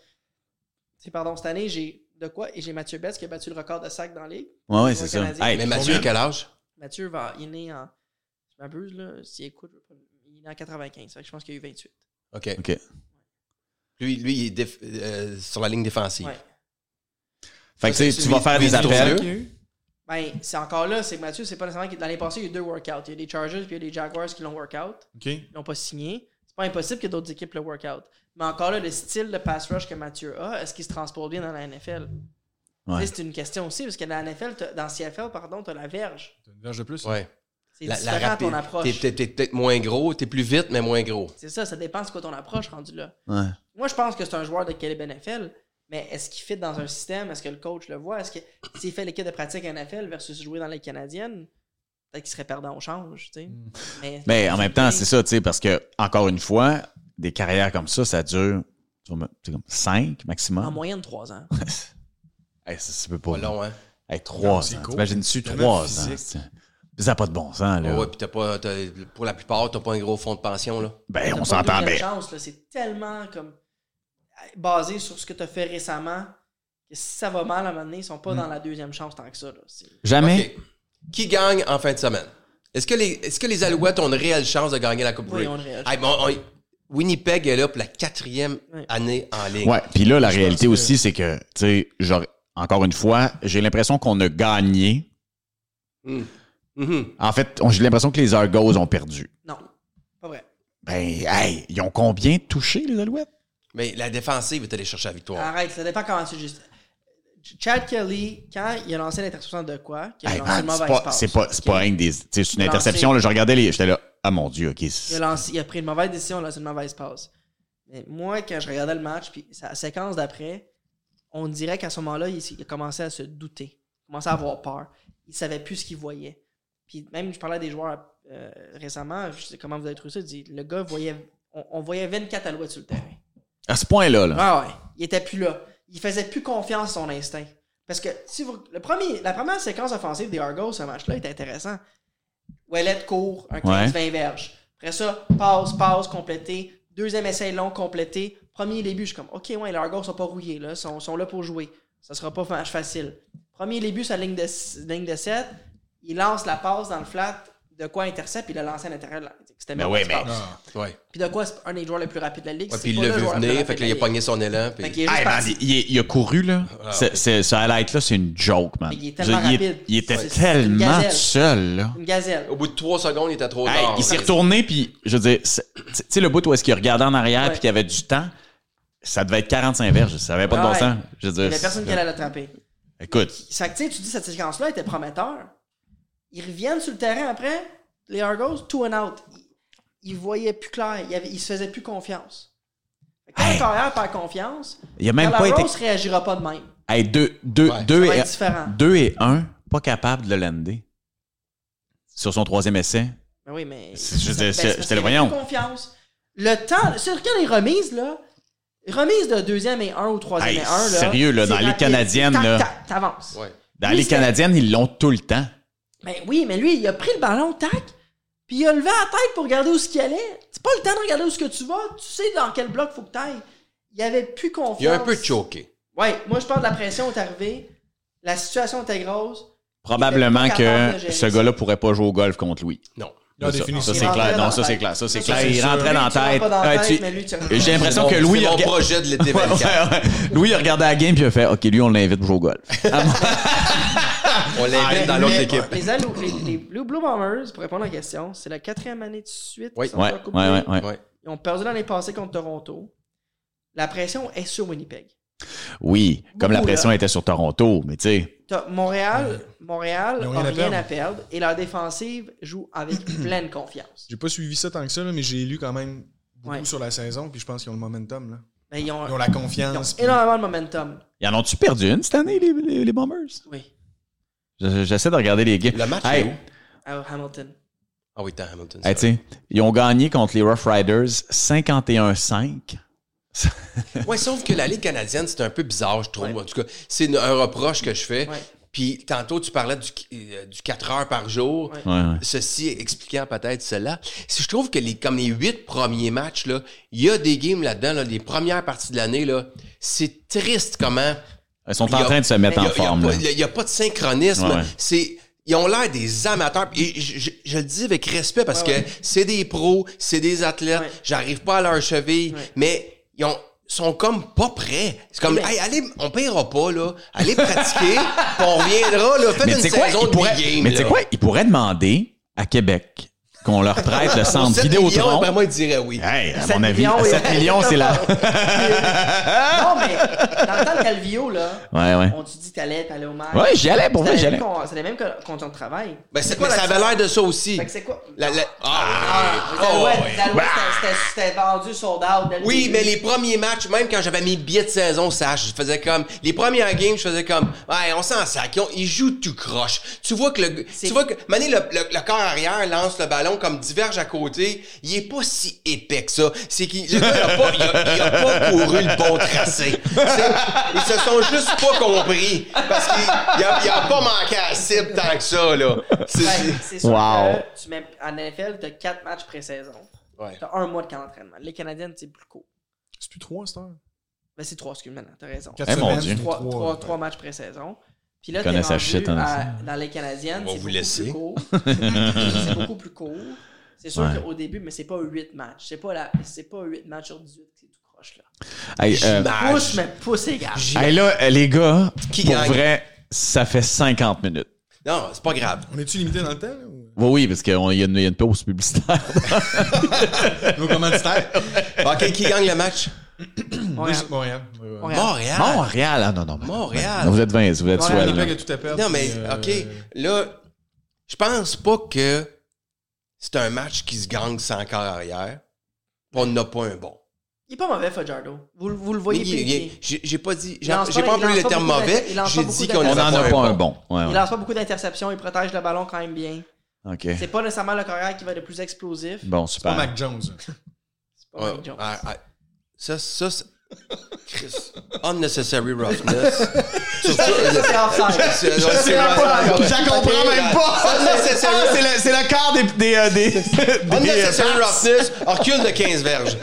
[SPEAKER 4] C'est pardon, cette année, j'ai de quoi. Et j'ai Mathieu Betts qui a battu le record de sac dans la ligue.
[SPEAKER 2] Ouais, ouais,
[SPEAKER 4] Joueur
[SPEAKER 2] c'est ça.
[SPEAKER 4] canadien.
[SPEAKER 2] Hey,
[SPEAKER 1] Mais Mathieu,
[SPEAKER 3] combien?
[SPEAKER 1] quel âge?
[SPEAKER 4] Mathieu, va, il est né en. Je m'abuse, là. S'il écoute, je vais pas- il est en 95. Fait que je pense qu'il a eu 28.
[SPEAKER 1] OK.
[SPEAKER 2] OK.
[SPEAKER 1] Lui, lui, il est déf- euh, sur la ligne défensive.
[SPEAKER 4] Ouais.
[SPEAKER 2] Fait que tu sais,
[SPEAKER 1] c'est
[SPEAKER 2] tu vas
[SPEAKER 1] celui-
[SPEAKER 2] faire
[SPEAKER 1] lui,
[SPEAKER 2] des
[SPEAKER 1] il est
[SPEAKER 2] appels.
[SPEAKER 1] vieux.
[SPEAKER 4] Ben, c'est encore là, c'est que Mathieu, c'est pas nécessairement qu'il. L'année passée, il y a eu deux workouts. Il y a des Chargers puis il y a des Jaguars qui l'ont workout.
[SPEAKER 3] OK.
[SPEAKER 4] Ils l'ont pas signé. C'est pas impossible que d'autres équipes le workout. Mais encore là, le style de pass rush que Mathieu a, est-ce qu'il se transpose bien dans la NFL?
[SPEAKER 2] Ouais.
[SPEAKER 4] Tu sais, C'est une question aussi, parce que dans la NFL, t'as- dans CFL, pardon, t'as la verge.
[SPEAKER 3] T'as une verge de plus?
[SPEAKER 1] Ouais.
[SPEAKER 4] C'est différent ton
[SPEAKER 1] T'es
[SPEAKER 4] approche.
[SPEAKER 1] peut-être t'es peut-être moins gros, t'es plus vite, mais moins gros.
[SPEAKER 4] C'est ça, ça dépend de quoi ton approche rendu là.
[SPEAKER 2] Ouais.
[SPEAKER 4] Moi, je pense que c'est un joueur de calibre NFL, mais est-ce qu'il fit dans un système? Est-ce que le coach le voit? Est-ce que s'il fait l'équipe de pratique NFL versus jouer dans la canadienne, peut-être qu'il serait perdant au change, tu sais.
[SPEAKER 3] Mm.
[SPEAKER 4] Mais,
[SPEAKER 2] Hmm. Mais en même temps, c'est ça, tu sais, parce que, encore une fois, des carrières comme ça, ça dure 5 maximum.
[SPEAKER 4] En moyenne, trois ans.
[SPEAKER 2] Hey, ça, ça peut
[SPEAKER 1] Pas
[SPEAKER 2] pas. là.
[SPEAKER 1] long, hein?
[SPEAKER 2] Hey,
[SPEAKER 3] Ah, Non,
[SPEAKER 2] 3
[SPEAKER 3] c'est
[SPEAKER 2] ans.
[SPEAKER 3] cool.
[SPEAKER 2] T'imagines-tu
[SPEAKER 3] Tellement
[SPEAKER 2] 3 ans?
[SPEAKER 3] physique. Ah,
[SPEAKER 2] c'est- Ça n'a pas de bon sens, là.
[SPEAKER 1] Ouais, puis t'as pas, t'as- pour la plupart, t'as pas un gros fonds de pension, là.
[SPEAKER 2] Ben, on
[SPEAKER 4] T'as pas de
[SPEAKER 2] s'entend,
[SPEAKER 4] deuxième
[SPEAKER 2] mais.
[SPEAKER 4] chance, là, c'est tellement comme basé sur ce que tu as fait récemment que si ça va mal à un moment donné, ils sont
[SPEAKER 2] Hmm.
[SPEAKER 4] pas dans la deuxième chance tant que ça. là. C'est-
[SPEAKER 2] Jamais?
[SPEAKER 1] OK. Qui gagne en fin de semaine? Est-ce que, les, est-ce que les Alouettes ont une réelle chance de gagner la Coupe
[SPEAKER 4] Oui,
[SPEAKER 1] Grey?
[SPEAKER 4] on a une réelle
[SPEAKER 1] Ah, bon, on- Winnipeg est là pour la quatrième
[SPEAKER 4] Oui.
[SPEAKER 1] année en ligne.
[SPEAKER 2] Ouais, puis là, la
[SPEAKER 3] Je
[SPEAKER 2] réalité
[SPEAKER 3] pense
[SPEAKER 2] aussi, c'est que, tu sais, genre, encore une fois, j'ai l'impression qu'on a gagné.
[SPEAKER 1] Mhm.
[SPEAKER 2] En fait, on- j'ai l'impression que les Argos ont perdu.
[SPEAKER 4] Non, pas vrai.
[SPEAKER 2] Ben, hey, ils ont combien touché, les Alouettes?
[SPEAKER 1] Mais la défensive est allée chercher la victoire.
[SPEAKER 4] Arrête, ça dépend comment tu juste. Chad Kelly, quand il a lancé l'interception de quoi qu'il a
[SPEAKER 2] Hey,
[SPEAKER 4] lancé
[SPEAKER 2] man,
[SPEAKER 4] une
[SPEAKER 2] c'est
[SPEAKER 4] mauvaise
[SPEAKER 2] pas,
[SPEAKER 4] passe.
[SPEAKER 2] c'est pas, c'est pas
[SPEAKER 4] Ok.
[SPEAKER 2] rien que des. tu sais, C'est une
[SPEAKER 4] Lancé.
[SPEAKER 2] interception, là, je regardais les. J'étais là, ah mon Dieu, ok.
[SPEAKER 4] Il a,
[SPEAKER 2] c'est-
[SPEAKER 4] lancé- il a pris une mauvaise décision, il a lancé une mauvaise passe. Mais moi, quand je regardais le match, puis sa séquence d'après, on dirait qu'à ce moment-là, il, s- il a commencé à se douter. Il commençait à avoir peur. Il savait plus ce qu'il voyait. Puis même, je parlais à des joueurs euh, récemment, je sais comment vous avez trouvé ça, il dit, le gars voyait, on, on voyait 24 alouettes sur le terrain.
[SPEAKER 2] À ce point-là, là.
[SPEAKER 4] Ah ouais, il était plus là. Il faisait plus confiance à son instinct. Parce que si vous, le premier, la première séquence offensive des Argos, ce match-là, était intéressant. Ouellet court, un 15-20 verges. Après ça, passe, passe, complété. Deuxième essai long, complété. Premier début, je suis comme, OK, ouais, les Argos sont pas rouillés, là. Sont, sont là pour jouer. Ça sera pas un match facile. Premier début, sa ligne de, ligne de 7. Il lance la passe dans le flat. De quoi intercepte, puis il a lancé à l'intérieur. de la- C'était
[SPEAKER 2] Mais
[SPEAKER 4] une
[SPEAKER 2] oui,
[SPEAKER 4] bonne
[SPEAKER 2] mais-
[SPEAKER 4] passe.
[SPEAKER 1] Ben
[SPEAKER 3] Ah.
[SPEAKER 1] Ouais.
[SPEAKER 4] Puis de quoi, c'est un des joueurs les plus rapides de la ligue.
[SPEAKER 1] Ouais,
[SPEAKER 4] c'est
[SPEAKER 1] puis il
[SPEAKER 4] Ah.
[SPEAKER 1] l'a
[SPEAKER 4] pas le
[SPEAKER 1] vu
[SPEAKER 4] joueur le plus
[SPEAKER 1] venir,
[SPEAKER 4] rapide
[SPEAKER 1] fait
[SPEAKER 4] de
[SPEAKER 1] que là,
[SPEAKER 4] la
[SPEAKER 1] il a
[SPEAKER 4] ligue.
[SPEAKER 1] pogné son élan. Puis...
[SPEAKER 4] Fait qu'il est juste
[SPEAKER 2] Hey, man,
[SPEAKER 4] parti.
[SPEAKER 2] il, il- il a couru, là.
[SPEAKER 1] Ah,
[SPEAKER 2] C'est-
[SPEAKER 1] oui.
[SPEAKER 2] c'est- ce highlight-là, c'est une joke, man.
[SPEAKER 4] Mais il est tellement
[SPEAKER 2] Je- il,
[SPEAKER 4] rapide.
[SPEAKER 2] il était
[SPEAKER 4] C'est- c'est une
[SPEAKER 2] tellement
[SPEAKER 4] gazelle. Oh,
[SPEAKER 2] tout seul, là.
[SPEAKER 4] Une gazelle.
[SPEAKER 2] Oh,
[SPEAKER 1] Au bout de trois secondes, il était trop
[SPEAKER 2] Hey,
[SPEAKER 1] tard.
[SPEAKER 2] il s'est
[SPEAKER 1] là.
[SPEAKER 2] retourné, puis je veux dire, c'est- tu sais, le bout où est-ce qu'il regardait en arrière,
[SPEAKER 4] Ouais.
[SPEAKER 2] puis qu'il y avait du temps, ça devait être 45 verges. Ça n'avait pas de bon
[SPEAKER 4] Ouais.
[SPEAKER 2] sens. Je veux
[SPEAKER 4] Il
[SPEAKER 2] dire,
[SPEAKER 4] n'y avait personne qui allait l'attraper.
[SPEAKER 2] Écoute,
[SPEAKER 4] Ça fait que, tu sais, tu dis cette séquence-là était prometteur. Ils reviennent sur le terrain après, les Argos, two and out. Ils, ils voyaient plus clair, ils, avaient- ils se faisaient plus confiance. Fait que Quand
[SPEAKER 2] Hey!
[SPEAKER 4] le carrière perd confiance,
[SPEAKER 2] il a même
[SPEAKER 4] la
[SPEAKER 2] pas été.
[SPEAKER 4] Rose réagira pas de même.
[SPEAKER 2] Hey, deux, deux,
[SPEAKER 1] Ouais.
[SPEAKER 2] deux,
[SPEAKER 4] Ça va
[SPEAKER 2] et,
[SPEAKER 4] être différent.
[SPEAKER 2] deux et un, pas capable de le lander sur son troisième essai.
[SPEAKER 4] Mais oui, mais.
[SPEAKER 2] C'est- je veux
[SPEAKER 4] ça-
[SPEAKER 2] dire,
[SPEAKER 4] ben,
[SPEAKER 2] c'est-
[SPEAKER 4] c'est parce
[SPEAKER 2] c'était le
[SPEAKER 4] qu'il y
[SPEAKER 2] voyant.
[SPEAKER 4] avait plus confiance. Le temps, c'est quand les remises, là, remises de deuxième et un ou troisième
[SPEAKER 2] Hey,
[SPEAKER 4] et un, là.
[SPEAKER 2] sérieux, là,
[SPEAKER 4] c'est
[SPEAKER 2] dans les
[SPEAKER 4] rapide.
[SPEAKER 2] Canadiennes,
[SPEAKER 4] Tac,
[SPEAKER 2] là.
[SPEAKER 4] tac, T'avances.
[SPEAKER 1] Ouais.
[SPEAKER 2] Dans
[SPEAKER 4] Lui,
[SPEAKER 2] les
[SPEAKER 4] c'était-
[SPEAKER 2] Canadiennes, ils l'ont tout le temps.
[SPEAKER 4] Ben oui, mais lui, il a pris le ballon, tac, puis il a levé la tête pour regarder où ce qu'il allait. C'est pas le temps de regarder où ce que tu vas. Tu sais dans quel bloc faut que t'ailles. Il avait plus confiance.
[SPEAKER 1] Il a un peu choqué.
[SPEAKER 4] Ouais, moi je pense que la pression est arrivée. La situation était grosse.
[SPEAKER 2] Probablement
[SPEAKER 4] Il était pas capable
[SPEAKER 2] que
[SPEAKER 4] de gérer
[SPEAKER 2] ce
[SPEAKER 4] ça.
[SPEAKER 2] gars-là pourrait pas jouer au golf contre lui.
[SPEAKER 1] Non.
[SPEAKER 3] Il a
[SPEAKER 2] ça,
[SPEAKER 3] défini
[SPEAKER 2] ça,
[SPEAKER 3] ça.
[SPEAKER 4] Il
[SPEAKER 2] c'est
[SPEAKER 4] rentrait
[SPEAKER 2] clair.
[SPEAKER 4] dans
[SPEAKER 2] Non,
[SPEAKER 4] la
[SPEAKER 2] ça, c'est
[SPEAKER 4] tête.
[SPEAKER 2] clair. Ça, c'est
[SPEAKER 4] Ça,
[SPEAKER 2] clair.
[SPEAKER 4] c'est
[SPEAKER 2] Il
[SPEAKER 3] sûr.
[SPEAKER 2] rentrait
[SPEAKER 4] Lui,
[SPEAKER 2] dans
[SPEAKER 4] tu vas
[SPEAKER 2] la tête.
[SPEAKER 4] pas dans la
[SPEAKER 2] Euh,
[SPEAKER 4] tête,
[SPEAKER 2] tu-
[SPEAKER 4] mais lui, tu rentres.
[SPEAKER 2] J'ai l'impression que
[SPEAKER 1] C'est mon-
[SPEAKER 2] Louis.
[SPEAKER 1] C'est mon
[SPEAKER 2] il regarde-
[SPEAKER 1] projet de l'été
[SPEAKER 2] Ouais,
[SPEAKER 1] 24.
[SPEAKER 2] ouais, ouais. Louis, il regardait la game puis il a fait OK, lui, on l'invite pour jouer au golf. Ah,
[SPEAKER 1] On l'invite
[SPEAKER 4] Mais-
[SPEAKER 1] dans l'autre
[SPEAKER 4] mais-
[SPEAKER 1] équipe.
[SPEAKER 4] Les, Alou- les- les Blue Blue Bombers, pour répondre à la question, c'est la quatrième année de suite.
[SPEAKER 1] Oui.
[SPEAKER 4] qu'ils sont
[SPEAKER 2] Ouais,
[SPEAKER 4] dans la Coupe
[SPEAKER 2] ouais,
[SPEAKER 4] Grey.
[SPEAKER 2] ouais, ouais.
[SPEAKER 1] Ouais.
[SPEAKER 4] Ils ont perdu l'année passée contre Toronto. La pression est sur Winnipeg.
[SPEAKER 2] Oui, comme la
[SPEAKER 4] Beaucoup,
[SPEAKER 2] pression
[SPEAKER 4] là.
[SPEAKER 2] était sur Toronto, mais tu sais.
[SPEAKER 4] T'as Montréal,
[SPEAKER 2] Euh,
[SPEAKER 4] Montréal
[SPEAKER 3] Ils
[SPEAKER 4] n'a
[SPEAKER 3] ont
[SPEAKER 4] rien, à perdre et leur défensive joue avec pleine confiance.
[SPEAKER 3] J'ai pas suivi ça tant que ça, là, mais j'ai lu quand même beaucoup
[SPEAKER 4] Ouais.
[SPEAKER 3] sur la saison, puis je pense qu'ils ont le momentum. Là.
[SPEAKER 4] Ben, ils, ont,
[SPEAKER 3] Ils ont la confiance. puis-
[SPEAKER 4] énormément de momentum.
[SPEAKER 2] Ils en ont-tu perdu une cette année, les, les, les Bombers?
[SPEAKER 4] Oui,
[SPEAKER 2] Je- J'essaie de regarder les games.
[SPEAKER 1] Le match est
[SPEAKER 2] Hey,
[SPEAKER 1] où?
[SPEAKER 4] à Hamilton.
[SPEAKER 1] Ah oui, t'as Hamilton.
[SPEAKER 2] hey, tu sais, ils ont gagné contre les Rough Riders 51-5.
[SPEAKER 1] Oui, sauf que la Ligue canadienne, c'est un peu bizarre, je trouve.
[SPEAKER 4] Ouais.
[SPEAKER 1] En tout cas, c'est une- un reproche que je fais.
[SPEAKER 4] Ouais.
[SPEAKER 1] Puis tantôt, tu parlais du, euh, du 4 heures par jour.
[SPEAKER 4] Ouais.
[SPEAKER 2] Ouais, ouais.
[SPEAKER 1] Ceci expliquant peut-être cela. Si je trouve que les, comme les huit premiers matchs, là, il y a des games là-dedans, là, les premières parties de l'année, là, c'est triste comment
[SPEAKER 2] Ils sont
[SPEAKER 1] Il y
[SPEAKER 2] en
[SPEAKER 1] a-
[SPEAKER 2] train de se mettre
[SPEAKER 1] Il
[SPEAKER 2] en
[SPEAKER 1] y a- il y a
[SPEAKER 2] forme.
[SPEAKER 1] pas-
[SPEAKER 2] là.
[SPEAKER 1] Il n'y a, pas de synchronisme.
[SPEAKER 2] Ouais.
[SPEAKER 1] C'est. Ils ont l'air des amateurs. Et je, je- je le dis avec respect parce
[SPEAKER 4] Ouais, ouais.
[SPEAKER 1] que c'est des pros, c'est des athlètes.
[SPEAKER 4] Ouais.
[SPEAKER 1] J'arrive pas à leur cheville,
[SPEAKER 4] Ouais.
[SPEAKER 1] mais ils ont- sont comme pas prêts. C'est comme,
[SPEAKER 4] Mais-
[SPEAKER 1] hey, allez, on paiera pas, là. Allez pratiquer, puis on reviendra, là. Faites
[SPEAKER 2] Mais
[SPEAKER 1] une
[SPEAKER 2] tu sais quoi,
[SPEAKER 1] saison
[SPEAKER 2] ils
[SPEAKER 1] de
[SPEAKER 2] pourraient,
[SPEAKER 1] big game,
[SPEAKER 2] mais tu sais
[SPEAKER 1] là.
[SPEAKER 2] quoi, ils pourraient demander à Québec qu'on leur prête le
[SPEAKER 1] Pour
[SPEAKER 2] centre
[SPEAKER 1] 7 millions, ben,
[SPEAKER 2] Vidéotron.
[SPEAKER 1] après moi, ils diraient oui.
[SPEAKER 2] Hey, à
[SPEAKER 4] 7
[SPEAKER 2] mon avis,
[SPEAKER 4] millions,
[SPEAKER 2] à
[SPEAKER 4] oui.
[SPEAKER 2] 7 millions, c'est là.
[SPEAKER 4] Non, mais dans le temps de Calvio, là,
[SPEAKER 2] Ouais, ouais.
[SPEAKER 4] on te dit que t'allais, t'allais au match.
[SPEAKER 2] Ouais, j'y allais, pour vrai, j'y allais.
[SPEAKER 4] C'est les mêmes conditions de travail.
[SPEAKER 1] Ben, c'est-
[SPEAKER 4] quoi
[SPEAKER 1] mais
[SPEAKER 4] la
[SPEAKER 1] ça avait l'air de ça aussi.
[SPEAKER 4] Fait que c'est quoi?
[SPEAKER 1] La- la-
[SPEAKER 4] Ah,
[SPEAKER 1] Ah,
[SPEAKER 4] les
[SPEAKER 1] oh,
[SPEAKER 4] Alouettes,
[SPEAKER 1] ouais.
[SPEAKER 4] les Alouettes, c'était- c'était- c'était vendu, sold out. dès le
[SPEAKER 1] Oui,
[SPEAKER 4] début.
[SPEAKER 1] mais les premiers matchs, même quand j'avais mes billets de saison, ça, je faisais comme les premières games, je faisais comme ouais, on s'en sac, ils, ont- ils jouent tout croche. Tu vois que le,
[SPEAKER 4] C'est-
[SPEAKER 1] tu vois que Mané le, le, le corps arrière lance le ballon comme diverge à côté, il est pas si épais que ça. C'est qu'il le gars, il a pas, il a, il a pas couru le bon tracé. C'est- Ils se sont juste pas compris parce qu'il il a, il a pas manqué à la cible tant que ça là. C'est-
[SPEAKER 4] Fait que
[SPEAKER 1] c'est-
[SPEAKER 4] C'est sûr
[SPEAKER 2] Wow.
[SPEAKER 4] que tu mets, en NFL, t'as 4 matchs pré-saison.
[SPEAKER 1] Ouais.
[SPEAKER 4] T'as un mois de camp d'entraînement. Les Canadiennes, c'est plus court.
[SPEAKER 3] C'est plus trois, cette heure.
[SPEAKER 4] Ben, c'est 3, excuse maintenant, t'as raison.
[SPEAKER 3] Quatre
[SPEAKER 2] Eh, mon
[SPEAKER 3] semaines,
[SPEAKER 2] Dieu.
[SPEAKER 3] c'est
[SPEAKER 4] trois,
[SPEAKER 3] trois,
[SPEAKER 4] trois-
[SPEAKER 3] ouais.
[SPEAKER 4] trois matchs pré-saison. Puis là,
[SPEAKER 2] Ils
[SPEAKER 4] t'es
[SPEAKER 2] connaissent la
[SPEAKER 4] rendu
[SPEAKER 2] shit, hein,
[SPEAKER 4] à- dans les Canadiennes,
[SPEAKER 1] On va
[SPEAKER 4] c'est
[SPEAKER 1] vous
[SPEAKER 4] beaucoup
[SPEAKER 1] laisser.
[SPEAKER 4] plus court. c'est beaucoup plus court. C'est sûr
[SPEAKER 2] Ouais.
[SPEAKER 4] qu'au début, mais c'est pas 8 matchs. C'est pas, la, c'est pas 8 matchs sur 18 c'est tout croche, là.
[SPEAKER 2] Hey, euh,
[SPEAKER 1] J'imagine.
[SPEAKER 4] Pousse, mais pousse, les gars.
[SPEAKER 2] hey, là, euh, les gars,
[SPEAKER 1] Qui
[SPEAKER 2] pour
[SPEAKER 1] gagne?
[SPEAKER 2] vrai, ça fait 50 minutes.
[SPEAKER 1] Non, c'est pas grave.
[SPEAKER 3] On est-tu limité dans le temps? là, ou-
[SPEAKER 2] Oui, oui, parce qu'il y, a une- il y a une pause publicitaire.
[SPEAKER 3] Nos commanditaires?
[SPEAKER 1] OK, qui gagne le match
[SPEAKER 4] On
[SPEAKER 3] Deux-
[SPEAKER 4] regarde.
[SPEAKER 3] Montréal. ouais, ouais.
[SPEAKER 4] Montréal.
[SPEAKER 1] Montréal.
[SPEAKER 2] Montréal, ah, non, non. non.
[SPEAKER 1] Montréal.
[SPEAKER 2] Non, vous êtes 20, vous êtes
[SPEAKER 4] Montréal,
[SPEAKER 2] swell,
[SPEAKER 3] Winnipeg
[SPEAKER 2] là.
[SPEAKER 3] a tout à perdre.
[SPEAKER 1] Non, mais,
[SPEAKER 3] puis, euh,
[SPEAKER 1] OK, là, je pense pas que c'est un match qui se gagne sans corps arrière. puis On n'a pas un bon.
[SPEAKER 4] Il est pas mauvais, Fajardo. Vous, le- vous le
[SPEAKER 1] Mais
[SPEAKER 4] voyez
[SPEAKER 1] il-
[SPEAKER 4] plus.
[SPEAKER 1] il- J'ai j'ai pas dit, j'ai
[SPEAKER 4] lance pas-
[SPEAKER 1] j'ai pas
[SPEAKER 4] il lance
[SPEAKER 1] employé le
[SPEAKER 4] pas
[SPEAKER 1] terme
[SPEAKER 4] beaucoup
[SPEAKER 1] mauvais.
[SPEAKER 4] d'inter- il lance
[SPEAKER 1] J'ai
[SPEAKER 4] pas
[SPEAKER 1] dit
[SPEAKER 4] beaucoup
[SPEAKER 1] qu'on n'en
[SPEAKER 2] On n'en a pas un bon. Ouais,
[SPEAKER 4] Il
[SPEAKER 2] ouais.
[SPEAKER 4] lance pas beaucoup d'interceptions, il protège le ballon quand même bien.
[SPEAKER 2] OK.
[SPEAKER 4] C'est pas nécessairement le carrière qui va être le plus explosif.
[SPEAKER 2] Bon,
[SPEAKER 3] C'est pas
[SPEAKER 2] super.
[SPEAKER 3] Mac Jones.
[SPEAKER 4] C'est pas Mike Jones.
[SPEAKER 1] Ça, ça, c'est- Chris, unnecessary roughness. Sur ça,
[SPEAKER 4] Ça, c'est offside.
[SPEAKER 1] c'est- non, c'est
[SPEAKER 4] même pas.
[SPEAKER 1] rough.
[SPEAKER 2] J'en comprends même pas. Ah, c'est le- C'est le quart des. des, euh, des- des, euh,
[SPEAKER 1] Unnecessary roughness, recule de 15 verges.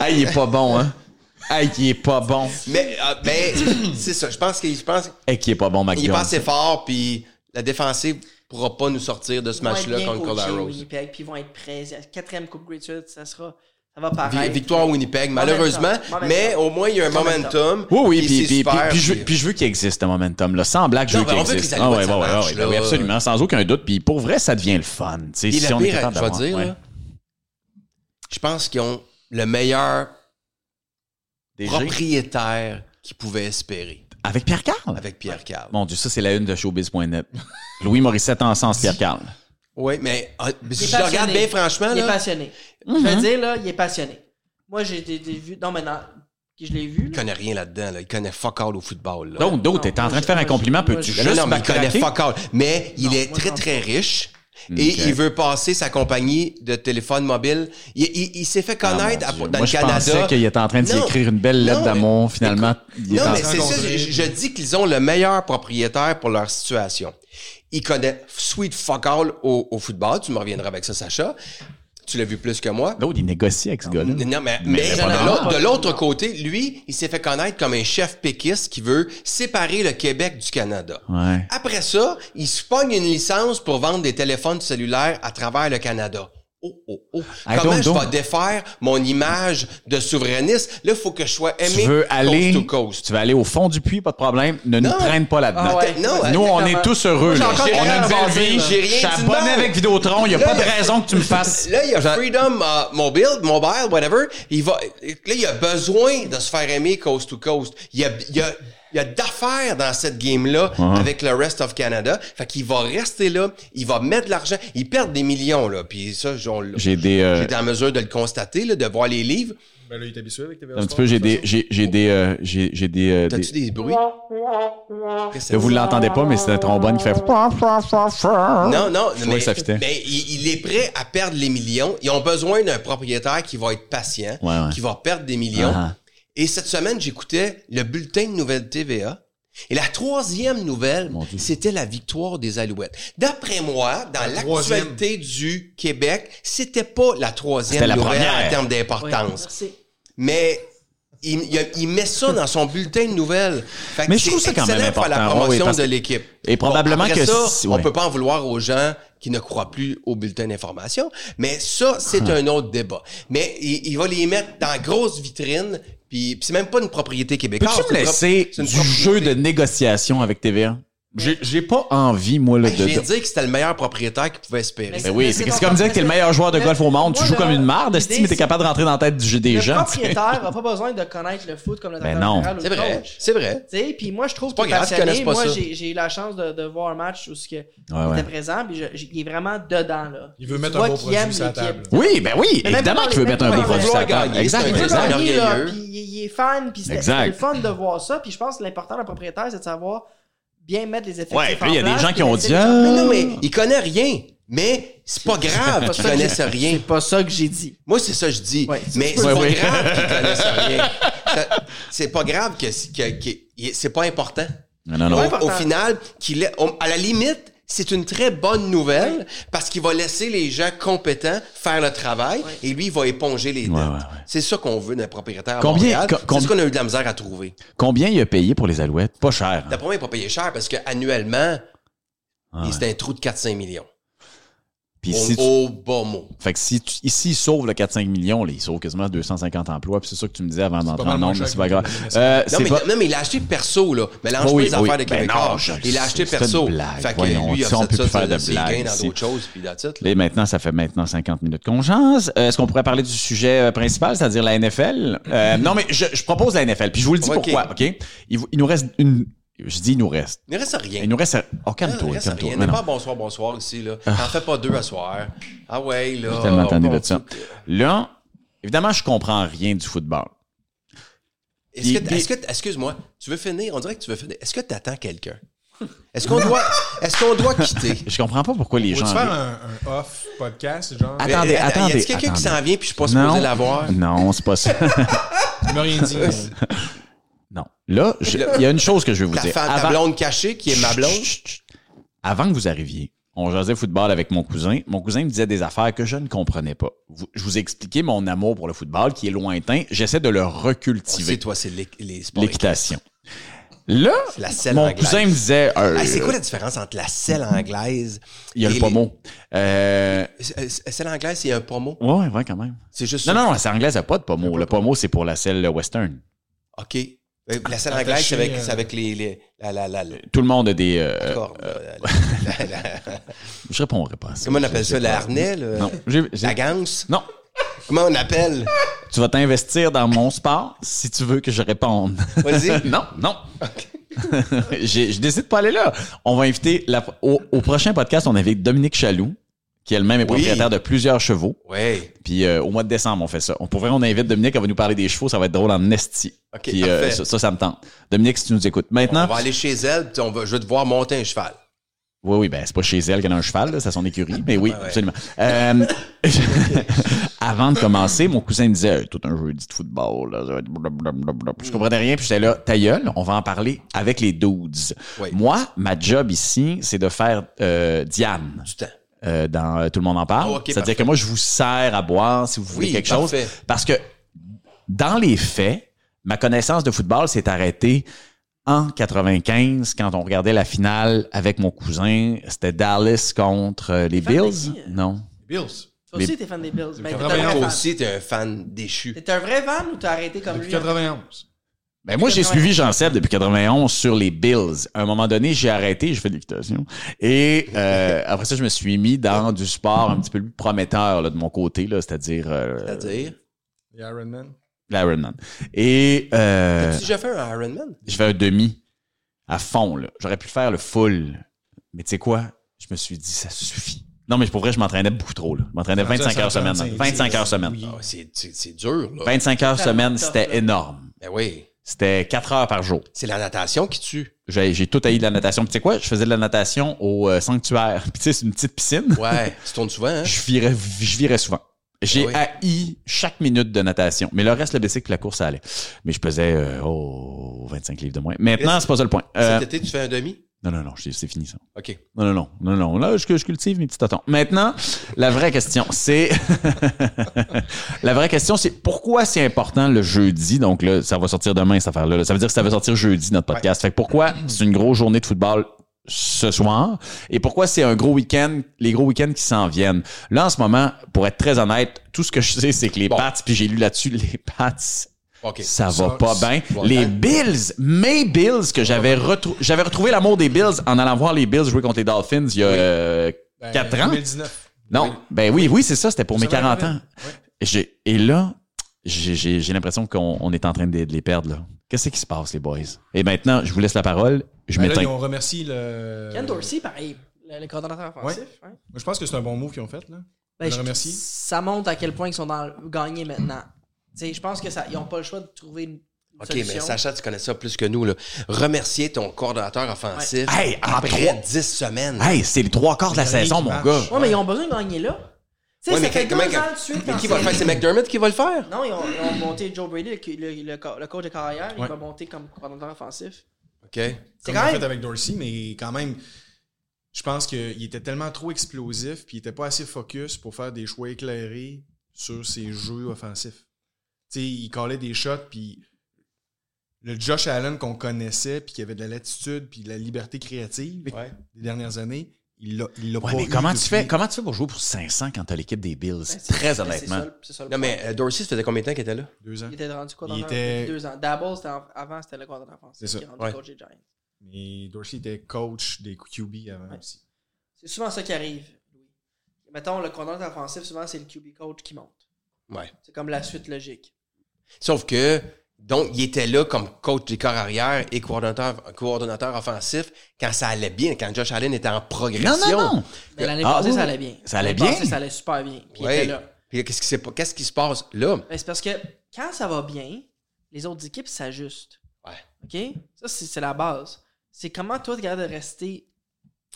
[SPEAKER 2] Ah, il est pas bon, hein? Ah, il est pas bon.
[SPEAKER 1] Mais, euh, mais c'est ça, je pense qu'il je pense
[SPEAKER 2] Eh, qui est pas bon, Mac
[SPEAKER 1] Il est
[SPEAKER 2] Jones.
[SPEAKER 1] pas assez fort, puis la défensive pourra pas nous sortir de ce
[SPEAKER 4] Ils vont être
[SPEAKER 1] match-là
[SPEAKER 4] bien
[SPEAKER 1] contre
[SPEAKER 4] coachés,
[SPEAKER 1] Colorado.
[SPEAKER 4] Winnipeg, puis ils vont être prêts. La Quatrième Coupe Great ça sera. Ça va
[SPEAKER 1] Vi-
[SPEAKER 4] paraître.
[SPEAKER 1] Victoire Winnipeg, malheureusement,
[SPEAKER 4] Momentum.
[SPEAKER 1] mais au moins il y a un
[SPEAKER 4] Momentum.
[SPEAKER 1] momentum.
[SPEAKER 2] Oui, oui,
[SPEAKER 1] puis
[SPEAKER 2] puis,
[SPEAKER 1] c'est
[SPEAKER 2] puis,
[SPEAKER 1] super,
[SPEAKER 2] puis- puis je,
[SPEAKER 1] puis-
[SPEAKER 2] puis je veux qu'il existe un momentum, là. Sans blague, je
[SPEAKER 1] Non,
[SPEAKER 2] veux qu'il
[SPEAKER 1] ben, on veut
[SPEAKER 2] existe. Ah
[SPEAKER 1] que les Alouettes, ça
[SPEAKER 2] ouais,
[SPEAKER 1] marche,
[SPEAKER 2] ouais,
[SPEAKER 1] là.
[SPEAKER 2] oui, absolument, sans aucun doute. Puis pour vrai, ça devient le fun. tu sais,
[SPEAKER 1] Puis
[SPEAKER 2] si
[SPEAKER 1] la
[SPEAKER 2] on est
[SPEAKER 1] pire,
[SPEAKER 2] capable
[SPEAKER 1] je vais
[SPEAKER 2] d'avoir-
[SPEAKER 1] dire,
[SPEAKER 2] ouais.
[SPEAKER 1] là, je pense qu'ils ont le meilleur
[SPEAKER 2] Des jeux.
[SPEAKER 1] propriétaire qu'ils pouvaient espérer
[SPEAKER 2] Avec Pierre Carl.
[SPEAKER 1] avec Pierre Carl.
[SPEAKER 2] Mon Dieu, ça, c'est la une de showbiz.net. Louis Morissette en sens, Pierre Carl.
[SPEAKER 1] Oui, mais ah, si
[SPEAKER 4] est
[SPEAKER 1] je le regarde
[SPEAKER 4] passionné.
[SPEAKER 1] bien franchement,
[SPEAKER 4] Il est
[SPEAKER 1] là,
[SPEAKER 4] passionné.
[SPEAKER 2] Mhm.
[SPEAKER 4] Je veux dire, là, il est passionné. Moi, j'ai des, des vues. Non, mais non. Je l'ai vu.
[SPEAKER 1] il
[SPEAKER 4] là.
[SPEAKER 1] connaît rien là-dedans. Là. Il connaît fuck all au football. Là.
[SPEAKER 2] Donc, d'autres,
[SPEAKER 4] Non,
[SPEAKER 2] t'es en
[SPEAKER 4] moi,
[SPEAKER 2] train de
[SPEAKER 4] je-
[SPEAKER 2] faire un
[SPEAKER 4] moi,
[SPEAKER 2] compliment.
[SPEAKER 4] je-
[SPEAKER 2] Peux-tu
[SPEAKER 4] moi,
[SPEAKER 1] Non,
[SPEAKER 2] juste
[SPEAKER 1] non, mais il connaît
[SPEAKER 2] backtracker?
[SPEAKER 1] fuck all. Mais il
[SPEAKER 4] Non,
[SPEAKER 1] est
[SPEAKER 4] moi,
[SPEAKER 1] très,
[SPEAKER 4] non.
[SPEAKER 1] très riche. Et
[SPEAKER 2] Mm, Ok.
[SPEAKER 1] il veut passer sa compagnie de téléphone mobile. Il, il- il s'est fait
[SPEAKER 2] Ah, mon
[SPEAKER 1] connaître à-
[SPEAKER 2] Dieu.
[SPEAKER 1] dans
[SPEAKER 2] Moi,
[SPEAKER 1] le
[SPEAKER 2] je pensais
[SPEAKER 1] Canada.
[SPEAKER 2] qu'il était en train de
[SPEAKER 1] Non.
[SPEAKER 2] s'écrire une belle lettre
[SPEAKER 1] Non, mais-
[SPEAKER 2] d'amour. Finalement, il est
[SPEAKER 1] Non,
[SPEAKER 2] en-
[SPEAKER 1] mais c'est ça,
[SPEAKER 3] rencontrer.
[SPEAKER 1] je, je dis qu'ils ont le meilleur propriétaire pour leur situation. Ils connaissent sweet fuck all au, au football. Tu me reviendras avec ça, Sacha. Tu l'as vu plus que moi.
[SPEAKER 2] L'autre, il négocie avec ce gars-là.
[SPEAKER 1] Non, mais,
[SPEAKER 2] Mais
[SPEAKER 1] mais
[SPEAKER 2] il est
[SPEAKER 1] de
[SPEAKER 2] pas dans
[SPEAKER 1] l'autre-
[SPEAKER 4] le
[SPEAKER 1] de
[SPEAKER 4] monde.
[SPEAKER 1] l'autre côté, lui, il s'est fait connaître comme un chef péquiste qui veut séparer le Québec du Canada.
[SPEAKER 2] Ouais.
[SPEAKER 1] Après ça, il se pogne une licence pour vendre des téléphones cellulaires à travers le Canada. Oh, oh, oh.
[SPEAKER 2] Hey,
[SPEAKER 1] Comment
[SPEAKER 2] donc,
[SPEAKER 1] je
[SPEAKER 2] donc.
[SPEAKER 1] vais défaire mon image de souverainiste? Là, il faut que je sois aimé
[SPEAKER 2] Tu veux aller,
[SPEAKER 1] coast to coast.
[SPEAKER 2] tu veux aller au fond du puits, pas de problème. Ne nous
[SPEAKER 1] Non.
[SPEAKER 2] traîne pas là-dedans.
[SPEAKER 4] Ah ouais.
[SPEAKER 1] Non,
[SPEAKER 2] Nous, on est
[SPEAKER 4] exactement.
[SPEAKER 2] tous heureux.
[SPEAKER 4] Moi, j'ai
[SPEAKER 2] là.
[SPEAKER 4] encore
[SPEAKER 2] On a
[SPEAKER 4] rien
[SPEAKER 2] une belle
[SPEAKER 4] avancé,
[SPEAKER 2] vie.
[SPEAKER 4] là.
[SPEAKER 1] J'ai rien
[SPEAKER 2] Je suis
[SPEAKER 1] dit de
[SPEAKER 2] abonné
[SPEAKER 1] mal.
[SPEAKER 2] avec Vidéotron. Il n'y a
[SPEAKER 1] Là,
[SPEAKER 2] pas de
[SPEAKER 1] il y a-
[SPEAKER 2] raison que tu me fasses.
[SPEAKER 1] Là, il y a Freedom euh, Mobile, Mobile, whatever. Il va, là, il a besoin de se faire aimer coast to coast. Il y a, il y a, il y a d'affaires dans cette game-là
[SPEAKER 2] Ouais.
[SPEAKER 1] avec le rest of Canada. Fait qu'il va rester là. Il va mettre de l'argent. Il perd des millions, là. Puis ça, j'en-
[SPEAKER 2] J'ai des, euh,
[SPEAKER 1] j'étais en mesure de le constater, là, de voir les livres.
[SPEAKER 3] Ben là, il est habitué avec TVA
[SPEAKER 2] Un petit
[SPEAKER 3] Sport,
[SPEAKER 2] peu, j'ai
[SPEAKER 3] de toute
[SPEAKER 2] des, j'ai, j'ai des, euh, j'ai, j'ai des, euh,
[SPEAKER 1] T'as-tu
[SPEAKER 2] des-
[SPEAKER 1] des bruits? Qu'est-ce que
[SPEAKER 2] Là, vous l'entendez pas, mais c'est un trombone qui fait. Non.
[SPEAKER 1] Non, non,
[SPEAKER 2] Je trouvais
[SPEAKER 1] mais,
[SPEAKER 2] que ça fitait.
[SPEAKER 1] mais il, il est prêt à perdre les millions. Ils ont besoin d'un propriétaire qui va être patient,
[SPEAKER 2] Ouais, Ah, ouais.
[SPEAKER 1] qui va perdre des millions. Et cette semaine, j'écoutais le bulletin de nouvelles TVA. Et la troisième nouvelle,
[SPEAKER 2] Mon Dieu.
[SPEAKER 1] c'était la victoire des Alouettes. D'après moi, dans
[SPEAKER 3] La
[SPEAKER 1] l'actualité du Québec, c'était pas la troisième
[SPEAKER 2] C'était la
[SPEAKER 1] nouvelle
[SPEAKER 2] première.
[SPEAKER 1] en termes
[SPEAKER 4] Ouais,
[SPEAKER 1] d'importance.
[SPEAKER 4] merci.
[SPEAKER 1] Mais il, il a- il met ça dans son bulletin de nouvelles. Fait que
[SPEAKER 2] Mais je
[SPEAKER 1] c'est
[SPEAKER 2] trouve ça quand même
[SPEAKER 1] excellent pour faire la
[SPEAKER 2] important. Ouais,
[SPEAKER 1] promotion
[SPEAKER 2] oui, parce
[SPEAKER 1] de
[SPEAKER 2] que-
[SPEAKER 1] l'équipe.
[SPEAKER 2] Et probablement
[SPEAKER 1] après
[SPEAKER 2] que
[SPEAKER 1] ça,
[SPEAKER 2] si-
[SPEAKER 1] on
[SPEAKER 2] ouais.
[SPEAKER 1] peut pas en vouloir aux gens qui ne croient plus au bulletin d'information, mais ça, c'est
[SPEAKER 2] Hum.
[SPEAKER 1] un autre débat. Mais il, il va les mettre dans la grosse vitrine, puis, puis c'est même pas une propriété québécoise.
[SPEAKER 2] Peux-tu
[SPEAKER 1] c'est
[SPEAKER 2] me
[SPEAKER 1] une
[SPEAKER 2] laisser
[SPEAKER 1] prop- c'est une
[SPEAKER 2] du
[SPEAKER 1] propriété.
[SPEAKER 2] jeu de négociation avec TVA? J'ai j'ai pas envie, moi, là,
[SPEAKER 1] Hey,
[SPEAKER 2] de...
[SPEAKER 1] Ah, Ben, J'ai
[SPEAKER 2] de-
[SPEAKER 1] dit que c'était le meilleur propriétaire qui pouvait espérer.
[SPEAKER 4] Mais
[SPEAKER 2] Ben oui,
[SPEAKER 4] Mais
[SPEAKER 2] c'est
[SPEAKER 4] c'est
[SPEAKER 2] c'est comme dire que t'es le meilleur joueur de
[SPEAKER 4] le-
[SPEAKER 2] golf au monde, tu
[SPEAKER 4] moi,
[SPEAKER 2] joues
[SPEAKER 4] le-
[SPEAKER 2] comme une merde,
[SPEAKER 4] l'idée,
[SPEAKER 2] si mais t'es
[SPEAKER 4] c'est-
[SPEAKER 2] capable de rentrer dans la tête du jeu des
[SPEAKER 4] le
[SPEAKER 2] gens. tu sais.
[SPEAKER 4] propriétaire n'a pas besoin de connaître le foot comme le
[SPEAKER 2] Ben
[SPEAKER 4] directeur
[SPEAKER 2] non.
[SPEAKER 4] général ou
[SPEAKER 1] C'est
[SPEAKER 4] le
[SPEAKER 1] vrai,
[SPEAKER 4] coach.
[SPEAKER 1] c'est vrai.
[SPEAKER 4] Tu sais, puis moi, je trouve
[SPEAKER 1] pas
[SPEAKER 4] qu'il est
[SPEAKER 1] grave, ils
[SPEAKER 4] passionné.
[SPEAKER 1] connaissent pas
[SPEAKER 4] Moi,
[SPEAKER 1] ça.
[SPEAKER 4] j'ai j'ai eu la chance de, de voir un match où ce que
[SPEAKER 2] Ouais,
[SPEAKER 4] il
[SPEAKER 2] ouais.
[SPEAKER 4] était présent, puis je- j- il est vraiment dedans, là.
[SPEAKER 3] Il veut
[SPEAKER 4] Tu
[SPEAKER 3] mettre
[SPEAKER 4] vois
[SPEAKER 3] un beau
[SPEAKER 4] qu'il
[SPEAKER 3] produit
[SPEAKER 4] aime
[SPEAKER 3] sur la
[SPEAKER 4] l'équipe.
[SPEAKER 3] table.
[SPEAKER 2] Oui, ben oui,
[SPEAKER 4] Mais même
[SPEAKER 2] évidemment
[SPEAKER 4] pas
[SPEAKER 2] qu'il veut
[SPEAKER 4] les-
[SPEAKER 2] mettre un
[SPEAKER 4] même
[SPEAKER 2] beau
[SPEAKER 4] pas
[SPEAKER 2] produit
[SPEAKER 4] les-
[SPEAKER 2] sur la table.
[SPEAKER 1] gagner,
[SPEAKER 2] Exact,
[SPEAKER 1] c'est un
[SPEAKER 4] Il veut
[SPEAKER 1] exemple.
[SPEAKER 2] exact.
[SPEAKER 4] gagner, là,
[SPEAKER 1] Orgueilleux.
[SPEAKER 4] puis il, il est fan, puis c'était
[SPEAKER 2] Exact.
[SPEAKER 4] c'était le fun de voir ça. Puis je pense que l'important d'un propriétaire, c'est de savoir bien mettre les effectifs
[SPEAKER 2] Ouais,
[SPEAKER 4] en
[SPEAKER 2] puis il y a des
[SPEAKER 4] place,
[SPEAKER 2] gens qui ont
[SPEAKER 4] laisser
[SPEAKER 2] dit,
[SPEAKER 4] les gens-
[SPEAKER 2] Ah,
[SPEAKER 1] Mais non, mais il connaît rien. Mais c'est pas grave qu'il connaisse rien.
[SPEAKER 4] C'est pas ça que j'ai dit.
[SPEAKER 1] Moi, c'est ça que je dis.
[SPEAKER 4] Ouais.
[SPEAKER 1] mais c'est
[SPEAKER 2] Ouais,
[SPEAKER 1] pas
[SPEAKER 2] ouais.
[SPEAKER 1] grave qu'il connaisse rien. Ça- C'est pas grave que, que- que- c'est pas important.
[SPEAKER 2] Non, non,
[SPEAKER 1] Au-
[SPEAKER 2] non.
[SPEAKER 4] Ouais.
[SPEAKER 1] Au,
[SPEAKER 4] important.
[SPEAKER 1] final, qu'il ait- on- à la limite, c'est une très bonne nouvelle parce qu'il va laisser les gens compétents faire le travail
[SPEAKER 4] Ouais.
[SPEAKER 1] et lui, il va éponger les dettes.
[SPEAKER 2] Ouais, ouais, ouais.
[SPEAKER 1] C'est ça qu'on veut d'un propriétaire. à
[SPEAKER 2] Combien-
[SPEAKER 1] Montréal.
[SPEAKER 2] co- Ah.
[SPEAKER 1] C'est
[SPEAKER 2] combien-
[SPEAKER 1] ce qu'on a eu de la misère à trouver.
[SPEAKER 2] Combien il a payé pour les Alouettes? Pas cher. hein.
[SPEAKER 1] D'après moi, il n'est pas payé cher parce qu'annuellement,
[SPEAKER 2] Ah, ouais.
[SPEAKER 1] c'est un trou de 4-5 millions.
[SPEAKER 2] Puis
[SPEAKER 1] Au,
[SPEAKER 2] si tu-
[SPEAKER 1] au bas mot.
[SPEAKER 2] Fait que si tu- ici, il sauve le 4-5 millions, là, il sauve quasiment 250 emplois. Puis c'est ça que tu me disais avant d'entrer
[SPEAKER 3] mal
[SPEAKER 2] en
[SPEAKER 3] moins
[SPEAKER 2] nombre, mais
[SPEAKER 3] cher
[SPEAKER 2] c'est pas
[SPEAKER 3] que
[SPEAKER 2] grave.
[SPEAKER 3] le-
[SPEAKER 2] Euh,
[SPEAKER 1] Non
[SPEAKER 2] c'est
[SPEAKER 1] mais,
[SPEAKER 2] pas-
[SPEAKER 1] non, mais il a acheté perso, là. Mélange
[SPEAKER 2] Oui,
[SPEAKER 1] pas les
[SPEAKER 2] oui.
[SPEAKER 1] affaires de
[SPEAKER 2] Ben
[SPEAKER 1] Québécois.
[SPEAKER 2] non, je
[SPEAKER 1] il a
[SPEAKER 2] sais,
[SPEAKER 1] acheté
[SPEAKER 2] c'est
[SPEAKER 1] perso.
[SPEAKER 2] une blague.
[SPEAKER 1] Fait que
[SPEAKER 2] Voyons,
[SPEAKER 1] lui, il a
[SPEAKER 2] si on
[SPEAKER 1] fait
[SPEAKER 2] peut
[SPEAKER 1] ça,
[SPEAKER 2] plus faire
[SPEAKER 1] de
[SPEAKER 2] de
[SPEAKER 1] ses
[SPEAKER 2] blagues
[SPEAKER 1] gains dans
[SPEAKER 2] ici.
[SPEAKER 1] d'autres choses, puis that's it, là.
[SPEAKER 2] Et maintenant, ça fait maintenant 50 minutes qu'on jase. Euh, Est-ce qu'on pourrait parler du sujet euh, principal, c'est-à-dire la NFL? Euh, non, mais je, je propose la NFL, puis je vous le dis
[SPEAKER 1] Ok.
[SPEAKER 2] pourquoi, OK? Il, vous- il nous reste une... Je dis il nous reste.
[SPEAKER 1] Il ne reste rien.
[SPEAKER 2] Il nous reste... Oh,
[SPEAKER 1] Ah, il
[SPEAKER 2] calme-toi,
[SPEAKER 1] reste
[SPEAKER 2] calme-toi.
[SPEAKER 1] rien.
[SPEAKER 2] Mais
[SPEAKER 1] N'est
[SPEAKER 2] non.
[SPEAKER 1] pas bonsoir, bonsoir ici, là. T'en fais pas deux à soir. Ah ouais, là. Oh,
[SPEAKER 2] suis tellement tanné de
[SPEAKER 1] bon,
[SPEAKER 2] ça.
[SPEAKER 1] tu-
[SPEAKER 2] Là, évidemment, je comprends rien du football.
[SPEAKER 1] Est-ce que,
[SPEAKER 2] Des-
[SPEAKER 1] est-ce que- excuse-moi, tu veux finir? On dirait que tu veux finir. Est-ce que t'attends quelqu'un? Est-ce qu'on doit, est-ce qu'on doit quitter?
[SPEAKER 2] Je comprends pas pourquoi les
[SPEAKER 3] Faut-tu
[SPEAKER 2] gens...
[SPEAKER 3] faire un, un off podcast, genre?
[SPEAKER 2] Attends. Attendez,
[SPEAKER 1] Mais, euh, Y
[SPEAKER 2] attendez,
[SPEAKER 1] a-t-il quelqu'un qui
[SPEAKER 2] attendez.
[SPEAKER 1] s'en vient puis je suis pas
[SPEAKER 2] non,
[SPEAKER 1] supposé l'avoir?
[SPEAKER 2] non, c'est pas ça.
[SPEAKER 3] Il m'a rien dit.
[SPEAKER 2] non. Là, je- il y a une chose que je vais vous
[SPEAKER 1] Ta
[SPEAKER 2] dire.
[SPEAKER 1] femme, ta
[SPEAKER 2] Avant-
[SPEAKER 1] blonde cachée qui est ma blonde?
[SPEAKER 2] Chut, chut, chut. Avant que vous arriviez, on jasait football avec mon cousin. Mon cousin me disait des affaires que je ne comprenais pas. Vous- je vous ai expliqué mon amour pour le football qui est lointain. J'essaie de le
[SPEAKER 1] C'est
[SPEAKER 2] recultiver.
[SPEAKER 1] toi, Oh, c'est l'é- les sports.
[SPEAKER 2] L'équitation. Là,
[SPEAKER 1] C'est la selle
[SPEAKER 2] mon
[SPEAKER 1] anglaise.
[SPEAKER 2] cousin me disait. euh,
[SPEAKER 1] Hey, Ah, c'est quoi la différence entre la selle anglaise?
[SPEAKER 2] Il y
[SPEAKER 1] et
[SPEAKER 2] a le
[SPEAKER 1] les-
[SPEAKER 2] pommeau. Euh,
[SPEAKER 1] Euh, Selle anglaise, c'est un pommeau?
[SPEAKER 2] ouais, ouais, ouais, quand même.
[SPEAKER 1] C'est juste
[SPEAKER 2] Non,
[SPEAKER 1] ça.
[SPEAKER 2] non, non, la selle anglaise n'a pas de pommeau. Le pommeau, c'est pour la selle western.
[SPEAKER 1] OK. Euh, La selle
[SPEAKER 3] Attaché,
[SPEAKER 1] anglaise, c'est avec,
[SPEAKER 3] euh,
[SPEAKER 1] c'est avec les, les- la, la, la, la
[SPEAKER 2] Tout le monde a des. euh,
[SPEAKER 1] corde. là, la- la- la- la-
[SPEAKER 2] je répondrai pas à ça.
[SPEAKER 1] comment on
[SPEAKER 2] Je
[SPEAKER 1] appelle
[SPEAKER 2] sais
[SPEAKER 1] ça? La
[SPEAKER 2] pas.
[SPEAKER 1] harnais? là?
[SPEAKER 2] Non, j'ai- j'ai-
[SPEAKER 1] La ganse?
[SPEAKER 2] non,
[SPEAKER 1] Comment on appelle?
[SPEAKER 2] tu vas t'investir dans mon sport si tu veux que je réponde.
[SPEAKER 1] Vas-y.
[SPEAKER 2] non, non. J'ai- je décide de pas aller là. On va inviter la- au, au prochain podcast, on invite Dominique Chaloux, qui elle-même est
[SPEAKER 1] Oui.
[SPEAKER 2] propriétaire de plusieurs chevaux.
[SPEAKER 1] Oui.
[SPEAKER 2] Puis euh, au mois de décembre, on fait ça. On pourrait, on invite Dominique, elle va nous parler des chevaux, ça va être drôle en esti.
[SPEAKER 1] OK,
[SPEAKER 2] Puis, euh,
[SPEAKER 1] parfait.
[SPEAKER 2] ça, ça, ça me tente. Dominique, si tu nous écoutes.
[SPEAKER 1] On
[SPEAKER 2] Maintenant,
[SPEAKER 1] va aller chez elle, puis on va, je vais te voir monter un cheval.
[SPEAKER 2] oui, oui, ben c'est pas chez elle qu'elle a un cheval, là, c'est à son écurie, mais oui,
[SPEAKER 1] Ouais, ouais.
[SPEAKER 2] absolument. Euh, avant de commencer, mon cousin me disait Hey, tout un jeudi de football. Là, ça va être blablabla. Je comprenais rien, puis j'étais là, ta gueule, on va en parler avec les dudes.
[SPEAKER 1] Oui.
[SPEAKER 2] Moi, ma job ici, c'est de faire euh, Diane.
[SPEAKER 1] Du temps.
[SPEAKER 2] euh, dans euh, Tout le monde en parle.
[SPEAKER 1] Ah, ok,
[SPEAKER 2] C'est-à-dire
[SPEAKER 1] parfait.
[SPEAKER 2] que moi, je vous sers à boire si vous voulez
[SPEAKER 1] Oui,
[SPEAKER 2] quelque
[SPEAKER 1] parfait.
[SPEAKER 2] chose. Parce que dans les faits, ma connaissance de football s'est arrêtée en 95 quand on regardait la finale avec mon cousin. C'était Dallas contre euh, les
[SPEAKER 4] Fan de
[SPEAKER 2] Bills.
[SPEAKER 4] qui?
[SPEAKER 2] Non.
[SPEAKER 3] Bills.
[SPEAKER 4] Toi aussi, t'es fan des Bills. Ben, t'es un
[SPEAKER 3] Vraiment
[SPEAKER 4] vrai
[SPEAKER 1] Toi
[SPEAKER 4] fan.
[SPEAKER 1] aussi, t'es un fan déchu.
[SPEAKER 4] T'es un vrai fan ou t'as arrêté comme
[SPEAKER 3] Depuis
[SPEAKER 4] lui? hein?
[SPEAKER 3] 91.
[SPEAKER 2] Ben moi, j'ai
[SPEAKER 4] 91.
[SPEAKER 2] suivi Jean Seb depuis 91 sur les Bills. À un moment donné, j'ai arrêté, je fais de l'équitation. Et euh, après ça, je me suis mis dans du sport un petit peu plus prometteur là, de mon côté, là, c'est-à-dire euh,
[SPEAKER 1] C'est-à-dire,
[SPEAKER 3] Les Iron Man.
[SPEAKER 2] l'Ironman. Et euh,
[SPEAKER 1] as-tu déjà fait un Ironman?
[SPEAKER 2] je fais un demi à fond. là. J'aurais pu faire le full. Mais tu sais quoi? Je me suis dit, ça suffit. Non, mais pour vrai, je m'entraînais beaucoup trop. Là. Je m'entraînais
[SPEAKER 3] Rendu à
[SPEAKER 2] 25 heures
[SPEAKER 3] 130,
[SPEAKER 2] semaine.
[SPEAKER 3] c'est-
[SPEAKER 2] 25 heures semaine.
[SPEAKER 3] Oui.
[SPEAKER 1] Ah, c'est- c'est c'est dur, là.
[SPEAKER 2] 25 heures
[SPEAKER 4] Tellement
[SPEAKER 2] semaine,
[SPEAKER 4] tough,
[SPEAKER 2] c'était
[SPEAKER 4] là.
[SPEAKER 2] énorme.
[SPEAKER 1] Ben oui.
[SPEAKER 2] C'était 4 heures par jour.
[SPEAKER 1] C'est la natation qui tue.
[SPEAKER 2] J'ai j'ai tout haï de la natation. Puis tu sais quoi? Je faisais de la natation au euh, sanctuaire. Puis tu sais, c'est une petite piscine.
[SPEAKER 1] Ouais. tu tournes souvent, hein?
[SPEAKER 2] Je virais, je virais souvent. J'ai
[SPEAKER 1] Ah oui.
[SPEAKER 2] haï chaque minute de natation. Mais le reste, le bicycle, puis la course, ça allait. Mais je pesais, euh, oh, 25 livres de moins. Maintenant, c'est pas ça le point. Euh,
[SPEAKER 1] Cet été, tu fais un demi?
[SPEAKER 2] Non, non, non, je- c'est fini ça.
[SPEAKER 1] OK.
[SPEAKER 2] Non, non, non, non, non. Là, je, je cultive mes petits tontons. Maintenant, la vraie question, c'est. la vraie question, c'est pourquoi c'est important le jeudi? Donc là, ça va sortir demain, cette affaire-là. là. Ça veut dire que ça va sortir jeudi, notre podcast. Fait que pourquoi c'est une grosse journée de football ce soir et pourquoi c'est un gros week-end, les gros week-ends qui s'en viennent. Là, en ce moment, pour être très honnête, tout ce que je sais, c'est que les
[SPEAKER 1] Bon.
[SPEAKER 2] Pats, puis j'ai lu là-dessus, les Pats,
[SPEAKER 1] OK.
[SPEAKER 2] ça va
[SPEAKER 3] Ça,
[SPEAKER 2] pas
[SPEAKER 3] ça,
[SPEAKER 2] bien.
[SPEAKER 1] ouais.
[SPEAKER 2] Les Bills, mes Bills, que j'avais retrou- j'avais retrouvé l'amour des Bills en allant voir les Bills jouer contre les Dolphins il y a euh,
[SPEAKER 3] Ben,
[SPEAKER 2] quatre ans.
[SPEAKER 3] 2019.
[SPEAKER 2] Non, ben oui, oui, c'est ça, c'était pour mes
[SPEAKER 3] Ça va
[SPEAKER 2] 40
[SPEAKER 3] bien.
[SPEAKER 2] ans.
[SPEAKER 3] Ouais.
[SPEAKER 2] J'ai- Et là, j'ai- j'ai j'ai l'impression qu'on on est en train de, les- de les perdre. là. Qu'est-ce qui se passe, les boys? Et maintenant, je vous laisse la parole. Je
[SPEAKER 3] Ben là,
[SPEAKER 2] m'éteins.
[SPEAKER 3] on remercie le.
[SPEAKER 4] Ken Dorsey, pareil, le, le coordonnateur offensif. hein.
[SPEAKER 3] Moi, je pense que c'est un bon move qu'ils ont fait. Là. Je
[SPEAKER 4] Ben,
[SPEAKER 3] le
[SPEAKER 4] je-
[SPEAKER 3] remercie.
[SPEAKER 4] Ça montre à quel point ils sont dans le- gagnés maintenant. Tu sais, je pense que ça, ils n'ont pas le choix de trouver une
[SPEAKER 1] OK,
[SPEAKER 4] solution.
[SPEAKER 1] mais Sacha, tu connais ça plus que nous. Là. Remercier ton coordonnateur offensif
[SPEAKER 2] Ouais. Hey, en
[SPEAKER 1] après
[SPEAKER 2] trois-
[SPEAKER 1] 10 semaines.
[SPEAKER 2] Hey, c'est les trois quarts de la
[SPEAKER 3] Il y a rien
[SPEAKER 2] saison,
[SPEAKER 3] qui
[SPEAKER 2] mon
[SPEAKER 3] marche.
[SPEAKER 2] gars.
[SPEAKER 4] Ouais, mais ils ont besoin de gagner là. Tu sais,
[SPEAKER 1] Ouais,
[SPEAKER 4] ça
[SPEAKER 1] mais
[SPEAKER 4] fait deux
[SPEAKER 1] comment-
[SPEAKER 4] ans de suite.
[SPEAKER 1] Mais
[SPEAKER 4] qu'en
[SPEAKER 1] qui va le faire?
[SPEAKER 4] série.
[SPEAKER 1] C'est McDermott qui va le faire?
[SPEAKER 4] Non, ils ont, ils ont monté Joe Brady, le, le- le- le coach de carrière.
[SPEAKER 3] Ouais.
[SPEAKER 4] Il va monter comme coordonnateur offensif.
[SPEAKER 1] OK.
[SPEAKER 4] C'est
[SPEAKER 3] C'est
[SPEAKER 4] quand même.
[SPEAKER 3] fait avec Dorsey, mais quand même, je pense qu'il était tellement trop explosif, puis il était pas assez focus pour faire des choix éclairés sur ses jeux offensifs. Tu sais, il collait des shots, puis le Josh Allen qu'on connaissait, puis qui avait de la latitude, puis de la liberté créative
[SPEAKER 1] Ouais.
[SPEAKER 3] des dernières années, il l'a, il l'a
[SPEAKER 2] Ouais,
[SPEAKER 3] pas
[SPEAKER 2] mais
[SPEAKER 3] eu
[SPEAKER 2] comment tu,
[SPEAKER 3] depuis.
[SPEAKER 2] fais, comment tu fais pour jouer pour 500 quand t'as l'équipe des Bills?
[SPEAKER 4] Ben, c'est-
[SPEAKER 2] Très
[SPEAKER 4] ben, c'est
[SPEAKER 2] honnêtement.
[SPEAKER 4] ça le- C'est ça le
[SPEAKER 1] Non,
[SPEAKER 4] point.
[SPEAKER 1] mais euh, Dorsey, ça faisait combien de temps qu'il était là?
[SPEAKER 3] Deux ans.
[SPEAKER 4] Il était rendu quoi dans
[SPEAKER 3] Il était-
[SPEAKER 4] deux ans? Dabble, c'était en- avant, c'était le coordonnateur offensif.
[SPEAKER 3] C'est ça,
[SPEAKER 4] qui est rendu
[SPEAKER 1] ouais.
[SPEAKER 4] coach des Giants.
[SPEAKER 3] Mais Dorsey était coach des QB avant aussi.
[SPEAKER 4] C'est souvent ça qui arrive, Louis. Mettons, le coordonnateur offensif, souvent, c'est le QB coach qui monte.
[SPEAKER 1] Ouais.
[SPEAKER 4] C'est comme la suite logique.
[SPEAKER 1] Sauf que, donc, il était là comme coach des corps arrière et coordonnateur, coordonnateur offensif quand ça allait bien, quand Josh Allen était en
[SPEAKER 2] Non,
[SPEAKER 1] progression.
[SPEAKER 2] non, non.
[SPEAKER 4] Mais l'année
[SPEAKER 2] Ah,
[SPEAKER 4] passée,
[SPEAKER 2] oui,
[SPEAKER 4] ça
[SPEAKER 2] oui.
[SPEAKER 4] allait bien.
[SPEAKER 2] Ça allait
[SPEAKER 4] L'année passée,
[SPEAKER 2] bien.
[SPEAKER 4] ça allait super bien. Puis il
[SPEAKER 1] Ouais.
[SPEAKER 4] était là.
[SPEAKER 1] Puis qu'est-ce qui, s'est pas- qu'est-ce qui se passe là?
[SPEAKER 4] Ben, c'est parce que quand ça va bien, les autres équipes s'ajustent.
[SPEAKER 1] Ouais.
[SPEAKER 4] OK? Ça, c'est c'est la base. C'est comment toi, tu capable de rester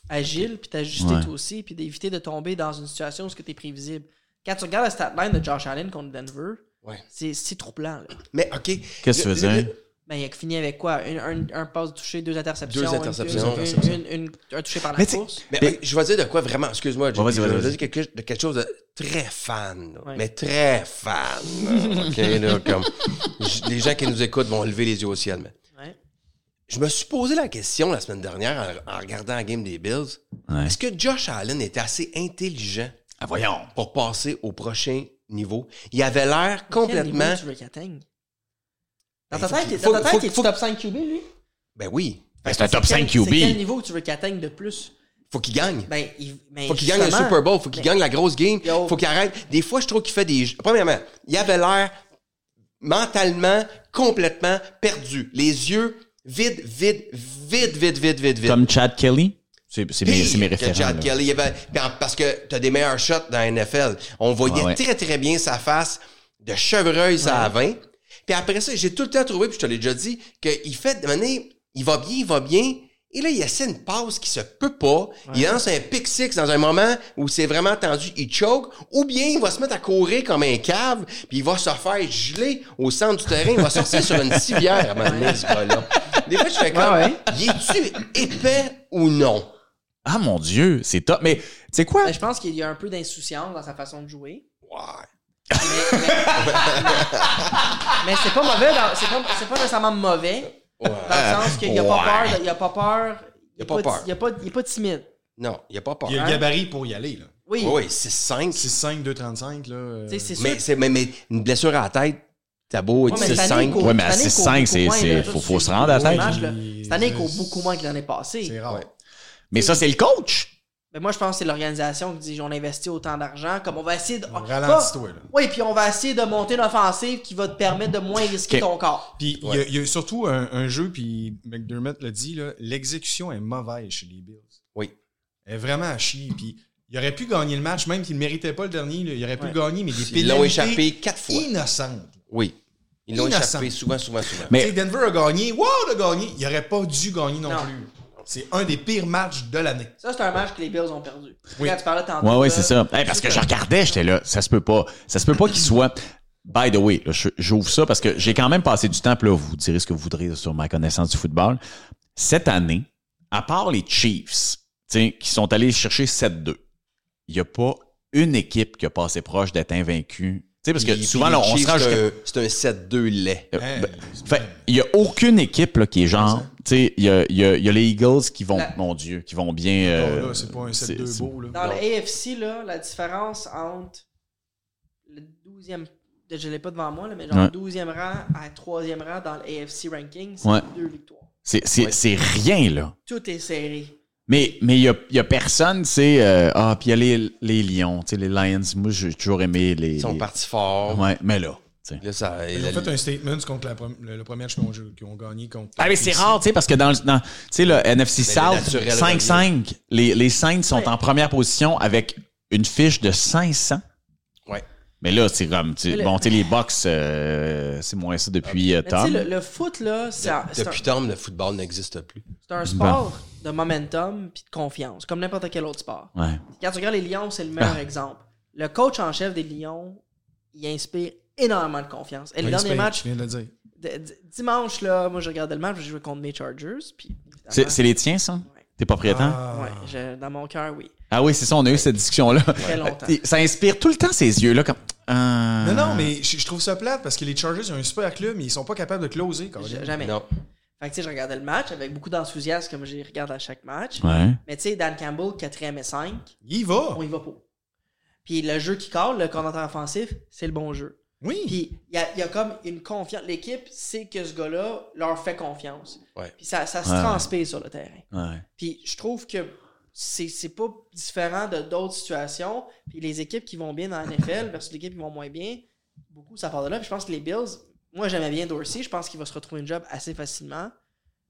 [SPEAKER 4] agile, puis t'ajuster
[SPEAKER 2] Ouais.
[SPEAKER 4] toi aussi, puis d'éviter de tomber dans une situation où tu es prévisible. Quand tu regardes la statline de Josh Allen contre Denver,
[SPEAKER 1] Ouais.
[SPEAKER 4] c'est c'est troublant. là.
[SPEAKER 1] Mais OK.
[SPEAKER 2] Qu'est-ce que tu
[SPEAKER 1] Le-
[SPEAKER 2] faisais?
[SPEAKER 1] le-
[SPEAKER 4] Ben, il a fini avec quoi? Une- Un, un passe touché, deux interceptions.
[SPEAKER 1] Deux
[SPEAKER 4] une-
[SPEAKER 1] interceptions.
[SPEAKER 4] une-
[SPEAKER 1] Interceptions.
[SPEAKER 4] une- une- un touché par la
[SPEAKER 2] Mais tu-
[SPEAKER 4] course.
[SPEAKER 1] Mais
[SPEAKER 2] Mais-
[SPEAKER 1] euh, je vais dire de quoi vraiment, excuse-moi, je,
[SPEAKER 2] Ouais, vas-y,
[SPEAKER 1] je
[SPEAKER 2] vas-y,
[SPEAKER 1] vais
[SPEAKER 2] vas-y.
[SPEAKER 1] dire quelque, de quelque chose de très fan, là.
[SPEAKER 4] Ouais.
[SPEAKER 1] mais très fan. là. OK, là, comme, j- les gens qui nous écoutent vont lever les yeux au ciel. Mais.
[SPEAKER 4] Ouais.
[SPEAKER 1] Je me suis posé la question la semaine dernière en, en regardant la game des Bills.
[SPEAKER 2] Ouais.
[SPEAKER 1] Est-ce que Josh Allen était assez intelligent
[SPEAKER 2] Ah, voyons.
[SPEAKER 1] pour passer au prochain niveau? Il avait l'air
[SPEAKER 4] Quel
[SPEAKER 1] complètement...
[SPEAKER 4] niveau tu veux qu'il atteigne? Dans
[SPEAKER 1] Ben,
[SPEAKER 4] ta
[SPEAKER 1] faut
[SPEAKER 4] tête,
[SPEAKER 1] qu'il-
[SPEAKER 4] dans ta
[SPEAKER 1] faut-
[SPEAKER 4] tête,
[SPEAKER 1] faut-
[SPEAKER 4] il est
[SPEAKER 1] faut-
[SPEAKER 4] top 5 QB, lui?
[SPEAKER 1] Ben oui,
[SPEAKER 2] C'est un top
[SPEAKER 4] Quel-
[SPEAKER 2] 5
[SPEAKER 4] C'est quel
[SPEAKER 2] QB.
[SPEAKER 4] niveau que tu veux qu'il atteigne de plus?
[SPEAKER 1] faut qu'il gagne.
[SPEAKER 4] Ben, il, ben,
[SPEAKER 1] faut qu'il gagne le
[SPEAKER 4] justement,
[SPEAKER 1] Super Bowl, faut qu'il
[SPEAKER 4] ben,
[SPEAKER 1] gagne la grosse game,
[SPEAKER 4] Yo.
[SPEAKER 1] faut qu'il arrête. Des fois, je trouve qu'il fait des. Premièrement, il avait l'air mentalement complètement perdu, les yeux vides, vides, vides, vides, vides, vides, vides.
[SPEAKER 2] Comme Chad Kelly? C'est c'est mes,
[SPEAKER 1] Pire
[SPEAKER 2] c'est mes
[SPEAKER 1] que
[SPEAKER 2] référents.
[SPEAKER 1] Chad
[SPEAKER 2] là.
[SPEAKER 1] Kelly. Il y avait- Puis en- parce que t'as des meilleurs shots dans la NFL. On voyait
[SPEAKER 2] Ouais, ouais.
[SPEAKER 1] très, très bien sa face de chevreuil à 20. Puis après ça, j'ai tout le temps trouvé, puis je te l'ai déjà dit, qu'il fait de manière, il va bien, il va bien. Et là, il essaie une passe qui se peut pas. Il lance un pick six dans un moment où c'est vraiment tendu, il choke. Ou bien il va se mettre à courir comme un cave, puis il va se faire geler au centre du terrain. Il va sortir sur une civière à un moment donné, ce gars-là. Des fois, je fais comme,
[SPEAKER 4] Ouais, ouais.
[SPEAKER 1] il est-tu épais ou non?
[SPEAKER 2] Ah mon Dieu, c'est top. Mais tu sais quoi?
[SPEAKER 4] ben, je pense qu'il y a un peu d'insouciance dans sa façon de jouer.
[SPEAKER 1] Ouais.
[SPEAKER 4] Mais, mais, mais c'est pas mauvais, dans- c'est pas, c'est pas nécessairement mauvais, dans le sens qu'il a pas
[SPEAKER 2] Ouais.
[SPEAKER 4] peur, de- il a pas peur, il
[SPEAKER 1] a pas peur.
[SPEAKER 4] Il a pas, il est pas timide.
[SPEAKER 1] Non, il n'y a pas peur. Ah
[SPEAKER 3] Il y a le gabarit pour y aller. Là.
[SPEAKER 4] Oui,
[SPEAKER 1] Oui, c'est 5.
[SPEAKER 3] C'est 5, 2,35. Là, euh,
[SPEAKER 4] tu sais, c'est sûr.
[SPEAKER 1] Mais, c'est- mais, mais une blessure à la tête, t'as beau être
[SPEAKER 4] Ouais, mais cette
[SPEAKER 1] 6-5.
[SPEAKER 4] année, qu'au-
[SPEAKER 2] Ouais, mais à
[SPEAKER 4] cette année,
[SPEAKER 2] 6-5,
[SPEAKER 4] qu'au-
[SPEAKER 2] c'est-
[SPEAKER 4] qu'au moins,
[SPEAKER 2] c'est-
[SPEAKER 4] là,
[SPEAKER 2] faut-
[SPEAKER 4] toi,
[SPEAKER 2] faut
[SPEAKER 4] tu
[SPEAKER 2] se
[SPEAKER 4] fais
[SPEAKER 2] rendre à la
[SPEAKER 4] des
[SPEAKER 2] tête.
[SPEAKER 4] matchs, là.
[SPEAKER 3] Il-
[SPEAKER 4] Cette année, il court
[SPEAKER 3] euh, c'est-
[SPEAKER 4] beaucoup moins que l'année passée.
[SPEAKER 3] c'est rare.
[SPEAKER 1] Ouais.
[SPEAKER 2] Mais ça, c'est le coach.
[SPEAKER 4] Mais moi, je pense que c'est l'organisation qui dit on investit autant d'argent, comme on va essayer de.
[SPEAKER 3] Ralentis-toi. là.
[SPEAKER 4] Oui, puis on va essayer de monter une offensive qui va te permettre de moins risquer
[SPEAKER 2] Ok.
[SPEAKER 4] ton corps.
[SPEAKER 3] Puis il y a- il y, a surtout un, un jeu, puis McDermott l'a dit, là, l'exécution est mauvaise chez les Bills.
[SPEAKER 1] Oui.
[SPEAKER 3] Elle est vraiment à chier. Puis il aurait pu gagner le match, même qu'il ne méritait pas le dernier. là, il aurait pu
[SPEAKER 4] Ouais.
[SPEAKER 3] gagner, mais des
[SPEAKER 1] Ils l'ont
[SPEAKER 3] pénalités
[SPEAKER 1] échappé quatre fois.
[SPEAKER 3] innocentes.
[SPEAKER 1] Oui. Ils l'ont
[SPEAKER 3] Innocent.
[SPEAKER 1] échappé souvent, souvent, souvent.
[SPEAKER 2] Mais-
[SPEAKER 3] Tu sais, Denver a gagné, wow, a gagné. Il n'aurait pas dû gagner non,
[SPEAKER 4] Non.
[SPEAKER 3] plus. C'est un des pires matchs de l'année.
[SPEAKER 4] Ça, c'est un match que les Bills ont perdu.
[SPEAKER 3] Oui.
[SPEAKER 4] Quand tu parlais tantôt.
[SPEAKER 2] Ouais, ouais,
[SPEAKER 4] là,
[SPEAKER 2] c'est ça. Euh, Hey, parce que je regardais, j'étais là. Ça se peut pas. Ça se peut pas qu'il soit. By the way, là, je- j'ouvre ça parce que j'ai quand même passé du temps. Puis là, vous direz ce que vous voudrez sur ma connaissance du football. Cette année, à part les Chiefs, tu sais, qui sont allés chercher 7-2, il n'y a pas une équipe qui a passé proche d'être invaincue. Tu sais, parce que
[SPEAKER 1] Puis-
[SPEAKER 2] souvent,
[SPEAKER 1] puis
[SPEAKER 2] là,
[SPEAKER 1] les
[SPEAKER 2] on se
[SPEAKER 1] Chiefs, euh, hein?
[SPEAKER 2] rend jusqu'à-
[SPEAKER 1] C'est un, c'est un 7-2 lait.
[SPEAKER 2] Euh,
[SPEAKER 3] Hey,
[SPEAKER 2] ben,
[SPEAKER 3] c'est
[SPEAKER 2] fait, il n'y a aucune équipe là, qui est genre. Tu sais, il y a, il y a- il y a les Eagles qui vont.
[SPEAKER 4] La-
[SPEAKER 2] Mon Dieu, qui vont bien.
[SPEAKER 3] Encore
[SPEAKER 2] euh,
[SPEAKER 3] là, c'est pas un
[SPEAKER 2] c'est-
[SPEAKER 3] 7-2
[SPEAKER 2] c'est-
[SPEAKER 3] beau. Là.
[SPEAKER 4] Dans le AFC, là, la différence entre le 12e, je l'ai pas devant moi, là, mais genre
[SPEAKER 2] Ouais.
[SPEAKER 4] 12e rang à 3e rang dans le AFC ranking, c'est
[SPEAKER 2] Ouais.
[SPEAKER 4] deux victoires.
[SPEAKER 2] C'est c'est-
[SPEAKER 1] Ouais.
[SPEAKER 2] c'est rien, là.
[SPEAKER 4] Tout est serré.
[SPEAKER 2] Mais mais il n'y a, il y a personne, c'est. euh, ah, puis il y a les, les Lions, tu sais, les Lions. Moi, j'ai toujours aimé les.
[SPEAKER 1] Ils sont
[SPEAKER 2] les-
[SPEAKER 1] partis fort.
[SPEAKER 2] Ouais, mais là. tu sais.
[SPEAKER 1] Là, ça,
[SPEAKER 3] Ils
[SPEAKER 1] la-
[SPEAKER 3] ont fait un statement contre la prom- le, le premier match qu'ils ont joué- qu'ils ont gagné contre.
[SPEAKER 2] Ah, mais c'est
[SPEAKER 3] ici.
[SPEAKER 2] rare, tu sais, parce que dans le, dans- tu sais, le NFC
[SPEAKER 4] Ben,
[SPEAKER 1] le
[SPEAKER 2] South,
[SPEAKER 1] naturel
[SPEAKER 2] 5-5, les, les Saints sont
[SPEAKER 4] Ouais.
[SPEAKER 2] en première position avec une fiche de 500.
[SPEAKER 1] Ouais.
[SPEAKER 2] Mais là, c'est comme, tu-
[SPEAKER 4] Mais le- Ah,
[SPEAKER 2] bon, tu sais, les Bucks, euh, c'est moins ça depuis euh,
[SPEAKER 4] Mais tu sais,
[SPEAKER 2] Tom.
[SPEAKER 4] le, le foot, là, c'est un, c'est un-
[SPEAKER 1] Depuis Tom, le football n'existe plus.
[SPEAKER 4] c'est un sport de momentum puis de confiance, comme n'importe quel autre sport.
[SPEAKER 2] Ouais.
[SPEAKER 4] Quand tu regardes les Lions, c'est le
[SPEAKER 2] Ah.
[SPEAKER 4] meilleur exemple. Le coach en chef des Lions, il inspire énormément de confiance. Et le
[SPEAKER 3] Ouais,
[SPEAKER 4] dernier
[SPEAKER 3] Spain,
[SPEAKER 4] match,
[SPEAKER 3] Je viens de le dire.
[SPEAKER 4] d- d- dimanche, là, moi, je regardais le match, je jouais contre mes Chargers. Puis,
[SPEAKER 2] C'est c'est les tiens, ça?
[SPEAKER 4] Ouais.
[SPEAKER 2] T'es propriétaire? Ah,
[SPEAKER 3] Ah.
[SPEAKER 4] Ouais, je- dans mon cœur, oui.
[SPEAKER 2] oui, c'est ça, on a eu cette discussion-là.
[SPEAKER 4] Très longtemps.
[SPEAKER 2] Ça inspire tout le temps ses yeux, là, comme. euh,
[SPEAKER 3] Non, non, mais je, je trouve ça plate parce que les Chargers ont un super club, mais ils sont pas capables de closer. Quand
[SPEAKER 4] J- Jamais.
[SPEAKER 1] Non.
[SPEAKER 4] Fait que, tu sais, je regardais le match avec beaucoup d'enthousiasme, comme je regarde à chaque match.
[SPEAKER 2] Ouais.
[SPEAKER 4] Mais tu sais, Dan Campbell, 4ème et 5,
[SPEAKER 3] Il y va.
[SPEAKER 4] on y va pas. Puis le jeu qui colle, le coordinateur offensif, c'est le bon jeu.
[SPEAKER 3] Oui.
[SPEAKER 4] Puis il y a, il y a comme une confiance. L'équipe sait que ce gars-là leur fait confiance.
[SPEAKER 1] Ouais.
[SPEAKER 4] Puis ça, ça se
[SPEAKER 2] Ouais.
[SPEAKER 4] transpire sur le terrain.
[SPEAKER 2] Ouais.
[SPEAKER 4] Puis je trouve que c'est c'est pas différent de d'autres situations. Puis les équipes qui vont bien dans la NFL versus les équipes qui vont moins bien, beaucoup ça part de là. Puis je pense que les Bills, moi j'aimais bien Dorsey, je pense qu'il va se retrouver une job assez facilement.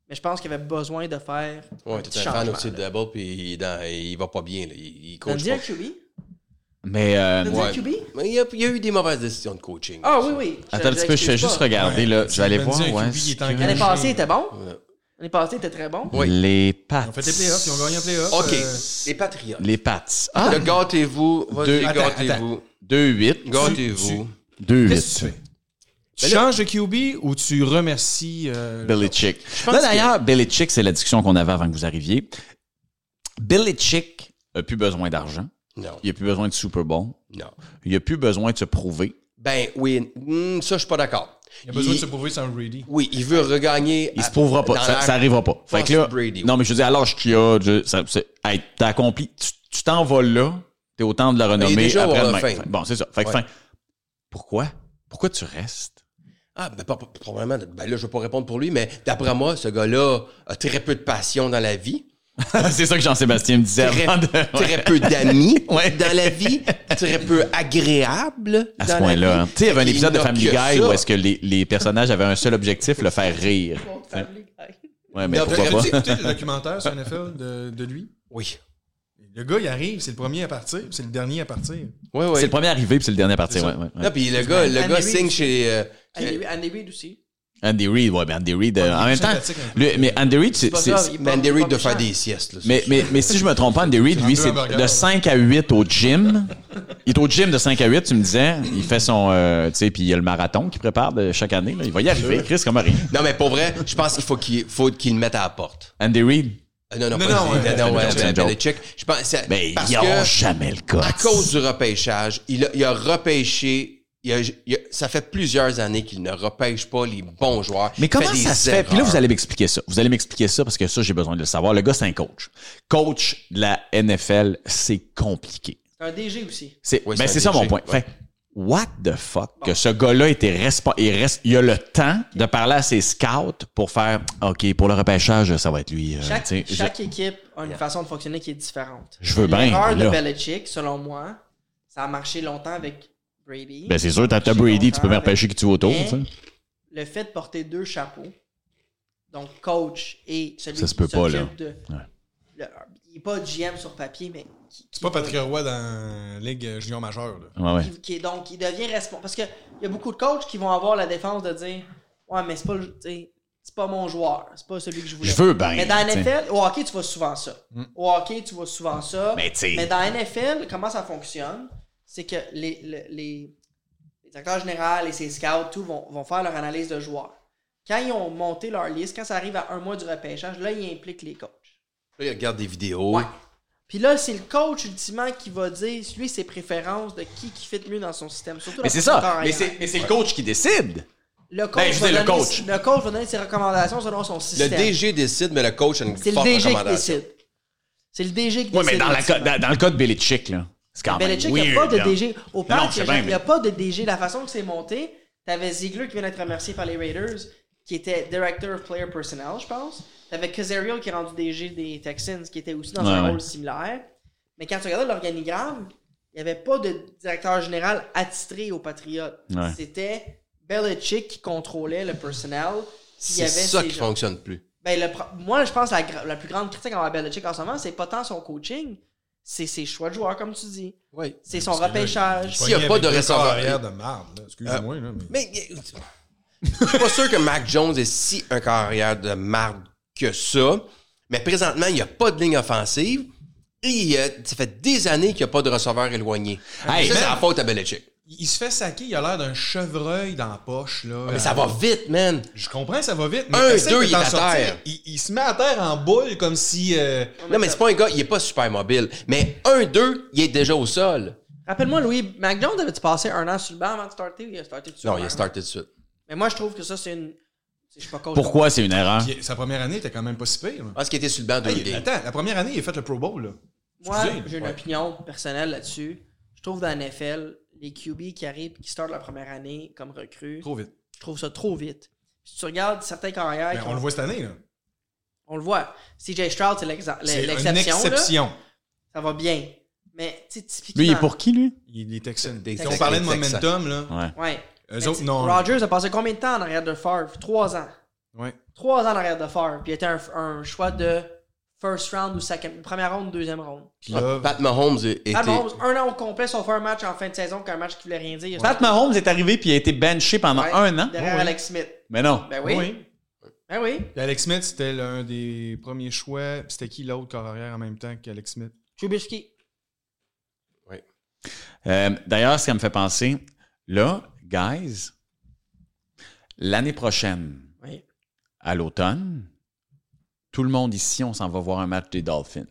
[SPEAKER 4] Mais je pense qu'il avait besoin de faire.
[SPEAKER 1] Ouais,
[SPEAKER 4] petit
[SPEAKER 1] t'es un fan
[SPEAKER 4] changement,
[SPEAKER 1] aussi de
[SPEAKER 4] là.
[SPEAKER 1] Double, puis il, est dans- il va pas bien. Là. Il, il
[SPEAKER 4] T'as
[SPEAKER 1] coach
[SPEAKER 4] dit
[SPEAKER 1] pas.
[SPEAKER 4] un QB?
[SPEAKER 2] Mais. euh,
[SPEAKER 4] T'as dit
[SPEAKER 1] ouais.
[SPEAKER 4] un QB?
[SPEAKER 1] Mais il y, a, il y a eu des mauvaises décisions de coaching.
[SPEAKER 4] Ah oui, oui.
[SPEAKER 2] Attends un petit peu, je vais
[SPEAKER 4] l'excuse
[SPEAKER 2] juste
[SPEAKER 4] pas.
[SPEAKER 2] regarder, là.
[SPEAKER 3] Ouais.
[SPEAKER 2] Je vais aller
[SPEAKER 3] Tu m'as
[SPEAKER 2] voir.
[SPEAKER 3] dit un
[SPEAKER 2] Ouais,
[SPEAKER 3] QB qui est
[SPEAKER 2] c'est
[SPEAKER 3] engagé.
[SPEAKER 4] L'année
[SPEAKER 2] que-
[SPEAKER 4] passée, il était bon.
[SPEAKER 1] Ouais.
[SPEAKER 4] L'année passée, il était très bon.
[SPEAKER 1] Oui.
[SPEAKER 2] Les Pats.
[SPEAKER 3] Ils ont fait les playoffs, ils ont gagné les playoffs.
[SPEAKER 1] OK.
[SPEAKER 3] Euh,
[SPEAKER 1] Les Patriots.
[SPEAKER 2] Les Pats. Ah!
[SPEAKER 1] Le gâtez-vous. Vas-y,
[SPEAKER 2] Deux-
[SPEAKER 3] Attends,
[SPEAKER 1] gâtez-vous.
[SPEAKER 2] 2-8.
[SPEAKER 1] Gâtez-vous.
[SPEAKER 3] Qu'est-ce que
[SPEAKER 2] 2-8.
[SPEAKER 3] tu fais? Tu
[SPEAKER 4] Ben
[SPEAKER 3] changes de QB ou tu remercies euh,
[SPEAKER 2] Billy Chick. Là, d'ailleurs, Billy Chick, c'est la discussion qu'on avait avant que vous arriviez. Billy Chick a plus besoin d'argent.
[SPEAKER 1] Non,
[SPEAKER 2] Il a plus besoin de Super Bowl.
[SPEAKER 1] non.
[SPEAKER 2] Il a plus besoin de se prouver.
[SPEAKER 1] Ben oui, hmm, ça, je suis pas d'accord.
[SPEAKER 3] Il a besoin de se prouver sans Brady.
[SPEAKER 1] Oui, il veut regagner.
[SPEAKER 2] Il
[SPEAKER 1] à-
[SPEAKER 2] se prouvera pas.
[SPEAKER 1] dans
[SPEAKER 2] Ça,
[SPEAKER 1] l'ère-
[SPEAKER 2] ça arrivera pas. Fait que là,
[SPEAKER 1] Foster Brady, oui.
[SPEAKER 2] non, mais je veux dire, à l'âge qu'il a, je- ça- c'est- hey, t'as accompli, tu tu t'en vas là, t'es au temps de la
[SPEAKER 1] Ben, Il est
[SPEAKER 2] renommée
[SPEAKER 1] déjà au
[SPEAKER 2] après
[SPEAKER 1] Hall of
[SPEAKER 2] demain.
[SPEAKER 1] Fame.
[SPEAKER 2] Fait- Bon, c'est ça. Fait que
[SPEAKER 1] Ouais.
[SPEAKER 2] fin. Pourquoi? Pourquoi tu restes?
[SPEAKER 1] Ah, ben, pas- pas- probablement. Ben là, je vais pas répondre pour lui, mais d'après moi, ce gars-là a très peu de passion dans la vie.
[SPEAKER 2] c'est ça que Jean-Sébastien me disait
[SPEAKER 1] Très,
[SPEAKER 2] avant de...
[SPEAKER 1] très peu d'amis
[SPEAKER 2] Ouais.
[SPEAKER 1] dans la vie. Très peu agréable.
[SPEAKER 2] À
[SPEAKER 1] dans
[SPEAKER 2] ce
[SPEAKER 1] la
[SPEAKER 2] point-là.
[SPEAKER 1] vie.
[SPEAKER 2] hein. Tu sais, il y avait un
[SPEAKER 1] Fait qu'il
[SPEAKER 2] épisode de
[SPEAKER 1] n'a
[SPEAKER 2] Family
[SPEAKER 1] que
[SPEAKER 2] Guy
[SPEAKER 1] ça.
[SPEAKER 2] où est-ce que les, les personnages avaient un seul objectif, le faire rire. Ouais, mais
[SPEAKER 1] Non,
[SPEAKER 2] pourquoi
[SPEAKER 1] mais-
[SPEAKER 2] pas?
[SPEAKER 3] As-tu écouté le documentaire sur NFL de, de lui?
[SPEAKER 1] Oui.
[SPEAKER 3] Le gars, il arrive, c'est le premier à partir, c'est le dernier à partir.
[SPEAKER 1] Oui, oui.
[SPEAKER 2] C'est le premier arrivé puis c'est le dernier à partir.
[SPEAKER 3] C'est
[SPEAKER 2] Ouais,
[SPEAKER 3] ça.
[SPEAKER 2] ouais, ouais.
[SPEAKER 1] Non, puis le gars, le
[SPEAKER 4] Andy
[SPEAKER 1] gars
[SPEAKER 4] Reid
[SPEAKER 1] signe
[SPEAKER 4] aussi.
[SPEAKER 1] chez. euh,
[SPEAKER 4] Andy Andy Reid aussi.
[SPEAKER 2] Andy Reid, ouais, ben Andy Reid. euh, en même temps,
[SPEAKER 3] sympathique hein. un peu.
[SPEAKER 2] lui- mais Andy Reid, c'est.
[SPEAKER 4] pas
[SPEAKER 2] c'est-
[SPEAKER 4] grave, il-
[SPEAKER 1] Mais Andy Reid de
[SPEAKER 4] Pas
[SPEAKER 1] faire
[SPEAKER 4] méchant.
[SPEAKER 1] des siestes. là.
[SPEAKER 2] Mais, mais, mais si je me trompe pas, Andy Reid, lui,
[SPEAKER 3] C'est
[SPEAKER 2] c'est
[SPEAKER 3] un hamburger,
[SPEAKER 2] de
[SPEAKER 3] là.
[SPEAKER 2] 5 à 8 au gym. Il est au gym de 5 à 8, tu me disais. Il fait son. euh, tu sais, puis il y a le marathon qu'il prépare de chaque année. là. Il va y arriver, Chris, comme rien.
[SPEAKER 1] Non, mais pour vrai, je pense qu'il faut qu'il faut qu'il le mette à la porte.
[SPEAKER 2] Andy Reid,
[SPEAKER 1] Euh, Non, non,
[SPEAKER 3] Non,
[SPEAKER 1] pas
[SPEAKER 3] non,
[SPEAKER 1] non,
[SPEAKER 3] ouais,
[SPEAKER 1] non,
[SPEAKER 2] ouais,
[SPEAKER 1] ouais,
[SPEAKER 2] c'est
[SPEAKER 1] ben-
[SPEAKER 2] une joke.
[SPEAKER 1] Belichick. Je pense c'est-
[SPEAKER 2] ben,
[SPEAKER 1] parce
[SPEAKER 2] ils n'auront
[SPEAKER 1] que
[SPEAKER 2] jamais le cas.
[SPEAKER 1] à cause du repêchage, il a, il a repêché. il a- il a- ça fait plusieurs années qu'il ne repêche pas les bons joueurs.
[SPEAKER 2] Mais
[SPEAKER 1] Il
[SPEAKER 2] comment
[SPEAKER 1] fait des
[SPEAKER 2] ça se fait? Puis là,
[SPEAKER 1] erreurs.
[SPEAKER 2] vous allez m'expliquer ça. Vous allez m'expliquer ça parce que ça, j'ai besoin de le savoir. Le gars, c'est un coach. Coach de la NFL, c'est compliqué.
[SPEAKER 4] C'est un DG aussi.
[SPEAKER 2] C'est
[SPEAKER 1] Oui,
[SPEAKER 2] ben,
[SPEAKER 1] c'est
[SPEAKER 2] c'est
[SPEAKER 1] un
[SPEAKER 2] ça mon
[SPEAKER 1] DG,
[SPEAKER 2] point.
[SPEAKER 1] ouais.
[SPEAKER 2] Fait, what the fuck que ce gars-là était respa- il reste il a le temps de parler à ses scouts pour faire OK pour le repêchage ça va être lui euh,
[SPEAKER 4] Chaque,
[SPEAKER 2] tu sais, je-
[SPEAKER 4] chaque équipe a une façon de fonctionner qui est différente.
[SPEAKER 2] Je veux bien,
[SPEAKER 4] L'erreur de
[SPEAKER 2] là.
[SPEAKER 4] Belichick, selon moi, ça a marché longtemps avec Brady.
[SPEAKER 2] Ben, c'est sûr t'as t'as Brady tu peux me repêcher qui tu veux autour
[SPEAKER 4] Mais
[SPEAKER 2] tu sais.
[SPEAKER 4] le fait de porter deux chapeaux, donc coach et celui
[SPEAKER 2] Ça se
[SPEAKER 4] qui
[SPEAKER 2] peut pas,
[SPEAKER 4] s'occupe de-
[SPEAKER 2] Ouais.
[SPEAKER 4] le- il n'est pas GM sur papier, mais qui,
[SPEAKER 3] C'est pas Patrick Roy dans la Ligue junior majeure. là.
[SPEAKER 2] Ouais, ouais.
[SPEAKER 4] qui- qui est donc il devient responsable. Parce qu'il y a beaucoup de coachs qui vont avoir la défense de dire Ouais, mais c'est pas le- tu sais, c'est pas mon joueur, c'est pas celui que je voulais.
[SPEAKER 2] Je veux bien,
[SPEAKER 4] Mais dans la
[SPEAKER 2] tu sais. Hmm.
[SPEAKER 4] NFL, au hockey, tu vois souvent ça. Au hockey, tu vois souvent ça.
[SPEAKER 2] Mais tu sais.
[SPEAKER 4] dans la NFL, comment ça fonctionne C'est que les, le- les, les acteurs généraux et ses scouts, tout, vont, vont faire leur analyse de joueurs. Quand ils ont monté leur liste, quand ça arrive à un mois du repêchage, là, ils impliquent les coachs.
[SPEAKER 1] Là, il regarde des vidéos.
[SPEAKER 4] Ouais. Puis là, c'est le coach ultimement qui va dire, lui, ses préférences de qui qui fit mieux dans son système. Surtout
[SPEAKER 2] Mais
[SPEAKER 4] leur
[SPEAKER 2] c'est
[SPEAKER 4] secteur
[SPEAKER 2] ça. Mais
[SPEAKER 4] arrière.
[SPEAKER 2] c'est mais c'est le coach qui décide.
[SPEAKER 4] Le coach,
[SPEAKER 2] Ben, je veux
[SPEAKER 4] va
[SPEAKER 2] dire, le
[SPEAKER 4] donner-
[SPEAKER 2] coach.
[SPEAKER 4] le coach va donner ses recommandations selon son
[SPEAKER 1] Le
[SPEAKER 4] système.
[SPEAKER 1] DG décide, mais le coach a une
[SPEAKER 4] c'est le
[SPEAKER 1] forte
[SPEAKER 4] DG qui
[SPEAKER 1] recommandation.
[SPEAKER 4] décide. C'est le DG qui décide.
[SPEAKER 2] Oui, mais dans, la,
[SPEAKER 4] ultimement.
[SPEAKER 2] dans, dans le cas de Belichick, là, c'est quand même
[SPEAKER 4] Ah, ben, Belichick, il n'y
[SPEAKER 2] weird.
[SPEAKER 4] a pas de
[SPEAKER 2] là.
[SPEAKER 4] DG. Au
[SPEAKER 2] non,
[SPEAKER 4] parc,
[SPEAKER 2] je sais
[SPEAKER 4] il
[SPEAKER 2] bien,
[SPEAKER 4] n'y a pas de DG. La façon que c'est monté, t'avais Ziegler qui vient d'être remercié par les Raiders, qui était Director of Player Personnel, je pense. T'avais Casario qui est rendu DG des Texans, qui était aussi dans
[SPEAKER 2] Ouais,
[SPEAKER 4] un
[SPEAKER 2] ouais.
[SPEAKER 4] rôle similaire. Mais quand tu regardais l'organigramme, il n'y avait pas de directeur général attitré aux Patriotes.
[SPEAKER 2] Ouais.
[SPEAKER 4] C'était Belichick qui contrôlait le personnel. S'il y
[SPEAKER 1] C'est
[SPEAKER 4] avait
[SPEAKER 1] ça
[SPEAKER 4] ces
[SPEAKER 1] qui
[SPEAKER 4] gens.
[SPEAKER 1] fonctionne plus.
[SPEAKER 4] Ben, le pro- moi, je pense que la, gra- la plus grande critique envers Belichick en ce moment, c'est pas tant son coaching, c'est ses choix de joueurs, comme tu dis.
[SPEAKER 1] Oui.
[SPEAKER 4] C'est son repêchage.
[SPEAKER 1] S'il y a pas de receveur-
[SPEAKER 3] arrière de marde, là. excuse-moi. là, mais-
[SPEAKER 1] Mais euh, je suis pas sûr que Mac Jones est si un carrière de marde que ça. Mais présentement, il n'y a pas de ligne offensive. Et il y a- ça fait des années qu'il n'y a pas de receveur éloigné.
[SPEAKER 2] Hey,
[SPEAKER 1] ça, c'est
[SPEAKER 2] man.
[SPEAKER 1] la faute à Belichick.
[SPEAKER 3] Il il se fait saquer, il a l'air d'un chevreuil dans la poche. Là,
[SPEAKER 1] Ah, Mais ça va vite, man.
[SPEAKER 3] Je comprends, ça va vite.
[SPEAKER 1] Un,
[SPEAKER 3] essaye
[SPEAKER 1] deux,
[SPEAKER 3] de
[SPEAKER 1] il
[SPEAKER 3] t'en
[SPEAKER 1] est à
[SPEAKER 3] sortir.
[SPEAKER 1] terre.
[SPEAKER 3] Il, il se met à terre en boule comme si. euh,
[SPEAKER 1] Non, mais c'est pas un gars, il est pas super mobile. Mais un, deux, il est déjà au sol.
[SPEAKER 4] Rappelle-moi, Louis, Mac Jones avait-tu passé un an sur le banc avant de starter ou il a starté tout de suite?
[SPEAKER 1] Non, il a starté tout de suite.
[SPEAKER 4] Mais moi, je trouve que ça, c'est une. Je suis pas coach.
[SPEAKER 2] Pourquoi c'est une erreur?
[SPEAKER 3] puis sa première année était quand même pas si pire. là.
[SPEAKER 1] Je pense qu'il était sur le banc de
[SPEAKER 3] Hey,
[SPEAKER 1] game.
[SPEAKER 3] attends, la première année, il a fait le Pro Bowl. Là.
[SPEAKER 4] Moi,
[SPEAKER 3] Excusez,
[SPEAKER 4] j'ai une
[SPEAKER 3] ouais.
[SPEAKER 4] opinion personnelle là-dessus. Je trouve dans la NFL, les QB qui arrivent et qui startent la première année comme recrues,
[SPEAKER 3] Trop vite.
[SPEAKER 4] je trouve ça trop vite. Si tu regardes certains carrières,
[SPEAKER 3] Ben,
[SPEAKER 4] qui
[SPEAKER 3] on
[SPEAKER 4] ont-
[SPEAKER 3] le voit cette année. là.
[SPEAKER 4] on le voit. CJ Stroud, c'est l'exa-
[SPEAKER 3] C'est une
[SPEAKER 4] l'exception. là.
[SPEAKER 3] exception.
[SPEAKER 4] Ça va bien. Mais, tu sais, typiquement.
[SPEAKER 2] Lui, il est pour qui, lui?
[SPEAKER 3] Il les Texans.
[SPEAKER 1] Des
[SPEAKER 3] Si on
[SPEAKER 1] Texans.
[SPEAKER 3] parlait de
[SPEAKER 1] Des Texans.
[SPEAKER 3] momentum, là.
[SPEAKER 2] Ouais.
[SPEAKER 4] Ouais.
[SPEAKER 3] Eux
[SPEAKER 4] Mais
[SPEAKER 3] autres,
[SPEAKER 4] tu-
[SPEAKER 3] non.
[SPEAKER 4] Rodgers a passé combien de temps en arrière de Favre Trois ans.
[SPEAKER 3] Ouais.
[SPEAKER 4] trois ans en arrière de faire. Puis il était un, un choix de first round ou second, première ronde, deuxième ronde.
[SPEAKER 3] Puis là,
[SPEAKER 1] Ah, Pat Mahomes était.
[SPEAKER 4] Pat Mahomes, un an au complet, sauf un match en fin de saison, qu'un match qui voulait rien dire.
[SPEAKER 2] Pat Mahomes est arrivé puis il a été benché pendant
[SPEAKER 4] Ouais,
[SPEAKER 2] un an.
[SPEAKER 4] Derrière
[SPEAKER 3] Oui.
[SPEAKER 4] Alex Smith.
[SPEAKER 2] Mais non.
[SPEAKER 4] Ben oui. Ben oui.
[SPEAKER 3] Puis Alex Smith, c'était l'un des premiers choix. Puis C'était qui l'autre corps arrière en même temps qu'Alex Smith?
[SPEAKER 4] Trubisky.
[SPEAKER 2] Euh, D'ailleurs, ce qui me fait penser, là, guys, l'année prochaine,
[SPEAKER 4] Oui.
[SPEAKER 2] à l'automne, tout le monde ici, on s'en va voir un match des Dolphins.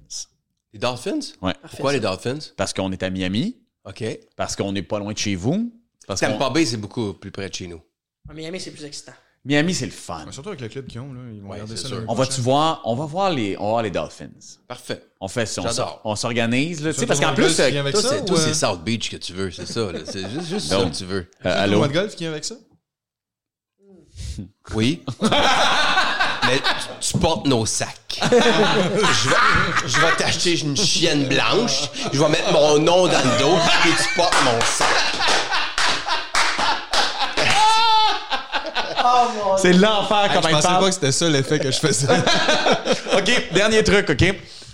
[SPEAKER 1] Les Dolphins?
[SPEAKER 2] Ouais.
[SPEAKER 1] Pourquoi les Dolphins?
[SPEAKER 2] Parce qu'on est à Miami,
[SPEAKER 1] OK.
[SPEAKER 2] parce qu'on n'est pas loin de chez vous. Parce qu'on-
[SPEAKER 1] Tampa Bay, c'est beaucoup plus près de chez nous.
[SPEAKER 4] À Ah, Miami, c'est plus excitant.
[SPEAKER 2] Miami, c'est le fun.
[SPEAKER 3] Mais surtout avec le club qu'ils ont, là. Ils vont
[SPEAKER 1] Ouais,
[SPEAKER 3] regarder
[SPEAKER 1] c'est
[SPEAKER 3] ça.
[SPEAKER 1] sûr.
[SPEAKER 3] l'année
[SPEAKER 2] On va-tu
[SPEAKER 3] prochaine.
[SPEAKER 2] voir, on va voir les, on va voir les Dolphins.
[SPEAKER 1] Parfait.
[SPEAKER 2] On fait ça, on
[SPEAKER 1] J'adore.
[SPEAKER 2] s'or- on s'organise, là, tu sais,
[SPEAKER 3] Surtout
[SPEAKER 2] parce qu'en
[SPEAKER 3] le golf
[SPEAKER 2] plus,
[SPEAKER 3] qui vient
[SPEAKER 2] euh,
[SPEAKER 3] avec
[SPEAKER 1] Toi,
[SPEAKER 3] ça,
[SPEAKER 1] c'est
[SPEAKER 3] ou,
[SPEAKER 1] toi,
[SPEAKER 3] euh,
[SPEAKER 1] c'est South Beach que tu veux, c'est ça. là. C'est juste, juste ça
[SPEAKER 2] Non.
[SPEAKER 1] que tu veux.
[SPEAKER 2] euh,
[SPEAKER 3] surtout le
[SPEAKER 2] allô?
[SPEAKER 3] tournoi de golf qui vient avec ça?
[SPEAKER 1] Oui. Mais tu, tu portes nos sacs. je vais, je vais t'acheter une chienne blanche, je vais mettre mon nom dans le dos et tu portes mon sac.
[SPEAKER 4] Oh mon
[SPEAKER 2] C'est l'enfer comme
[SPEAKER 3] Je
[SPEAKER 2] il
[SPEAKER 3] pensais
[SPEAKER 2] parle.
[SPEAKER 3] pas que c'était ça l'effet que je faisais.
[SPEAKER 2] OK, dernier truc, OK?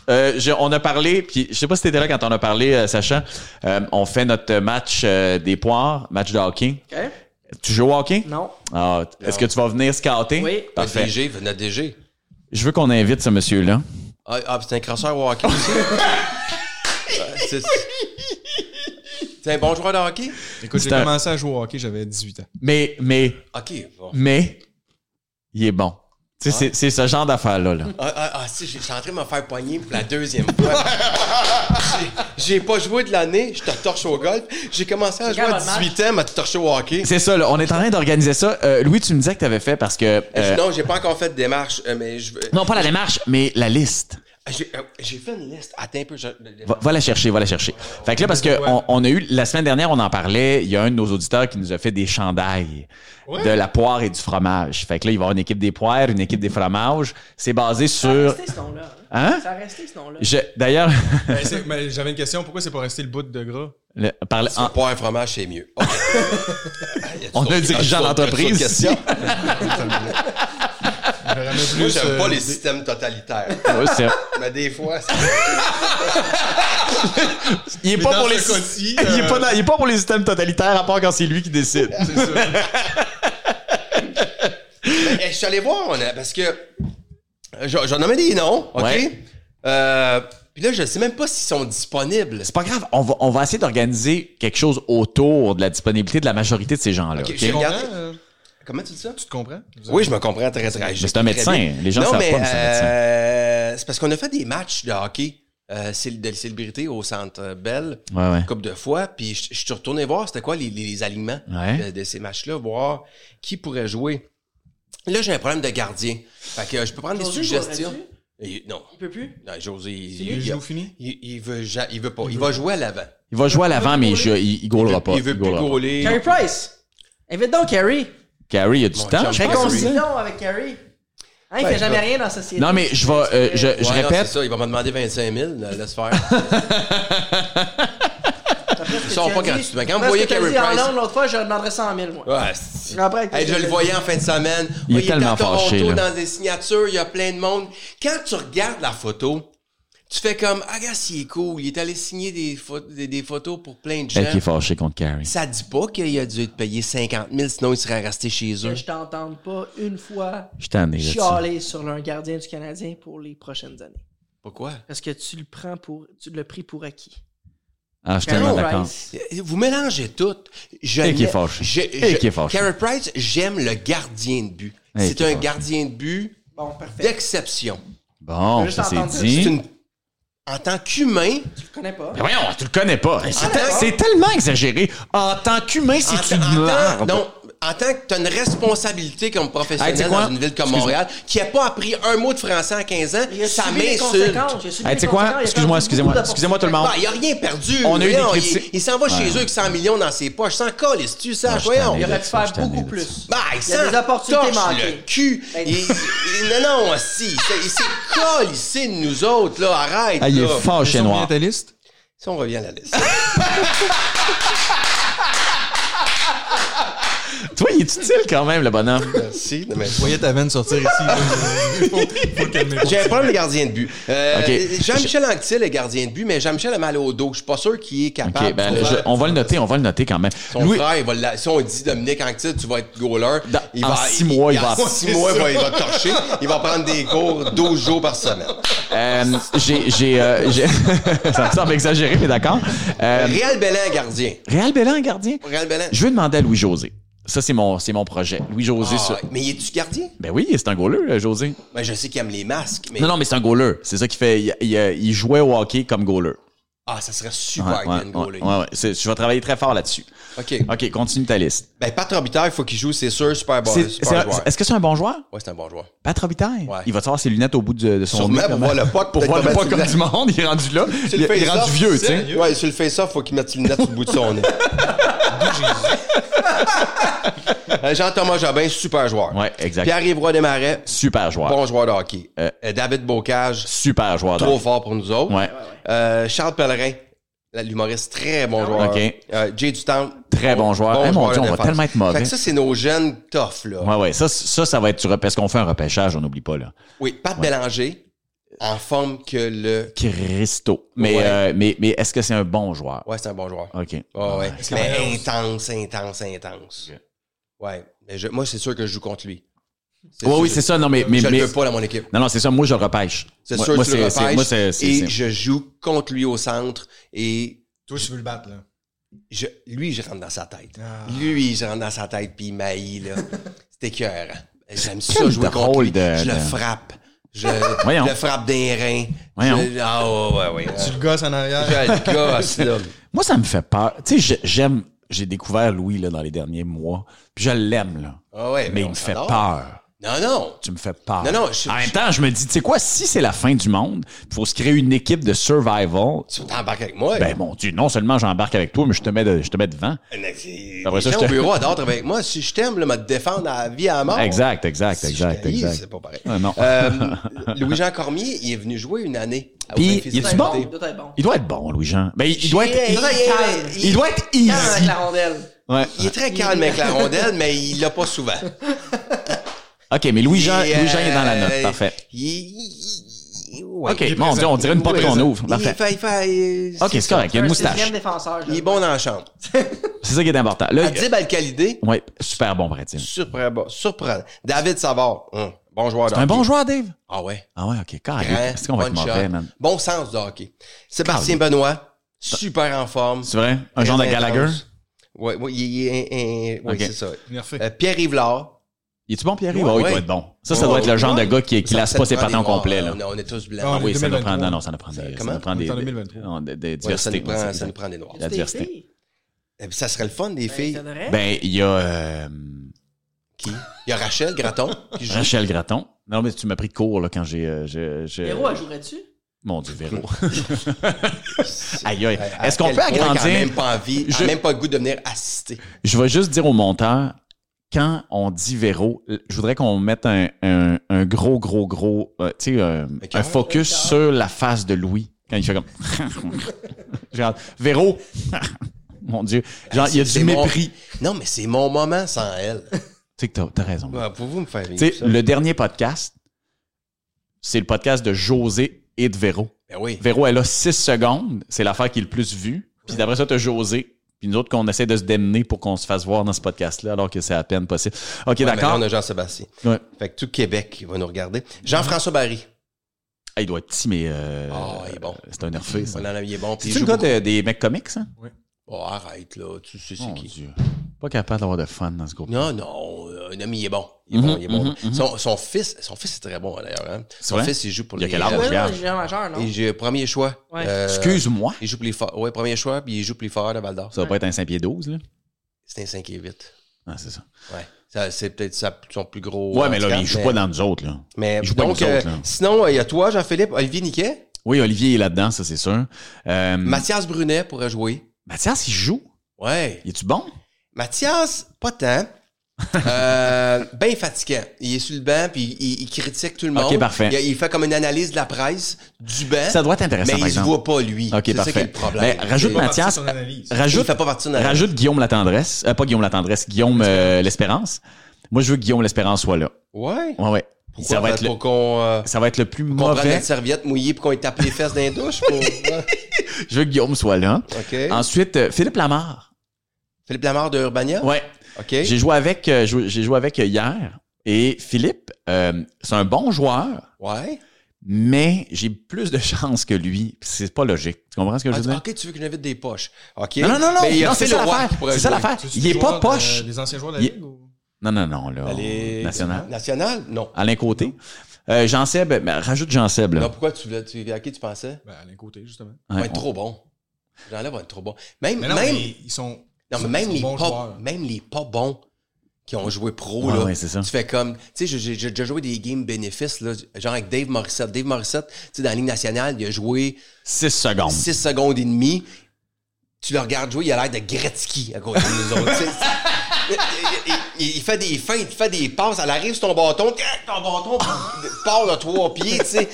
[SPEAKER 2] Euh, je- on a parlé, puis je sais pas si t'étais là quand on a parlé, euh, Sacha. Euh, on fait notre match euh, des poires, match de hockey.
[SPEAKER 4] Ok.
[SPEAKER 2] Tu joues au hockey?
[SPEAKER 4] Non.
[SPEAKER 2] Ah, t- Est-ce que tu vas venir scouter?
[SPEAKER 4] Oui.
[SPEAKER 1] Notre
[SPEAKER 2] Parfait.
[SPEAKER 1] DG, notre DG.
[SPEAKER 2] Je veux qu'on invite ce monsieur-là.
[SPEAKER 1] Ah, ah, c'est un crasseur au hockey aussi. Ah, c'est- c'est un bon joueur de hockey?
[SPEAKER 3] Écoute, j'ai
[SPEAKER 2] C'est un-
[SPEAKER 3] commencé à jouer au hockey, j'avais 18 ans.
[SPEAKER 2] Mais, mais,
[SPEAKER 1] Ok, bon.
[SPEAKER 2] mais, il est bon. Tu sais, c'est- c'est ce genre d'affaire-là. là.
[SPEAKER 1] Ah, ah, ah, si, je suis en train de me faire poigner pour la deuxième fois. J'ai- J'ai pas joué de l'année, je te torche au golf. J'ai commencé à jouer à
[SPEAKER 4] Regarde le
[SPEAKER 1] 18 ans, mais te torcher au hockey.
[SPEAKER 2] C'est ça, là, on est en train d'organiser ça. Euh, Louis, tu me disais que t'avais fait parce que... euh,
[SPEAKER 1] Non, j'ai pas encore fait de démarche, euh, mais je veux.
[SPEAKER 2] non, pas la démarche, mais la liste.
[SPEAKER 1] J'ai euh, j'ai fait une liste. Attends un peu. je-
[SPEAKER 2] Va, va la chercher, va la chercher. Fait que là, parce que on, on a eu, la semaine dernière, on en parlait, il y a un de nos auditeurs qui nous a fait des chandails de la poire et du fromage. Fait que là, il va y avoir une équipe des poires, une équipe des fromages. C'est basé
[SPEAKER 1] Ah,
[SPEAKER 4] Ça a
[SPEAKER 2] sur...
[SPEAKER 4] resté ce nom-là.
[SPEAKER 2] Hein?
[SPEAKER 4] Ça a resté ce nom-là.
[SPEAKER 2] Je- D'ailleurs,
[SPEAKER 3] Mais Ben, c'est- mais j'avais une question, pourquoi c'est pas resté le bout de gras?
[SPEAKER 2] le- par- en-
[SPEAKER 1] Pas un fromage, c'est mieux. Ok. Y a-tu
[SPEAKER 2] On a
[SPEAKER 1] d'autres-
[SPEAKER 2] un dirigeant
[SPEAKER 1] y a-tu d'autres-
[SPEAKER 2] d'entreprise.
[SPEAKER 1] y a-tu d'autres questions?
[SPEAKER 3] J'aurais aimé
[SPEAKER 1] Moi,
[SPEAKER 3] plus,
[SPEAKER 1] j'aime
[SPEAKER 3] euh,
[SPEAKER 1] pas les systèmes totalitaires.
[SPEAKER 2] Ouais, c'est-
[SPEAKER 1] mais des fois, c'est-
[SPEAKER 2] il est
[SPEAKER 3] Mais
[SPEAKER 2] pas
[SPEAKER 3] dans
[SPEAKER 2] pour les
[SPEAKER 3] ce cas-ci,
[SPEAKER 2] il est
[SPEAKER 3] euh,
[SPEAKER 2] pas dans- il est pas pour les systèmes totalitaires à part quand c'est lui qui décide.
[SPEAKER 3] C'est ça.
[SPEAKER 1] Eh, je suis allé voir, on a- parce que euh, j'en j'en nommais des noms, OK?
[SPEAKER 2] Ouais.
[SPEAKER 1] Euh, Puis là, je sais même pas s'ils sont disponibles.
[SPEAKER 2] C'est pas grave, on va on va essayer d'organiser quelque chose autour de la disponibilité de la majorité de ces gens-là.
[SPEAKER 1] Ok,
[SPEAKER 2] ok?
[SPEAKER 1] j'ai-
[SPEAKER 3] Tu comprends?
[SPEAKER 1] Regardez.
[SPEAKER 3] euh,
[SPEAKER 1] Comment tu dis ça?
[SPEAKER 3] Tu te comprends?
[SPEAKER 1] Oui, je me comprends très, très
[SPEAKER 2] Mais c'est un médecin. Les gens
[SPEAKER 1] non,
[SPEAKER 2] savent
[SPEAKER 1] mais,
[SPEAKER 2] pas, mais c'est un médecin.
[SPEAKER 1] euh, c'est parce qu'on a fait des matchs de hockey euh, cél- de célébrité au Centre Bell
[SPEAKER 2] Ouais, ouais.
[SPEAKER 1] une couple de fois, puis je, je suis retourné voir c'était quoi les, les- les alignements
[SPEAKER 2] Ouais.
[SPEAKER 1] de, de ces matchs-là, voir qui pourrait jouer. Là, j'ai un problème de gardien. Fait que euh, je peux prendre des
[SPEAKER 4] José
[SPEAKER 1] suggestions.
[SPEAKER 4] jouera-tu?
[SPEAKER 1] Et- non,
[SPEAKER 4] Il peut plus.
[SPEAKER 1] non, José, il,
[SPEAKER 3] Les
[SPEAKER 1] il-
[SPEAKER 3] genoux finis?
[SPEAKER 1] il- il veut, ja- il veut pas. Il va jouer à l'avant.
[SPEAKER 2] Il va jouer à l'avant, mais je- il, il
[SPEAKER 1] Il
[SPEAKER 2] gaulera
[SPEAKER 1] veut,
[SPEAKER 2] pas.
[SPEAKER 1] il veut plus
[SPEAKER 2] gaulera pas.
[SPEAKER 1] gauler.
[SPEAKER 4] Carey Price. Invite donc Carey.
[SPEAKER 2] Carrie, il y a du
[SPEAKER 1] Mon
[SPEAKER 2] temps,
[SPEAKER 1] chum,
[SPEAKER 2] je
[SPEAKER 1] Carey.
[SPEAKER 2] pense.
[SPEAKER 1] Carey.
[SPEAKER 4] Réconcilions avec Carey. Hein, il
[SPEAKER 1] Ben,
[SPEAKER 4] fait jamais
[SPEAKER 1] écoute.
[SPEAKER 4] rien dans la société.
[SPEAKER 2] Non, mais je vais. euh, je je
[SPEAKER 1] Ouais, non,
[SPEAKER 2] répète.
[SPEAKER 1] c'est ça, il va me demander 25 000, là, laisse faire.
[SPEAKER 4] Ils
[SPEAKER 1] sont pas gratuits. Mais quand vous voyez Carey Price-
[SPEAKER 4] L'autre fois, je leur demanderais 100 000, moi.
[SPEAKER 1] Ouais, c'est-
[SPEAKER 4] Après,
[SPEAKER 1] Hey, je le voyais en fin de semaine.
[SPEAKER 2] Il
[SPEAKER 1] Ah,
[SPEAKER 2] est tellement
[SPEAKER 1] à Toronto,
[SPEAKER 2] fâché, là.
[SPEAKER 1] dans des signatures, il y a plein de monde. Quand tu regardes la photo, tu fais comme Ah, gars, il est cool. Il est allé signer des, pho- des, des photos pour plein de gens.
[SPEAKER 2] Elle qui est fâchée contre Carrie.
[SPEAKER 1] Ça dit pas qu'il a dû te payer 50 000, sinon il serait resté chez eux.
[SPEAKER 4] Je t'entends pas une fois
[SPEAKER 2] Je t'en ai là-dessus.
[SPEAKER 4] chialer sur un gardien du Canadien pour les prochaines années.
[SPEAKER 1] Pourquoi?
[SPEAKER 4] Parce que tu le prends pour. Tu le pris pour acquis.
[SPEAKER 2] Ah, je suis tellement
[SPEAKER 4] Carey
[SPEAKER 2] d'accord.
[SPEAKER 4] Price.
[SPEAKER 1] Vous mélangez tout. Je
[SPEAKER 2] Et qui est
[SPEAKER 1] n'ai-
[SPEAKER 2] fâché.
[SPEAKER 1] je-
[SPEAKER 2] Et
[SPEAKER 1] je-
[SPEAKER 2] qui est fâché.
[SPEAKER 1] Carey Price, j'aime le gardien de but.
[SPEAKER 2] Et
[SPEAKER 1] C'est
[SPEAKER 2] qui est
[SPEAKER 1] un
[SPEAKER 2] fâché.
[SPEAKER 1] gardien de but
[SPEAKER 4] Bon, parfait.
[SPEAKER 1] d'exception.
[SPEAKER 4] Je
[SPEAKER 2] Bon,
[SPEAKER 4] veux
[SPEAKER 2] ça
[SPEAKER 4] juste
[SPEAKER 2] c'est
[SPEAKER 4] entendre ça.
[SPEAKER 1] C'est
[SPEAKER 2] dit.
[SPEAKER 1] une- En tant qu'humain,
[SPEAKER 4] Tu le connais pas.
[SPEAKER 2] Mais voyons, tu le connais pas.
[SPEAKER 4] Ah,
[SPEAKER 2] C'est
[SPEAKER 1] En
[SPEAKER 2] tel-
[SPEAKER 1] tant-
[SPEAKER 2] c'est tellement exagéré. En tant qu'humain,
[SPEAKER 1] En
[SPEAKER 2] c'est
[SPEAKER 1] tant-
[SPEAKER 2] une
[SPEAKER 1] en tant-
[SPEAKER 4] Ah,
[SPEAKER 2] merde.
[SPEAKER 1] non, en tant que tu as une responsabilité comme
[SPEAKER 2] Hey, tu
[SPEAKER 1] professionnel
[SPEAKER 2] sais quoi?
[SPEAKER 1] dans une ville comme
[SPEAKER 2] Excuse-moi.
[SPEAKER 1] Montréal qui n'a pas appris un mot de français en 15 ans,
[SPEAKER 4] Il a
[SPEAKER 1] ça
[SPEAKER 4] subi les
[SPEAKER 1] m'insulte.
[SPEAKER 4] conséquences, il a subi
[SPEAKER 2] Hey,
[SPEAKER 4] les
[SPEAKER 2] tu sais quoi?
[SPEAKER 4] conséquences, il a
[SPEAKER 2] Excuse-moi,
[SPEAKER 4] perdu
[SPEAKER 2] excusez-moi,
[SPEAKER 4] beaucoup
[SPEAKER 2] excusez-moi tout le monde.
[SPEAKER 1] Ben, il n'a rien perdu.
[SPEAKER 2] On a eu des
[SPEAKER 1] Voyons,
[SPEAKER 2] critiques.
[SPEAKER 1] Il, il s'en va
[SPEAKER 2] Ouais.
[SPEAKER 1] chez eux avec 100 millions dans ses poches. S'en calisse, tu sais,
[SPEAKER 2] Ah, je t'en
[SPEAKER 1] voyons.
[SPEAKER 2] ai
[SPEAKER 4] Il aurait
[SPEAKER 2] de
[SPEAKER 4] pu
[SPEAKER 2] ça, je
[SPEAKER 4] faire
[SPEAKER 2] t'en ai
[SPEAKER 4] beaucoup
[SPEAKER 2] de
[SPEAKER 4] plus.
[SPEAKER 1] Ben, il
[SPEAKER 4] Il y a
[SPEAKER 1] s'en
[SPEAKER 4] des opportunités
[SPEAKER 1] torche
[SPEAKER 4] manquées.
[SPEAKER 1] le cul.
[SPEAKER 4] Ben,
[SPEAKER 1] Il- il- non, non, si. Il s'est- il s'est calissé de nous autres, là. Arrête,
[SPEAKER 2] Ah, il est
[SPEAKER 1] là.
[SPEAKER 2] fâché noir.
[SPEAKER 3] liste?
[SPEAKER 1] Si on revient à la liste.
[SPEAKER 2] Toi, il est utile quand même, le bonhomme.
[SPEAKER 1] Merci. non, mais-
[SPEAKER 3] Je voyais ta veine sortir ici. là. faut, faut calmer.
[SPEAKER 1] J'ai un problème de gardien de but. Euh,
[SPEAKER 2] Ok.
[SPEAKER 1] Jean-Michel Anctil est gardien de but, mais Jean-Michel a mal au dos. Je suis pas sûr qu'il est capable.
[SPEAKER 2] OK, ben,
[SPEAKER 1] Son
[SPEAKER 2] je-
[SPEAKER 1] frère-
[SPEAKER 2] on va le noter, on va le noter quand même.
[SPEAKER 1] Son
[SPEAKER 2] Louis,
[SPEAKER 1] frère, il va l'a- si on dit Dominique Anctil, tu vas être goaler.
[SPEAKER 2] Dans- en six mois, il va-
[SPEAKER 1] En six mois, il va, il va torcher. Il va prendre des cours 12 jours par semaine.
[SPEAKER 2] euh, j'ai... j'ai, euh, j'ai- ça me semble exagéré, mais d'accord. Euh,
[SPEAKER 1] Réal Bellin, gardien.
[SPEAKER 2] Réal Bellan, gardien.
[SPEAKER 1] Réal Bellin.
[SPEAKER 2] Je vais demander à Louis-José. Ça, c'est mon, c'est mon projet. Louis-José...
[SPEAKER 1] Ah,
[SPEAKER 2] sur-
[SPEAKER 1] mais il est-tu gardien?
[SPEAKER 2] Ben oui, c'est un goaler, euh, José.
[SPEAKER 1] Ben, je sais qu'il aime les masques, mais
[SPEAKER 2] Non, non, mais c'est un goaler. C'est ça qui fait... Il, il, euh, il jouait au hockey comme goaler.
[SPEAKER 1] Ah, ça serait
[SPEAKER 2] Ouais,
[SPEAKER 1] super
[SPEAKER 2] ouais,
[SPEAKER 1] bien de goaler.
[SPEAKER 2] ouais, ouais, ouais. C'est- Je vais travailler très fort là-dessus.
[SPEAKER 1] OK.
[SPEAKER 2] OK, continue ta liste.
[SPEAKER 1] Ben, Pat Robitaille, il faut qu'il joue, c'est sûr. Super bon.
[SPEAKER 2] C'est-
[SPEAKER 1] Super
[SPEAKER 2] c'est-
[SPEAKER 1] joueur.
[SPEAKER 2] Est-ce que c'est un bon joueur?
[SPEAKER 1] Ouais, c'est un bon joueur.
[SPEAKER 2] Pat Robitaille?
[SPEAKER 1] Ouais.
[SPEAKER 2] Il va te savoir ses lunettes au bout de, de son
[SPEAKER 1] Sûrement
[SPEAKER 2] nez,
[SPEAKER 1] pour
[SPEAKER 2] comment?
[SPEAKER 1] voir le puck,
[SPEAKER 2] Pour
[SPEAKER 1] peut-être
[SPEAKER 2] voir
[SPEAKER 1] qu'il
[SPEAKER 2] le
[SPEAKER 1] va
[SPEAKER 2] puck
[SPEAKER 1] mettre
[SPEAKER 2] comme du monde. Il est rendu là. Il, il est rendu vieux, tu sais.
[SPEAKER 1] Ouais, sur le face-off, faut qu'il mette une lunette sur le bout de son nez. Euh, Jean-Thomas Jobin, super joueur.
[SPEAKER 2] Ouais, exact.
[SPEAKER 1] Pierre-Yves Roy Desmarais,
[SPEAKER 2] Super joueur.
[SPEAKER 1] bon joueur de hockey.
[SPEAKER 2] Euh,
[SPEAKER 1] Euh, David Bocage,
[SPEAKER 2] Super joueur.
[SPEAKER 1] trop
[SPEAKER 2] donc.
[SPEAKER 1] fort pour nous autres.
[SPEAKER 2] Ouais.
[SPEAKER 1] Euh, Charles Pellerin, la- l'humoriste, très bon joueur.
[SPEAKER 2] Ok.
[SPEAKER 1] Euh, Jay Dutemps,
[SPEAKER 2] Très bon joueur. Eh, mon Dieu,
[SPEAKER 1] de
[SPEAKER 2] on va
[SPEAKER 1] défense.
[SPEAKER 2] tellement être mauvais.
[SPEAKER 1] Fait que ça, c'est nos jeunes tough, là.
[SPEAKER 2] Ouais, ouais. Ça, ça, ça va être du repêchage. Parce qu'on fait un repêchage, on n'oublie pas, là.
[SPEAKER 1] Oui, Pat Bélanger, en forme que le...
[SPEAKER 2] Christo. Mais,
[SPEAKER 1] Ouais.
[SPEAKER 2] euh, mais, mais est-ce que c'est un bon joueur?
[SPEAKER 1] Ouais, c'est un bon joueur.
[SPEAKER 2] OK.
[SPEAKER 1] Ah ouais. Mais
[SPEAKER 3] même
[SPEAKER 1] intense, intense, intense.
[SPEAKER 2] Ok.
[SPEAKER 1] Ouais. Mais je- moi, c'est sûr que je joue contre lui. C'est
[SPEAKER 2] Ouais,
[SPEAKER 1] sûr.
[SPEAKER 2] oui, c'est ça. Non, mais. mais,
[SPEAKER 1] je
[SPEAKER 2] mais-
[SPEAKER 1] le veux pas dans mon équipe.
[SPEAKER 2] Non, non, c'est ça. Moi, je le repêche.
[SPEAKER 1] C'est
[SPEAKER 2] Moi-
[SPEAKER 1] sûr
[SPEAKER 2] moi,
[SPEAKER 1] que je le
[SPEAKER 2] c'est- c'est- Moi,
[SPEAKER 1] repêche.
[SPEAKER 2] c'est. c'est-
[SPEAKER 1] Et
[SPEAKER 2] c'est-
[SPEAKER 1] je joue contre lui au centre et
[SPEAKER 3] Toi, tu veux le battre, là.
[SPEAKER 1] je, lui, je rentre dans sa tête.
[SPEAKER 3] Ah.
[SPEAKER 1] Lui, je rentre dans sa tête puis il m'haït, là. C'est écœurant. J'aime ça
[SPEAKER 2] Quel
[SPEAKER 1] jouer contre
[SPEAKER 2] drôle
[SPEAKER 1] lui.
[SPEAKER 2] de-
[SPEAKER 1] Je le
[SPEAKER 2] de-
[SPEAKER 1] frappe. Je,
[SPEAKER 2] Voyons.
[SPEAKER 1] je le frappe des reins.
[SPEAKER 2] Voyons.
[SPEAKER 1] Je- ah ouais, ouais, ouais.
[SPEAKER 3] Tu le gosses en
[SPEAKER 1] Je
[SPEAKER 3] arrière.
[SPEAKER 1] le gosse, là.
[SPEAKER 2] Moi, ça me fait peur. Tu sais, je- j'aime. J'ai découvert Louis, là, dans les derniers mois. Puis je l'aime, là.
[SPEAKER 1] Ah ouais,
[SPEAKER 2] mais
[SPEAKER 1] on
[SPEAKER 2] il me fait
[SPEAKER 1] s'adore.
[SPEAKER 2] peur.
[SPEAKER 1] Non, non.
[SPEAKER 2] tu me fais peur.
[SPEAKER 1] Non, non, je-
[SPEAKER 2] en même temps, je me dis, tu sais quoi, si c'est la fin du monde, il faut se créer une équipe de survival.
[SPEAKER 1] Tu t'embarques avec moi.
[SPEAKER 2] Ben mon Dieu, non seulement j'embarque avec toi, mais je te mets, de- je te mets devant.
[SPEAKER 1] Mais Ben, c'est-
[SPEAKER 2] Après
[SPEAKER 1] les
[SPEAKER 2] ça,
[SPEAKER 1] gens
[SPEAKER 2] je
[SPEAKER 1] au
[SPEAKER 2] te-
[SPEAKER 1] bureau adorent travailler avec moi. Si je t'aime, là, me défendre à la vie à la mort.
[SPEAKER 2] exact, exact,
[SPEAKER 1] Ah. Si je
[SPEAKER 2] exact,
[SPEAKER 1] t'haïs,
[SPEAKER 2] exact.
[SPEAKER 1] C'est pas pareil.
[SPEAKER 2] Ah, non.
[SPEAKER 1] Euh, Louis-Jean Cormier, il est venu jouer une année. à
[SPEAKER 2] Puis,
[SPEAKER 1] Olympie
[SPEAKER 2] il est-tu
[SPEAKER 4] Il doit être
[SPEAKER 2] bon?
[SPEAKER 1] Solidarité.
[SPEAKER 4] bon. Il doit être bon.
[SPEAKER 2] Il doit être bon, Louis-Jean. Ben, il, il doit être,
[SPEAKER 1] Il-
[SPEAKER 2] il,
[SPEAKER 4] doit être calme.
[SPEAKER 1] il-
[SPEAKER 2] il doit être
[SPEAKER 4] Calme avec
[SPEAKER 2] easy.
[SPEAKER 4] la rondelle.
[SPEAKER 2] Ouais.
[SPEAKER 1] Il est très calme avec la rondelle, mais il l'a pas souvent.
[SPEAKER 2] OK, mais Louis-Jean,
[SPEAKER 1] Et, euh,
[SPEAKER 2] Louis-Jean est dans la note. Parfait.
[SPEAKER 1] Il, il- il- ouais.
[SPEAKER 2] OK, mon Dieu, on dirait une porte
[SPEAKER 1] présent.
[SPEAKER 2] qu'on ouvre.
[SPEAKER 1] Il
[SPEAKER 2] Parfait.
[SPEAKER 1] fait- il fait-
[SPEAKER 2] OK, c'est correct. Il y a une
[SPEAKER 4] Un
[SPEAKER 2] moustache.
[SPEAKER 4] sixième défenseur.
[SPEAKER 1] Il est bon dans la chambre.
[SPEAKER 2] C'est ça qui est important. Là,
[SPEAKER 1] Adib Al-Khalidé,
[SPEAKER 2] ouais, super bon, paraît-il. C'est
[SPEAKER 1] surprenant. surprenant. David Savard, hum, bon joueur. de
[SPEAKER 2] un bon
[SPEAKER 1] hockey.
[SPEAKER 2] joueur, Dave.
[SPEAKER 1] Ah ouais.
[SPEAKER 2] Ah ouais, OK, carré.
[SPEAKER 1] Grand,
[SPEAKER 2] C'est qu'on va être
[SPEAKER 1] bonne
[SPEAKER 2] mauvais,
[SPEAKER 1] shot.
[SPEAKER 2] man.
[SPEAKER 1] Bon sens du hockey. Sébastien Benoît, super en forme.
[SPEAKER 2] C'est vrai? Un genre de
[SPEAKER 1] Très
[SPEAKER 2] Gallagher?
[SPEAKER 1] intense. Ouais, ouais, il, il est- il est- oui,
[SPEAKER 2] Ok.
[SPEAKER 1] c'est ça.
[SPEAKER 3] Nerfé.
[SPEAKER 1] Euh, Pierre-Yves Lard,
[SPEAKER 2] Il est-tu bon, Pierre?
[SPEAKER 1] Ouais,
[SPEAKER 2] oh, il
[SPEAKER 1] ouais.
[SPEAKER 2] doit être bon. Ça, ça doit être le genre de gars qui, qui lasse pas ses patins au complet. Là.
[SPEAKER 1] On, on est tous
[SPEAKER 3] Ah,
[SPEAKER 1] blancs.
[SPEAKER 2] Ah oui, ça nous
[SPEAKER 3] 2023.
[SPEAKER 2] prend. Non, non, ça nous prend des. Ça
[SPEAKER 1] Comment?
[SPEAKER 2] nous prend
[SPEAKER 3] On est
[SPEAKER 2] des.
[SPEAKER 3] en
[SPEAKER 2] des-
[SPEAKER 3] 2023.
[SPEAKER 2] non, des- des
[SPEAKER 1] Ouais, ça,
[SPEAKER 2] diversités.
[SPEAKER 1] nous prend,
[SPEAKER 2] ouais, c'est
[SPEAKER 1] ça nous
[SPEAKER 2] exact.
[SPEAKER 1] prend des noirs.
[SPEAKER 2] La
[SPEAKER 4] Tu t'es
[SPEAKER 2] diversité.
[SPEAKER 4] fait.
[SPEAKER 1] Eh bien, Ça serait le fun, des
[SPEAKER 4] Ben,
[SPEAKER 1] filles.
[SPEAKER 4] c'est vrai.
[SPEAKER 2] Ben, il y a euh,
[SPEAKER 1] Qui? Il y a Rachel Graton qui joue.
[SPEAKER 2] Rachel Gratton. Non, mais tu m'as pris de court là, quand j'ai. euh, j'ai- j'ai-
[SPEAKER 4] Véro, elle jouerait-tu?
[SPEAKER 2] Mon Dieu, Véro. Aïe, aïe.
[SPEAKER 1] À
[SPEAKER 2] Est-ce qu'on
[SPEAKER 1] quel
[SPEAKER 2] peut
[SPEAKER 1] point qu'elle a
[SPEAKER 2] agrandir?
[SPEAKER 1] même pas envie, elle a
[SPEAKER 2] Je-
[SPEAKER 1] même pas le goût de venir assister.
[SPEAKER 2] Je vais juste dire au monteur, quand on dit Véro, je voudrais qu'on mette un, un- un gros, gros, gros, euh, tu sais, un,
[SPEAKER 1] Un
[SPEAKER 2] un
[SPEAKER 1] cœur.
[SPEAKER 2] focus
[SPEAKER 4] Un cœur.
[SPEAKER 2] sur la face de Louis. Quand il fait comme. Genre, Véro! Mon Dieu. Genre, il y a
[SPEAKER 1] C'est
[SPEAKER 2] du
[SPEAKER 1] mon-
[SPEAKER 2] mépris.
[SPEAKER 1] Non, mais c'est mon moment sans elle.
[SPEAKER 2] Tu sais que t'as- t'as raison.
[SPEAKER 1] Ouais, Pouvez-vous me faire vivre
[SPEAKER 2] Tu sais,
[SPEAKER 1] ça?
[SPEAKER 2] le dernier podcast, c'est le podcast de José et de Véro.
[SPEAKER 1] Ben oui.
[SPEAKER 2] Véro, elle a 6 secondes. C'est l'affaire qui est le plus vue. Puis d'après ça, t'as José. Puis nous autres, qu'on essaie de se démener pour qu'on se fasse voir dans ce podcast-là, alors que c'est à peine possible. OK,
[SPEAKER 1] Ouais,
[SPEAKER 2] d'accord.
[SPEAKER 1] maintenant, on a Jean-Sébastien.
[SPEAKER 2] Ouais.
[SPEAKER 1] Fait que tout Québec va nous regarder. Jean-François Barry.
[SPEAKER 2] Ah, il doit être petit, mais. euh,
[SPEAKER 1] Ah, il est bon.
[SPEAKER 2] C'est un nerfé, ça.
[SPEAKER 1] On en a il est bon. puis il
[SPEAKER 2] C'est-tu le
[SPEAKER 1] joue
[SPEAKER 2] gars de- des mecs comics, ça?
[SPEAKER 1] beaucoup. Oh, arrête, là. Tu sais c'est
[SPEAKER 2] Mon
[SPEAKER 1] qui.
[SPEAKER 2] Dieu. Pas capable d'avoir de fun dans ce groupe.
[SPEAKER 1] Non, non. euh, Un ami, il est bon. Il est bon,
[SPEAKER 2] Mhm,
[SPEAKER 1] il est bon.
[SPEAKER 2] mhm, mhm.
[SPEAKER 1] Son, son fils, son fils est très bon, d'ailleurs. hein.
[SPEAKER 2] C'est
[SPEAKER 1] Son
[SPEAKER 2] vrai?
[SPEAKER 1] fils, il joue pour
[SPEAKER 2] Il a
[SPEAKER 1] les...
[SPEAKER 2] quel âge? Ah,
[SPEAKER 4] Ouais,
[SPEAKER 2] regarde.
[SPEAKER 4] non, j'ai un majeur, non?
[SPEAKER 1] Et j'ai premier choix.
[SPEAKER 4] Ouais.
[SPEAKER 1] Euh,
[SPEAKER 2] Excuse-moi.
[SPEAKER 1] Il joue pour les forts. Ouais, premier choix, puis il joue pour les forts de Val d'Or.
[SPEAKER 2] Ça va pas être un 5 pieds 12, là?
[SPEAKER 1] C'est un 5 et 8.
[SPEAKER 2] Ah, c'est ça.
[SPEAKER 1] Ouais. Ça, c'est peut-être sa- son plus gros.
[SPEAKER 2] Ouais, mais là,
[SPEAKER 1] handicap,
[SPEAKER 2] il joue pas dans nous autres, là.
[SPEAKER 1] Mais
[SPEAKER 2] il joue pas
[SPEAKER 1] donc,
[SPEAKER 2] nous autres,
[SPEAKER 1] euh,
[SPEAKER 2] là.
[SPEAKER 1] sinon, euh, il y a toi, Jean-Philippe, Olivier Niquet.
[SPEAKER 2] Oui, Olivier est là-dedans, ça, c'est sûr. Euh,
[SPEAKER 1] Mathias Brunet pourrait jouer.
[SPEAKER 2] Mathias, il joue.
[SPEAKER 1] Ouais.
[SPEAKER 2] Il est-tu bon?
[SPEAKER 1] Mathias, pas tant. Euh, ben fatiguant. Il est sur le banc puis il, il critique tout le monde.
[SPEAKER 2] Ok, parfait.
[SPEAKER 1] Il, il fait comme une analyse de la presse du banc.
[SPEAKER 2] Ça doit être intéressant,
[SPEAKER 1] Hein? mais il
[SPEAKER 2] par
[SPEAKER 1] se
[SPEAKER 2] exemple.
[SPEAKER 1] voit pas lui.
[SPEAKER 2] Ok,
[SPEAKER 1] c'est ça qui est
[SPEAKER 2] parfait.
[SPEAKER 1] le problème.
[SPEAKER 2] Mais rajoute
[SPEAKER 1] Il-
[SPEAKER 2] Mathias.
[SPEAKER 3] Son analyse.
[SPEAKER 1] Il
[SPEAKER 2] Rajoute,
[SPEAKER 1] fait pas partie de la-
[SPEAKER 2] rajoute Guillaume Latendresse. Euh, pas Guillaume Latendresse, Guillaume euh, L'Espérance. Moi, je veux que Guillaume L'Espérance soit là.
[SPEAKER 1] Ouais.
[SPEAKER 2] Ouais, ouais.
[SPEAKER 1] Pourquoi,
[SPEAKER 2] ça, va
[SPEAKER 1] ben,
[SPEAKER 2] être le,
[SPEAKER 1] pour qu'on euh,
[SPEAKER 2] ça va être le plus
[SPEAKER 1] qu'on prenne
[SPEAKER 2] mauvais.
[SPEAKER 1] notre serviette mouillée puis qu'on lui tape les fesses dans les douches. Pour... ok.
[SPEAKER 2] Je veux que Guillaume soit là. Ensuite, euh, Philippe Lamarre.
[SPEAKER 1] Philippe Lamarre de Urbania.
[SPEAKER 2] Ouais.
[SPEAKER 1] Ok.
[SPEAKER 2] J'ai joué avec, euh, jou- j'ai joué avec euh, hier. Et Philippe, euh, c'est un bon joueur,
[SPEAKER 1] Ouais.
[SPEAKER 2] mais j'ai plus de chance que lui. Puis C'est pas logique. Tu comprends ce que je
[SPEAKER 1] Ah,
[SPEAKER 2] veux
[SPEAKER 1] tu-
[SPEAKER 2] dire?
[SPEAKER 1] ok, tu veux que j'invite des poches. Ok.
[SPEAKER 2] Non, non, non, non.
[SPEAKER 1] Mais il y a
[SPEAKER 2] Non, c'est
[SPEAKER 1] Phil
[SPEAKER 2] ça
[SPEAKER 1] Roy qui
[SPEAKER 2] l'affaire.
[SPEAKER 1] pourrait
[SPEAKER 2] C'est ça
[SPEAKER 1] jouer.
[SPEAKER 2] l'affaire.
[SPEAKER 3] Tu- tu
[SPEAKER 2] Il est
[SPEAKER 3] joues
[SPEAKER 2] pas
[SPEAKER 3] entre, euh,
[SPEAKER 2] poche.
[SPEAKER 3] Les anciens joueurs de la
[SPEAKER 2] Il-
[SPEAKER 3] Ligue ou-
[SPEAKER 2] Non, non, non, là.
[SPEAKER 1] La Ligue
[SPEAKER 2] National.
[SPEAKER 1] Nationale? Non.
[SPEAKER 2] Alain Côté. Euh, Jean Seb, ben, rajoute Jean Seb, là.
[SPEAKER 1] Non, pourquoi tu voulais, tu, à qui tu pensais?
[SPEAKER 3] Ben, à l'un côté, justement.
[SPEAKER 1] va
[SPEAKER 2] Ouais,
[SPEAKER 1] être
[SPEAKER 2] on-
[SPEAKER 1] trop bon. Jean-Lève va être trop bon. Même,
[SPEAKER 3] Mais non,
[SPEAKER 1] même,
[SPEAKER 3] mais ils sont.
[SPEAKER 1] non, mais
[SPEAKER 3] ils sont-
[SPEAKER 1] même,
[SPEAKER 3] ils sont
[SPEAKER 1] les
[SPEAKER 3] bons
[SPEAKER 1] pas,
[SPEAKER 3] joueurs.
[SPEAKER 1] même les pas bons qui ont joué pro,
[SPEAKER 2] Ouais,
[SPEAKER 1] là,
[SPEAKER 2] ouais, c'est ça.
[SPEAKER 1] tu fais comme. Tu sais, j'ai- j'ai déjà joué des games bénéfices, là, genre avec Dave Morissette. Dave Morissette, tu sais, dans la Ligue nationale, il a joué
[SPEAKER 2] Six secondes.
[SPEAKER 1] 6 secondes et demie. Tu le regardes jouer, il a l'air de Gretzky à côté de nous autres. tu sais. Il, il- il fait des feintes, il fait des passes, elle arrive sur ton bâton, tac, ton bâton part de trois pieds, tu sais.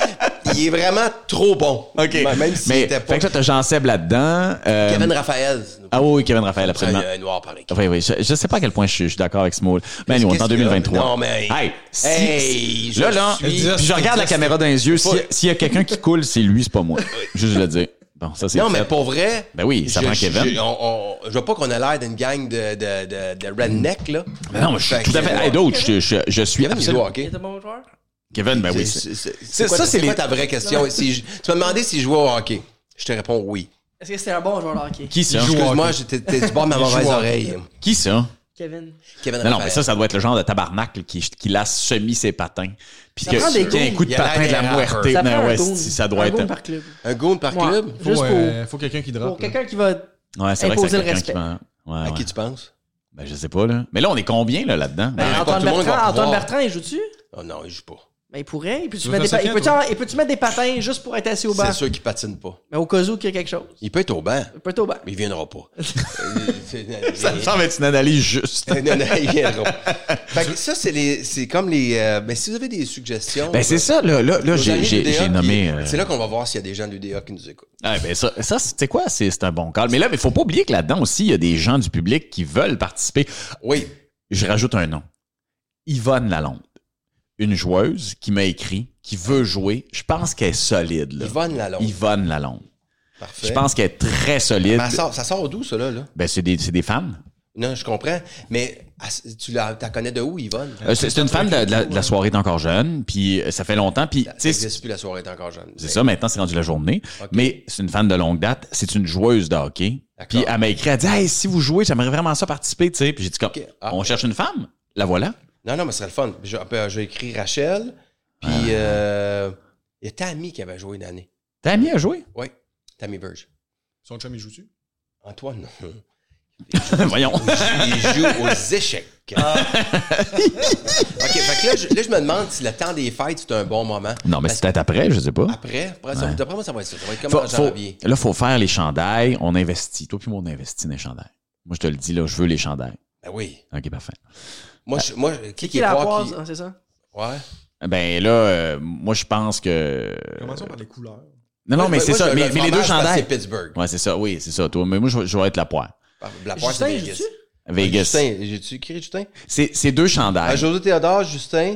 [SPEAKER 1] Il est vraiment trop bon.
[SPEAKER 2] OK.
[SPEAKER 1] Même s'il
[SPEAKER 2] Mais,
[SPEAKER 1] était pas.
[SPEAKER 2] fait que là, t'as Jean Seb là-dedans. euh,
[SPEAKER 1] Kevin Raphaël.
[SPEAKER 2] Ah oui, oui, Kevin Raphaël,
[SPEAKER 1] Ah, il y
[SPEAKER 2] absolument.
[SPEAKER 1] a un noir par équipe.
[SPEAKER 2] Oui, oui, je, je sais pas à quel point je suis, je suis d'accord avec ce mot. Mais Ben, nous, on est en
[SPEAKER 1] Qu'est-ce qu'il y a?
[SPEAKER 2] 2023.
[SPEAKER 1] Non, mais-
[SPEAKER 2] Hey, si-
[SPEAKER 1] Hey, je
[SPEAKER 2] là, là,
[SPEAKER 1] suis-
[SPEAKER 2] puis je regarde la caméra dans les yeux. si-
[SPEAKER 1] Faut-
[SPEAKER 2] S'il y a quelqu'un qui coule, c'est lui, c'est pas moi. Juste le dire. Bon, ça, c'est.
[SPEAKER 1] Non,
[SPEAKER 2] fait.
[SPEAKER 1] mais pour vrai.
[SPEAKER 2] Ben oui, ça
[SPEAKER 1] je-
[SPEAKER 2] prend
[SPEAKER 1] je-
[SPEAKER 2] Kevin.
[SPEAKER 1] Je, on- on- je veux pas qu'on ait l'air d'une gang de, de, de, de redneck, là.
[SPEAKER 2] Mais Ben non, je suis
[SPEAKER 1] Fait
[SPEAKER 2] tout à
[SPEAKER 1] que-
[SPEAKER 2] fait. Hey, d'autres, je, je, je suis.
[SPEAKER 1] Kevin, il
[SPEAKER 2] absolument-
[SPEAKER 1] doit, OK?
[SPEAKER 4] Il est un bon joueur?
[SPEAKER 2] Kevin, ben oui.
[SPEAKER 1] C'est- c'est-
[SPEAKER 2] c'est-
[SPEAKER 1] C'est quoi,
[SPEAKER 2] ça,
[SPEAKER 1] ta-
[SPEAKER 2] c'est
[SPEAKER 1] c'est quoi
[SPEAKER 2] les-
[SPEAKER 1] ta vraie question? Si je- tu m'as demandé si je jouais au hockey. Je te réponds oui.
[SPEAKER 4] Est-ce que c'était un bon joueur de hockey?
[SPEAKER 2] Qui ça?
[SPEAKER 1] Excuse-moi, j'étais t'es du bord de ma mauvaise
[SPEAKER 3] joue au
[SPEAKER 1] oreille.
[SPEAKER 2] Qui ça?
[SPEAKER 4] Kevin.
[SPEAKER 1] Kevin
[SPEAKER 2] Non, non, mais
[SPEAKER 1] Raphaël.
[SPEAKER 2] ça, ça doit être le genre de tabarnak qui, qui lasse semi ses patins. Puis
[SPEAKER 4] Ça prend des
[SPEAKER 2] que- qu'il y a un
[SPEAKER 4] goons.
[SPEAKER 2] coup de
[SPEAKER 1] Il a
[SPEAKER 2] patin de la
[SPEAKER 1] l'air d'un
[SPEAKER 2] muerte.
[SPEAKER 4] Ça
[SPEAKER 2] Non,
[SPEAKER 4] prend
[SPEAKER 2] ouais,
[SPEAKER 4] un goal.
[SPEAKER 2] si, ça doit
[SPEAKER 4] un
[SPEAKER 2] être.
[SPEAKER 4] goal par club.
[SPEAKER 1] Un goal par
[SPEAKER 4] Ouais.
[SPEAKER 1] club?
[SPEAKER 4] Juste
[SPEAKER 3] Faut,
[SPEAKER 4] pour,
[SPEAKER 3] euh, faut quelqu'un qui
[SPEAKER 4] pour
[SPEAKER 3] drop. là.
[SPEAKER 4] quelqu'un qui
[SPEAKER 1] Ben,
[SPEAKER 4] va...
[SPEAKER 2] Ouais, c'est vrai que
[SPEAKER 4] Imposer
[SPEAKER 2] c'est
[SPEAKER 4] le
[SPEAKER 2] quelqu'un qui
[SPEAKER 4] respect.
[SPEAKER 2] va- Ouais,
[SPEAKER 1] À
[SPEAKER 2] Ah ouais.
[SPEAKER 1] qui tu penses?
[SPEAKER 2] Ben, je sais pas, là. Mais là, on est combien, là, là-dedans?
[SPEAKER 4] Ben,
[SPEAKER 1] pas
[SPEAKER 4] Antoine
[SPEAKER 1] tout le monde va
[SPEAKER 4] Bertrand, Antoine
[SPEAKER 1] pouvoir.
[SPEAKER 4] Bertrand, il joue-tu?
[SPEAKER 1] Oh non, il joue pas.
[SPEAKER 4] Ben, il pourrait. Il peut-tu
[SPEAKER 3] veux
[SPEAKER 4] mettre, des
[SPEAKER 3] faire
[SPEAKER 4] pa-
[SPEAKER 3] ça
[SPEAKER 4] il
[SPEAKER 3] quand,
[SPEAKER 4] peut-tu en- il peut-tu mettre des patins juste pour être assis au banc?
[SPEAKER 1] C'est sûr qu'il patine pas.
[SPEAKER 4] Mais au cas où qu'il y a quelque chose.
[SPEAKER 1] Il peut être au banc,
[SPEAKER 4] Il peut être au banc.
[SPEAKER 1] mais il viendra pas. Euh, c'est-
[SPEAKER 2] Ça me semble être une analyse juste.
[SPEAKER 1] non, non, ils viendront. Fait que ça, c'est les, c'est comme les. euh, ben, si vous avez des suggestions.
[SPEAKER 2] Ben, c'est ça, là, là, là,
[SPEAKER 1] nos
[SPEAKER 2] j'ai-
[SPEAKER 1] amis
[SPEAKER 2] j'ai
[SPEAKER 1] d'UDA
[SPEAKER 2] j'ai
[SPEAKER 1] qui-
[SPEAKER 2] nommé. euh,
[SPEAKER 1] C'est là qu'on va voir s'il y a des gens de l'UDA qui nous écoutent.
[SPEAKER 2] ouais, ben, ça, ça c'est tu sais quoi? C'est c'est un bon call. Mais là, il faut pas oublier que là-dedans aussi, il y a des gens du public qui veulent participer.
[SPEAKER 1] Oui.
[SPEAKER 2] Je rajoute un nom. Yvonne Lalonde. Une joueuse qui m'a écrit, qui veut jouer. Je pense qu'elle est solide, là.
[SPEAKER 1] Yvonne Lalonde.
[SPEAKER 2] Yvonne Lalonde.
[SPEAKER 1] Parfait.
[SPEAKER 2] Je pense qu'elle est très solide.
[SPEAKER 1] Ben, ça, sort, ça sort d'où, ça, là? là?
[SPEAKER 2] Ben, c'est des, c'est des femmes.
[SPEAKER 1] Non, je comprends. Mais ah, tu la t'as connais de où, Yvonne?
[SPEAKER 2] Euh, C'est c'est une femme de, de la, de la soirée est encore jeune, puis euh, ça fait longtemps, puis
[SPEAKER 1] Ça
[SPEAKER 2] tu sais,
[SPEAKER 1] n'existe plus, la soirée est encore jeune.
[SPEAKER 2] C'est ça, maintenant, c'est rendu la journée.
[SPEAKER 1] Ok.
[SPEAKER 2] Mais c'est une fan de longue date. C'est une joueuse de hockey.
[SPEAKER 1] D'accord.
[SPEAKER 2] Puis elle m'a écrit, elle dit, hey, si vous jouez, j'aimerais vraiment ça participer, tu sais. Puis j'ai dit, comme,
[SPEAKER 1] Ok. Ah.
[SPEAKER 2] on cherche une femme. La voilà.
[SPEAKER 1] Non, non, mais ce serait le fun. J'ai euh, j'ai écrit Rachel, puis
[SPEAKER 2] Ah.
[SPEAKER 1] euh, il y a Tammy qui avait joué d'année.
[SPEAKER 2] T'as mis à jouer?
[SPEAKER 1] Oui, Tammy Burge.
[SPEAKER 3] Son chum, il joue-tu?
[SPEAKER 1] Antoine, non.
[SPEAKER 2] Voyons.
[SPEAKER 1] Il joue aux échecs.
[SPEAKER 4] Ah.
[SPEAKER 1] OK, fait que là, je, là, je me demande si le temps des fêtes, c'est un bon moment.
[SPEAKER 2] Non, mais c'est peut-être après, je sais pas.
[SPEAKER 1] Après, après, ça, d'après moi, ça va être Ah, ça. Ça va être comme
[SPEAKER 2] Faut-
[SPEAKER 1] en
[SPEAKER 2] faut-
[SPEAKER 1] janvier.
[SPEAKER 2] là, faut faire les chandails. On investit. Toi puis moi, on investit dans les chandails. Moi, je te le dis, là, je veux les chandails.
[SPEAKER 1] Ben oui.
[SPEAKER 2] OK, parfait.
[SPEAKER 1] Moi, je, moi qui,
[SPEAKER 4] C'est
[SPEAKER 1] qui
[SPEAKER 4] qui
[SPEAKER 1] est
[SPEAKER 4] la
[SPEAKER 1] quoi, qui-
[SPEAKER 4] poise, hein, c'est ça?
[SPEAKER 1] Ouais.
[SPEAKER 2] Ben là, euh, moi, je pense que...
[SPEAKER 3] Commençons par les couleurs.
[SPEAKER 2] Non, non, mais
[SPEAKER 1] Moi,
[SPEAKER 2] c'est
[SPEAKER 1] moi,
[SPEAKER 2] ça.
[SPEAKER 1] je-
[SPEAKER 2] Mais,
[SPEAKER 1] le
[SPEAKER 2] mais les deux
[SPEAKER 1] fromage, parce que
[SPEAKER 2] chandails...
[SPEAKER 1] C'est Pittsburgh.
[SPEAKER 2] Ouais, c'est ça. Oui, c'est ça. Toi, mais moi, je, vais- je vais être la poire.
[SPEAKER 1] La poire, c'est
[SPEAKER 4] Justin,
[SPEAKER 1] Vegas.
[SPEAKER 4] joue-tu?
[SPEAKER 2] Vegas.
[SPEAKER 1] Justin, j'ai-tu écrit Justin?
[SPEAKER 2] C'est c'est deux chandails.
[SPEAKER 1] Ah, José Théodore, Justin.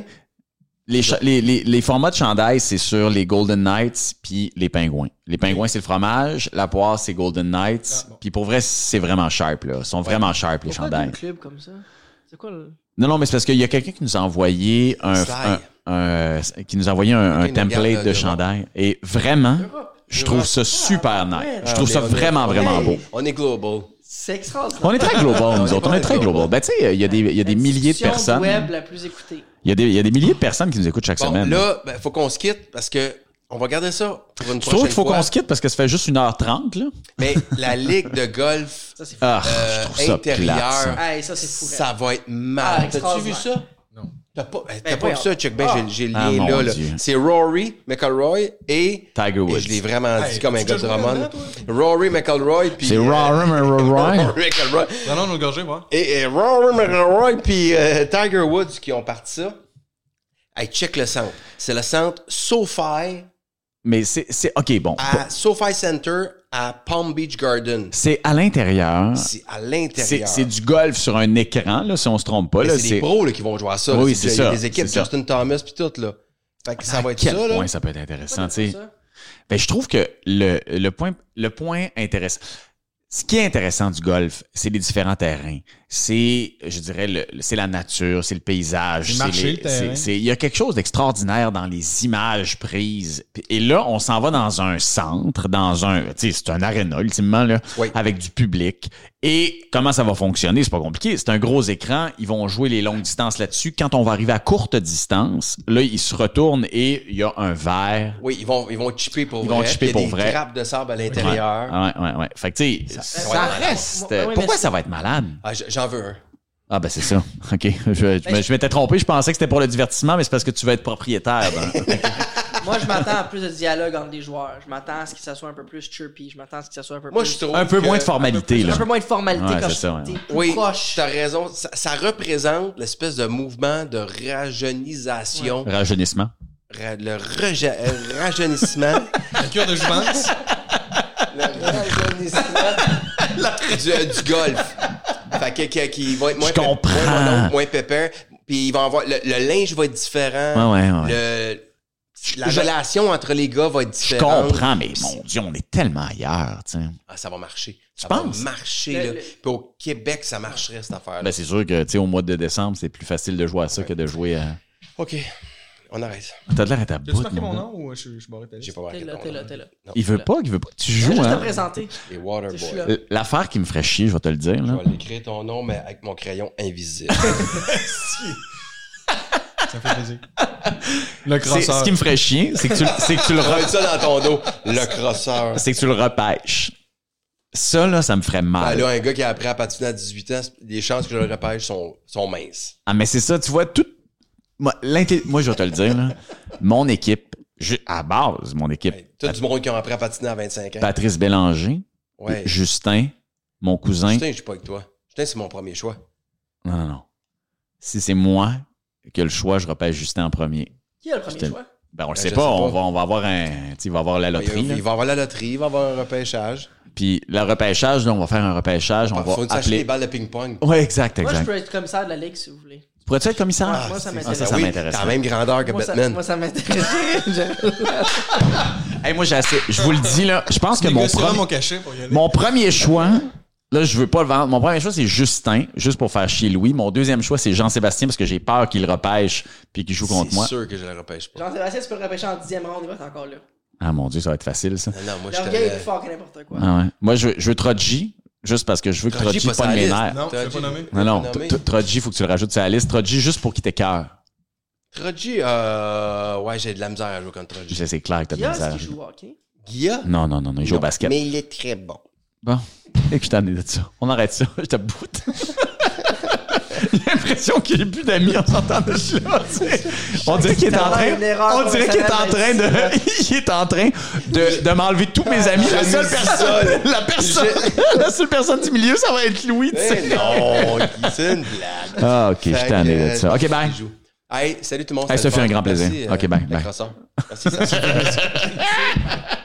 [SPEAKER 2] Les, cha- les, les, les formats de chandail, c'est sur les Golden Knights puis les pingouins. Les pingouins, c'est le fromage. La poire, c'est Golden Knights.
[SPEAKER 3] Ah, bon.
[SPEAKER 2] Puis pour vrai, c'est vraiment sharp, là. Ils sont vraiment sharp, les
[SPEAKER 4] Pourquoi
[SPEAKER 2] chandails.
[SPEAKER 4] un club comme ça? C'est quoi le...
[SPEAKER 2] Non, non, mais c'est parce qu'il y a quelqu'un qui nous a envoyé un,
[SPEAKER 1] Slide.
[SPEAKER 2] un- un- qui nous a envoyé un, un
[SPEAKER 1] Quelqu'un nous
[SPEAKER 2] template
[SPEAKER 1] regarde
[SPEAKER 2] de
[SPEAKER 1] de
[SPEAKER 2] chandail. Et vraiment, je trouve ça super nice. Je trouve ça
[SPEAKER 1] Ah, On est- on est-
[SPEAKER 2] vraiment,
[SPEAKER 1] on est-
[SPEAKER 2] vraiment beau.
[SPEAKER 1] On est global.
[SPEAKER 4] C'est extraordinaire.
[SPEAKER 2] On est très global, nous autres. On est très global. Ben, tu sais, il y a des, il y a des milliers de
[SPEAKER 4] L'institution
[SPEAKER 2] personnes.
[SPEAKER 4] web la plus écoutée.
[SPEAKER 2] Il y, a des, il y a des milliers de personnes qui nous écoutent chaque
[SPEAKER 1] Bon,
[SPEAKER 2] semaine.
[SPEAKER 1] là, il faut qu'on se quitte parce que on va garder ça pour une prochaine
[SPEAKER 2] tu trouves qu'il faut
[SPEAKER 1] fois.
[SPEAKER 2] qu'on se quitte parce que ça fait juste 1h30, là?
[SPEAKER 1] Mais la ligue de golf
[SPEAKER 4] Ça, c'est fou.
[SPEAKER 2] Ah,
[SPEAKER 1] euh,
[SPEAKER 2] je trouve ça plate, ça.
[SPEAKER 1] intérieure,
[SPEAKER 4] Hey, ça, c'est fou.
[SPEAKER 1] ça va être
[SPEAKER 4] Ah,
[SPEAKER 1] mal. T'as-tu vu
[SPEAKER 4] extraordinaire.
[SPEAKER 1] ça?
[SPEAKER 3] Non.
[SPEAKER 1] T'as pas, eh, t'as
[SPEAKER 4] Ben,
[SPEAKER 1] pas vu
[SPEAKER 4] voyons.
[SPEAKER 1] ça, check ben,
[SPEAKER 4] Ah.
[SPEAKER 1] j'ai- j'ai le
[SPEAKER 2] Ah,
[SPEAKER 1] lien
[SPEAKER 2] mon
[SPEAKER 1] là. là.
[SPEAKER 2] Dieu.
[SPEAKER 1] C'est Rory McIlroy et...
[SPEAKER 2] Tiger
[SPEAKER 1] et
[SPEAKER 2] Woods.
[SPEAKER 1] je l'ai vraiment dit
[SPEAKER 3] Hey,
[SPEAKER 1] comme un
[SPEAKER 3] tu
[SPEAKER 1] gars
[SPEAKER 3] te
[SPEAKER 1] de
[SPEAKER 3] joues
[SPEAKER 1] roman.
[SPEAKER 3] là-dedans, toi?
[SPEAKER 1] Rory McIlroy puis...
[SPEAKER 2] C'est
[SPEAKER 1] euh,
[SPEAKER 2] rare, mais rare, rare.
[SPEAKER 1] Rory McIlroy.
[SPEAKER 3] Allons nous le gorger, moi.
[SPEAKER 1] Et, et Rory McIlroy puis euh, Tiger Woods qui ont parti ça. Hey, check le centre. C'est le centre SoFi
[SPEAKER 2] Mais c'est, c'est, ok, bon.
[SPEAKER 1] à SoFi Center à Palm Beach Garden.
[SPEAKER 2] C'est à l'intérieur.
[SPEAKER 1] C'est à
[SPEAKER 2] C'est,
[SPEAKER 1] l'intérieur.
[SPEAKER 2] c'est du golf sur un écran, là, si on se trompe pas,
[SPEAKER 1] Mais
[SPEAKER 2] là.
[SPEAKER 1] c'est des pros là, qui vont jouer à ça.
[SPEAKER 2] Oui,
[SPEAKER 1] là.
[SPEAKER 2] c'est
[SPEAKER 1] il y a
[SPEAKER 2] ça,
[SPEAKER 1] Des équipes,
[SPEAKER 2] c'est ça.
[SPEAKER 1] Justin Thomas puis tout là. Fait que ça va être
[SPEAKER 2] quel
[SPEAKER 1] ça là.
[SPEAKER 2] point ça peut être intéressant, tu sais.
[SPEAKER 4] ça.
[SPEAKER 2] Ben, je trouve que le, le point, le point intéressant. Ce qui est intéressant du golf, c'est les différents terrains. C'est, je dirais, le, le- c'est la nature, c'est le paysage.
[SPEAKER 3] C'est le
[SPEAKER 2] c'est
[SPEAKER 3] marché,
[SPEAKER 2] les-
[SPEAKER 3] le terrain.
[SPEAKER 2] c'est- c'est- Il y a quelque chose d'extraordinaire dans les images prises. Puis- Et là, on s'en va dans un centre, dans un, tu sais, c'est un aréna, ultimement, là,
[SPEAKER 1] Oui.
[SPEAKER 2] avec du public. Et comment ça va fonctionner? C'est pas compliqué. C'est un gros écran. Ils vont jouer les longues distances là-dessus. Quand on va arriver à courte distance, là, ils se retournent et il y a un verre
[SPEAKER 1] Oui, ils vont, ils vont chipper pour
[SPEAKER 2] Ils
[SPEAKER 1] vrai.
[SPEAKER 2] vont chipper
[SPEAKER 1] Il y a
[SPEAKER 2] pour
[SPEAKER 1] des
[SPEAKER 2] vrai.
[SPEAKER 1] grappes de sable à
[SPEAKER 2] Ouais,
[SPEAKER 1] l'intérieur.
[SPEAKER 2] ouais, ouais, ouais. Fait que, tu sais, ça,
[SPEAKER 1] va être malade.
[SPEAKER 2] reste.
[SPEAKER 4] Ouais, ouais,
[SPEAKER 2] Pourquoi
[SPEAKER 4] mais-
[SPEAKER 2] ça va être malade?
[SPEAKER 1] Ah, j- J'en veux un.
[SPEAKER 2] Ah, ben, c'est ça. OK. Je, je me- je m'étais trompé. Je pensais que c'était pour le divertissement, mais c'est parce que tu veux être propriétaire. d'un-
[SPEAKER 4] Moi, je m'attends à plus de dialogue entre les joueurs. Je m'attends à ce que ça soit un peu plus chirpy. Je m'attends à ce que ça soit un peu
[SPEAKER 1] Moi,
[SPEAKER 4] plus...
[SPEAKER 1] je trouve
[SPEAKER 2] un peu
[SPEAKER 1] que-
[SPEAKER 2] moins de formalité, là.
[SPEAKER 4] Un peu moins de formalité
[SPEAKER 2] Ouais,
[SPEAKER 4] quand
[SPEAKER 2] c'est ça, ouais.
[SPEAKER 4] t'es plus
[SPEAKER 1] Oui,
[SPEAKER 4] proche.
[SPEAKER 1] t'as raison. Ça, ça représente l'espèce de mouvement de rajeunisation,
[SPEAKER 2] Rajeunissement.
[SPEAKER 1] ra- le reja- euh, rajeunissement,
[SPEAKER 3] La cure de jouvence.
[SPEAKER 1] le rajeunissement du, du golf. Fait que, que- qu'il va être moins,
[SPEAKER 2] Je
[SPEAKER 1] pép-
[SPEAKER 2] comprends.
[SPEAKER 1] moins, monon, moins pépère. Puis il va avoir le, le linge va être différent.
[SPEAKER 2] Ouais, ouais, ouais.
[SPEAKER 1] Le- la
[SPEAKER 2] Je-
[SPEAKER 1] relation entre les gars va être
[SPEAKER 2] Je
[SPEAKER 1] différente.
[SPEAKER 2] comprends, mais mon Dieu, on est tellement ailleurs, tu sais.
[SPEAKER 1] Ah, ça va marcher. Ça
[SPEAKER 2] penses?
[SPEAKER 1] va marcher.
[SPEAKER 4] Le-
[SPEAKER 1] là.
[SPEAKER 4] le-
[SPEAKER 1] Puis au Québec, ça marcherait cette affaire.
[SPEAKER 2] Ben, c'est sûr que, tu sais, au mois de décembre, c'est plus facile de jouer à ça que de jouer à.
[SPEAKER 1] ok, on arrête.
[SPEAKER 2] T'as de l'air à ta
[SPEAKER 3] T'as-tu
[SPEAKER 2] bout,
[SPEAKER 3] marqué mon
[SPEAKER 2] mon gars.
[SPEAKER 3] nom ou euh, je suis- je suis barré de ta
[SPEAKER 1] J'ai
[SPEAKER 3] liste?
[SPEAKER 1] pas marqué
[SPEAKER 4] T'es là,
[SPEAKER 1] ton
[SPEAKER 4] t'es
[SPEAKER 1] nom.
[SPEAKER 4] là, t'es là.
[SPEAKER 1] Non.
[SPEAKER 2] Il veut pas, il veut pas. Tu joues,
[SPEAKER 4] Juste te
[SPEAKER 2] hein? Euh,
[SPEAKER 4] présenter.
[SPEAKER 1] Les
[SPEAKER 4] Je suis
[SPEAKER 1] Waterboys.
[SPEAKER 4] là.
[SPEAKER 2] L'affaire qui me ferait chier, je vais te le dire,
[SPEAKER 1] Je
[SPEAKER 2] là.
[SPEAKER 1] vais l'écrire ton nom, mais avec mon crayon invisible.
[SPEAKER 3] Ça me fait plaisir. Le
[SPEAKER 2] C'est-
[SPEAKER 3] crosseur.
[SPEAKER 2] Ce qui me ferait chier, c'est que tu, c'est que tu le
[SPEAKER 1] On va mettre ça dans ton dos. Le crosseur.
[SPEAKER 2] c'est que tu le repêches. Ça, là, ça me ferait
[SPEAKER 1] Ah,
[SPEAKER 2] mal.
[SPEAKER 1] là, un gars qui a appris à patiner à 18 ans, les chances que je le repêche sont, sont minces.
[SPEAKER 2] Ah, mais c'est ça, tu vois, tout. Moi, l'inté- moi, je vais te le dire, là. mon équipe, je- à base, mon équipe,
[SPEAKER 1] Hey, Tout du monde qui a appris à patiner à 25 ans.
[SPEAKER 2] Patrice Bélanger,
[SPEAKER 1] Ouais.
[SPEAKER 2] Justin, mon cousin.
[SPEAKER 1] Justin, je suis pas avec toi. Justin, c'est mon premier choix.
[SPEAKER 2] Non, non, non. Si c'est moi que le choix, je repêche Justin en premier.
[SPEAKER 4] Qui a le premier
[SPEAKER 2] J'étais-
[SPEAKER 4] choix?
[SPEAKER 2] Ben, on le
[SPEAKER 1] Ben,
[SPEAKER 2] sait
[SPEAKER 1] je
[SPEAKER 2] pas,
[SPEAKER 1] sais
[SPEAKER 2] On,
[SPEAKER 1] pas. Ben,
[SPEAKER 2] va, on va avoir un. Tu sais, il va avoir la loterie.
[SPEAKER 1] il, va-
[SPEAKER 2] là.
[SPEAKER 1] il va avoir la loterie, il va avoir un repêchage.
[SPEAKER 2] Puis le repêchage, là, on va faire un repêchage, on
[SPEAKER 1] Il Ben, Ah, faut
[SPEAKER 2] va
[SPEAKER 1] nous acheter des
[SPEAKER 2] appeler.
[SPEAKER 1] balles de ping-pong.
[SPEAKER 2] Ouais, exact,
[SPEAKER 4] Moi, je
[SPEAKER 2] exact.
[SPEAKER 4] peux être commissaire de la Ligue, si vous voulez.
[SPEAKER 2] Pourrais-tu être commissaire?
[SPEAKER 4] Ouais, moi,
[SPEAKER 2] Ah, ça,
[SPEAKER 4] ça m'intéresse.
[SPEAKER 2] ça
[SPEAKER 1] Ben oui,
[SPEAKER 2] m'intéresse.
[SPEAKER 1] T'as la même grandeur que
[SPEAKER 4] Moi, ça-
[SPEAKER 1] Batman.
[SPEAKER 4] moi, ça m'intéresse.
[SPEAKER 2] Hey, moi, j'ai assez. Je vous le dis, là, je pense que mon
[SPEAKER 3] Négocierai
[SPEAKER 2] premier.
[SPEAKER 3] mon cachet pour y aller.
[SPEAKER 2] Mon premier choix, là, je veux pas le vendre. Mon premier choix, c'est Justin, juste pour faire chier Louis. Mon deuxième choix, c'est Jean-Sébastien, parce que j'ai peur qu'il le repêche puis qu'il joue contre moi.
[SPEAKER 1] C'est sûr que je le repêche pas.
[SPEAKER 4] Jean-Sébastien, tu peux le repêcher en dixième ronde, il va être encore là.
[SPEAKER 2] Ah mon Dieu, ça Ah, va être facile, ça.
[SPEAKER 1] Non, non, moi, je
[SPEAKER 4] L'orgueil est
[SPEAKER 1] connais-
[SPEAKER 4] plus fort que n'importe quoi.
[SPEAKER 2] Ah ouais. Moi, je veux, je veux Trotji, juste parce que je veux que
[SPEAKER 1] Trogi,
[SPEAKER 2] Trogi
[SPEAKER 1] pas sa
[SPEAKER 2] pogne mes
[SPEAKER 1] liste.
[SPEAKER 2] nerfs.
[SPEAKER 3] Non, tu l'as
[SPEAKER 1] Trogi.
[SPEAKER 3] pas nommé?
[SPEAKER 2] Non, non,
[SPEAKER 1] Nommé.
[SPEAKER 2] T- Trogi, faut que tu le rajoutes sur la liste. Trogi, juste pour qu'il t'écœure.
[SPEAKER 1] Troji, euh, ouais, j'ai de la misère à jouer contre
[SPEAKER 2] Je
[SPEAKER 1] Troji.
[SPEAKER 2] sais, c'est clair que t'as de la
[SPEAKER 4] Guilla, est-ce
[SPEAKER 2] misère.
[SPEAKER 4] qu'il joue au hockey?
[SPEAKER 1] Guilla?
[SPEAKER 2] Non, non, non, non, il joue au
[SPEAKER 1] Non,
[SPEAKER 2] basket.
[SPEAKER 1] Mais il est très bon.
[SPEAKER 2] Bon, et que je t'ai amené de ça. On arrête ça, je te boute. J'ai l'impression qu'il n'y a plus d'amis en s'entendant de là. tu sais. On dirait qu'il est en train.
[SPEAKER 4] Une erreur
[SPEAKER 2] On dirait qu'il est en train de. Il est en train de, de m'enlever tous mes amis. La seule personne. La personne. La seule personne du milieu, ça va être Louis, tu sais.
[SPEAKER 1] Eh non, Guy, c'est une blague.
[SPEAKER 2] Ah, ok, je
[SPEAKER 1] Fait
[SPEAKER 2] t'ai amené de
[SPEAKER 1] que,
[SPEAKER 2] ça.
[SPEAKER 1] euh,
[SPEAKER 2] Ok, bye.
[SPEAKER 1] il joue. Hey, salut tout le monde.
[SPEAKER 2] Hey,
[SPEAKER 1] c'était
[SPEAKER 2] ça fait
[SPEAKER 1] le
[SPEAKER 2] un
[SPEAKER 1] fun.
[SPEAKER 2] grand plaisir.
[SPEAKER 1] Merci, euh,
[SPEAKER 2] Ok, bye,
[SPEAKER 1] les
[SPEAKER 2] bye.
[SPEAKER 1] crosseurs. Merci, ça suffit.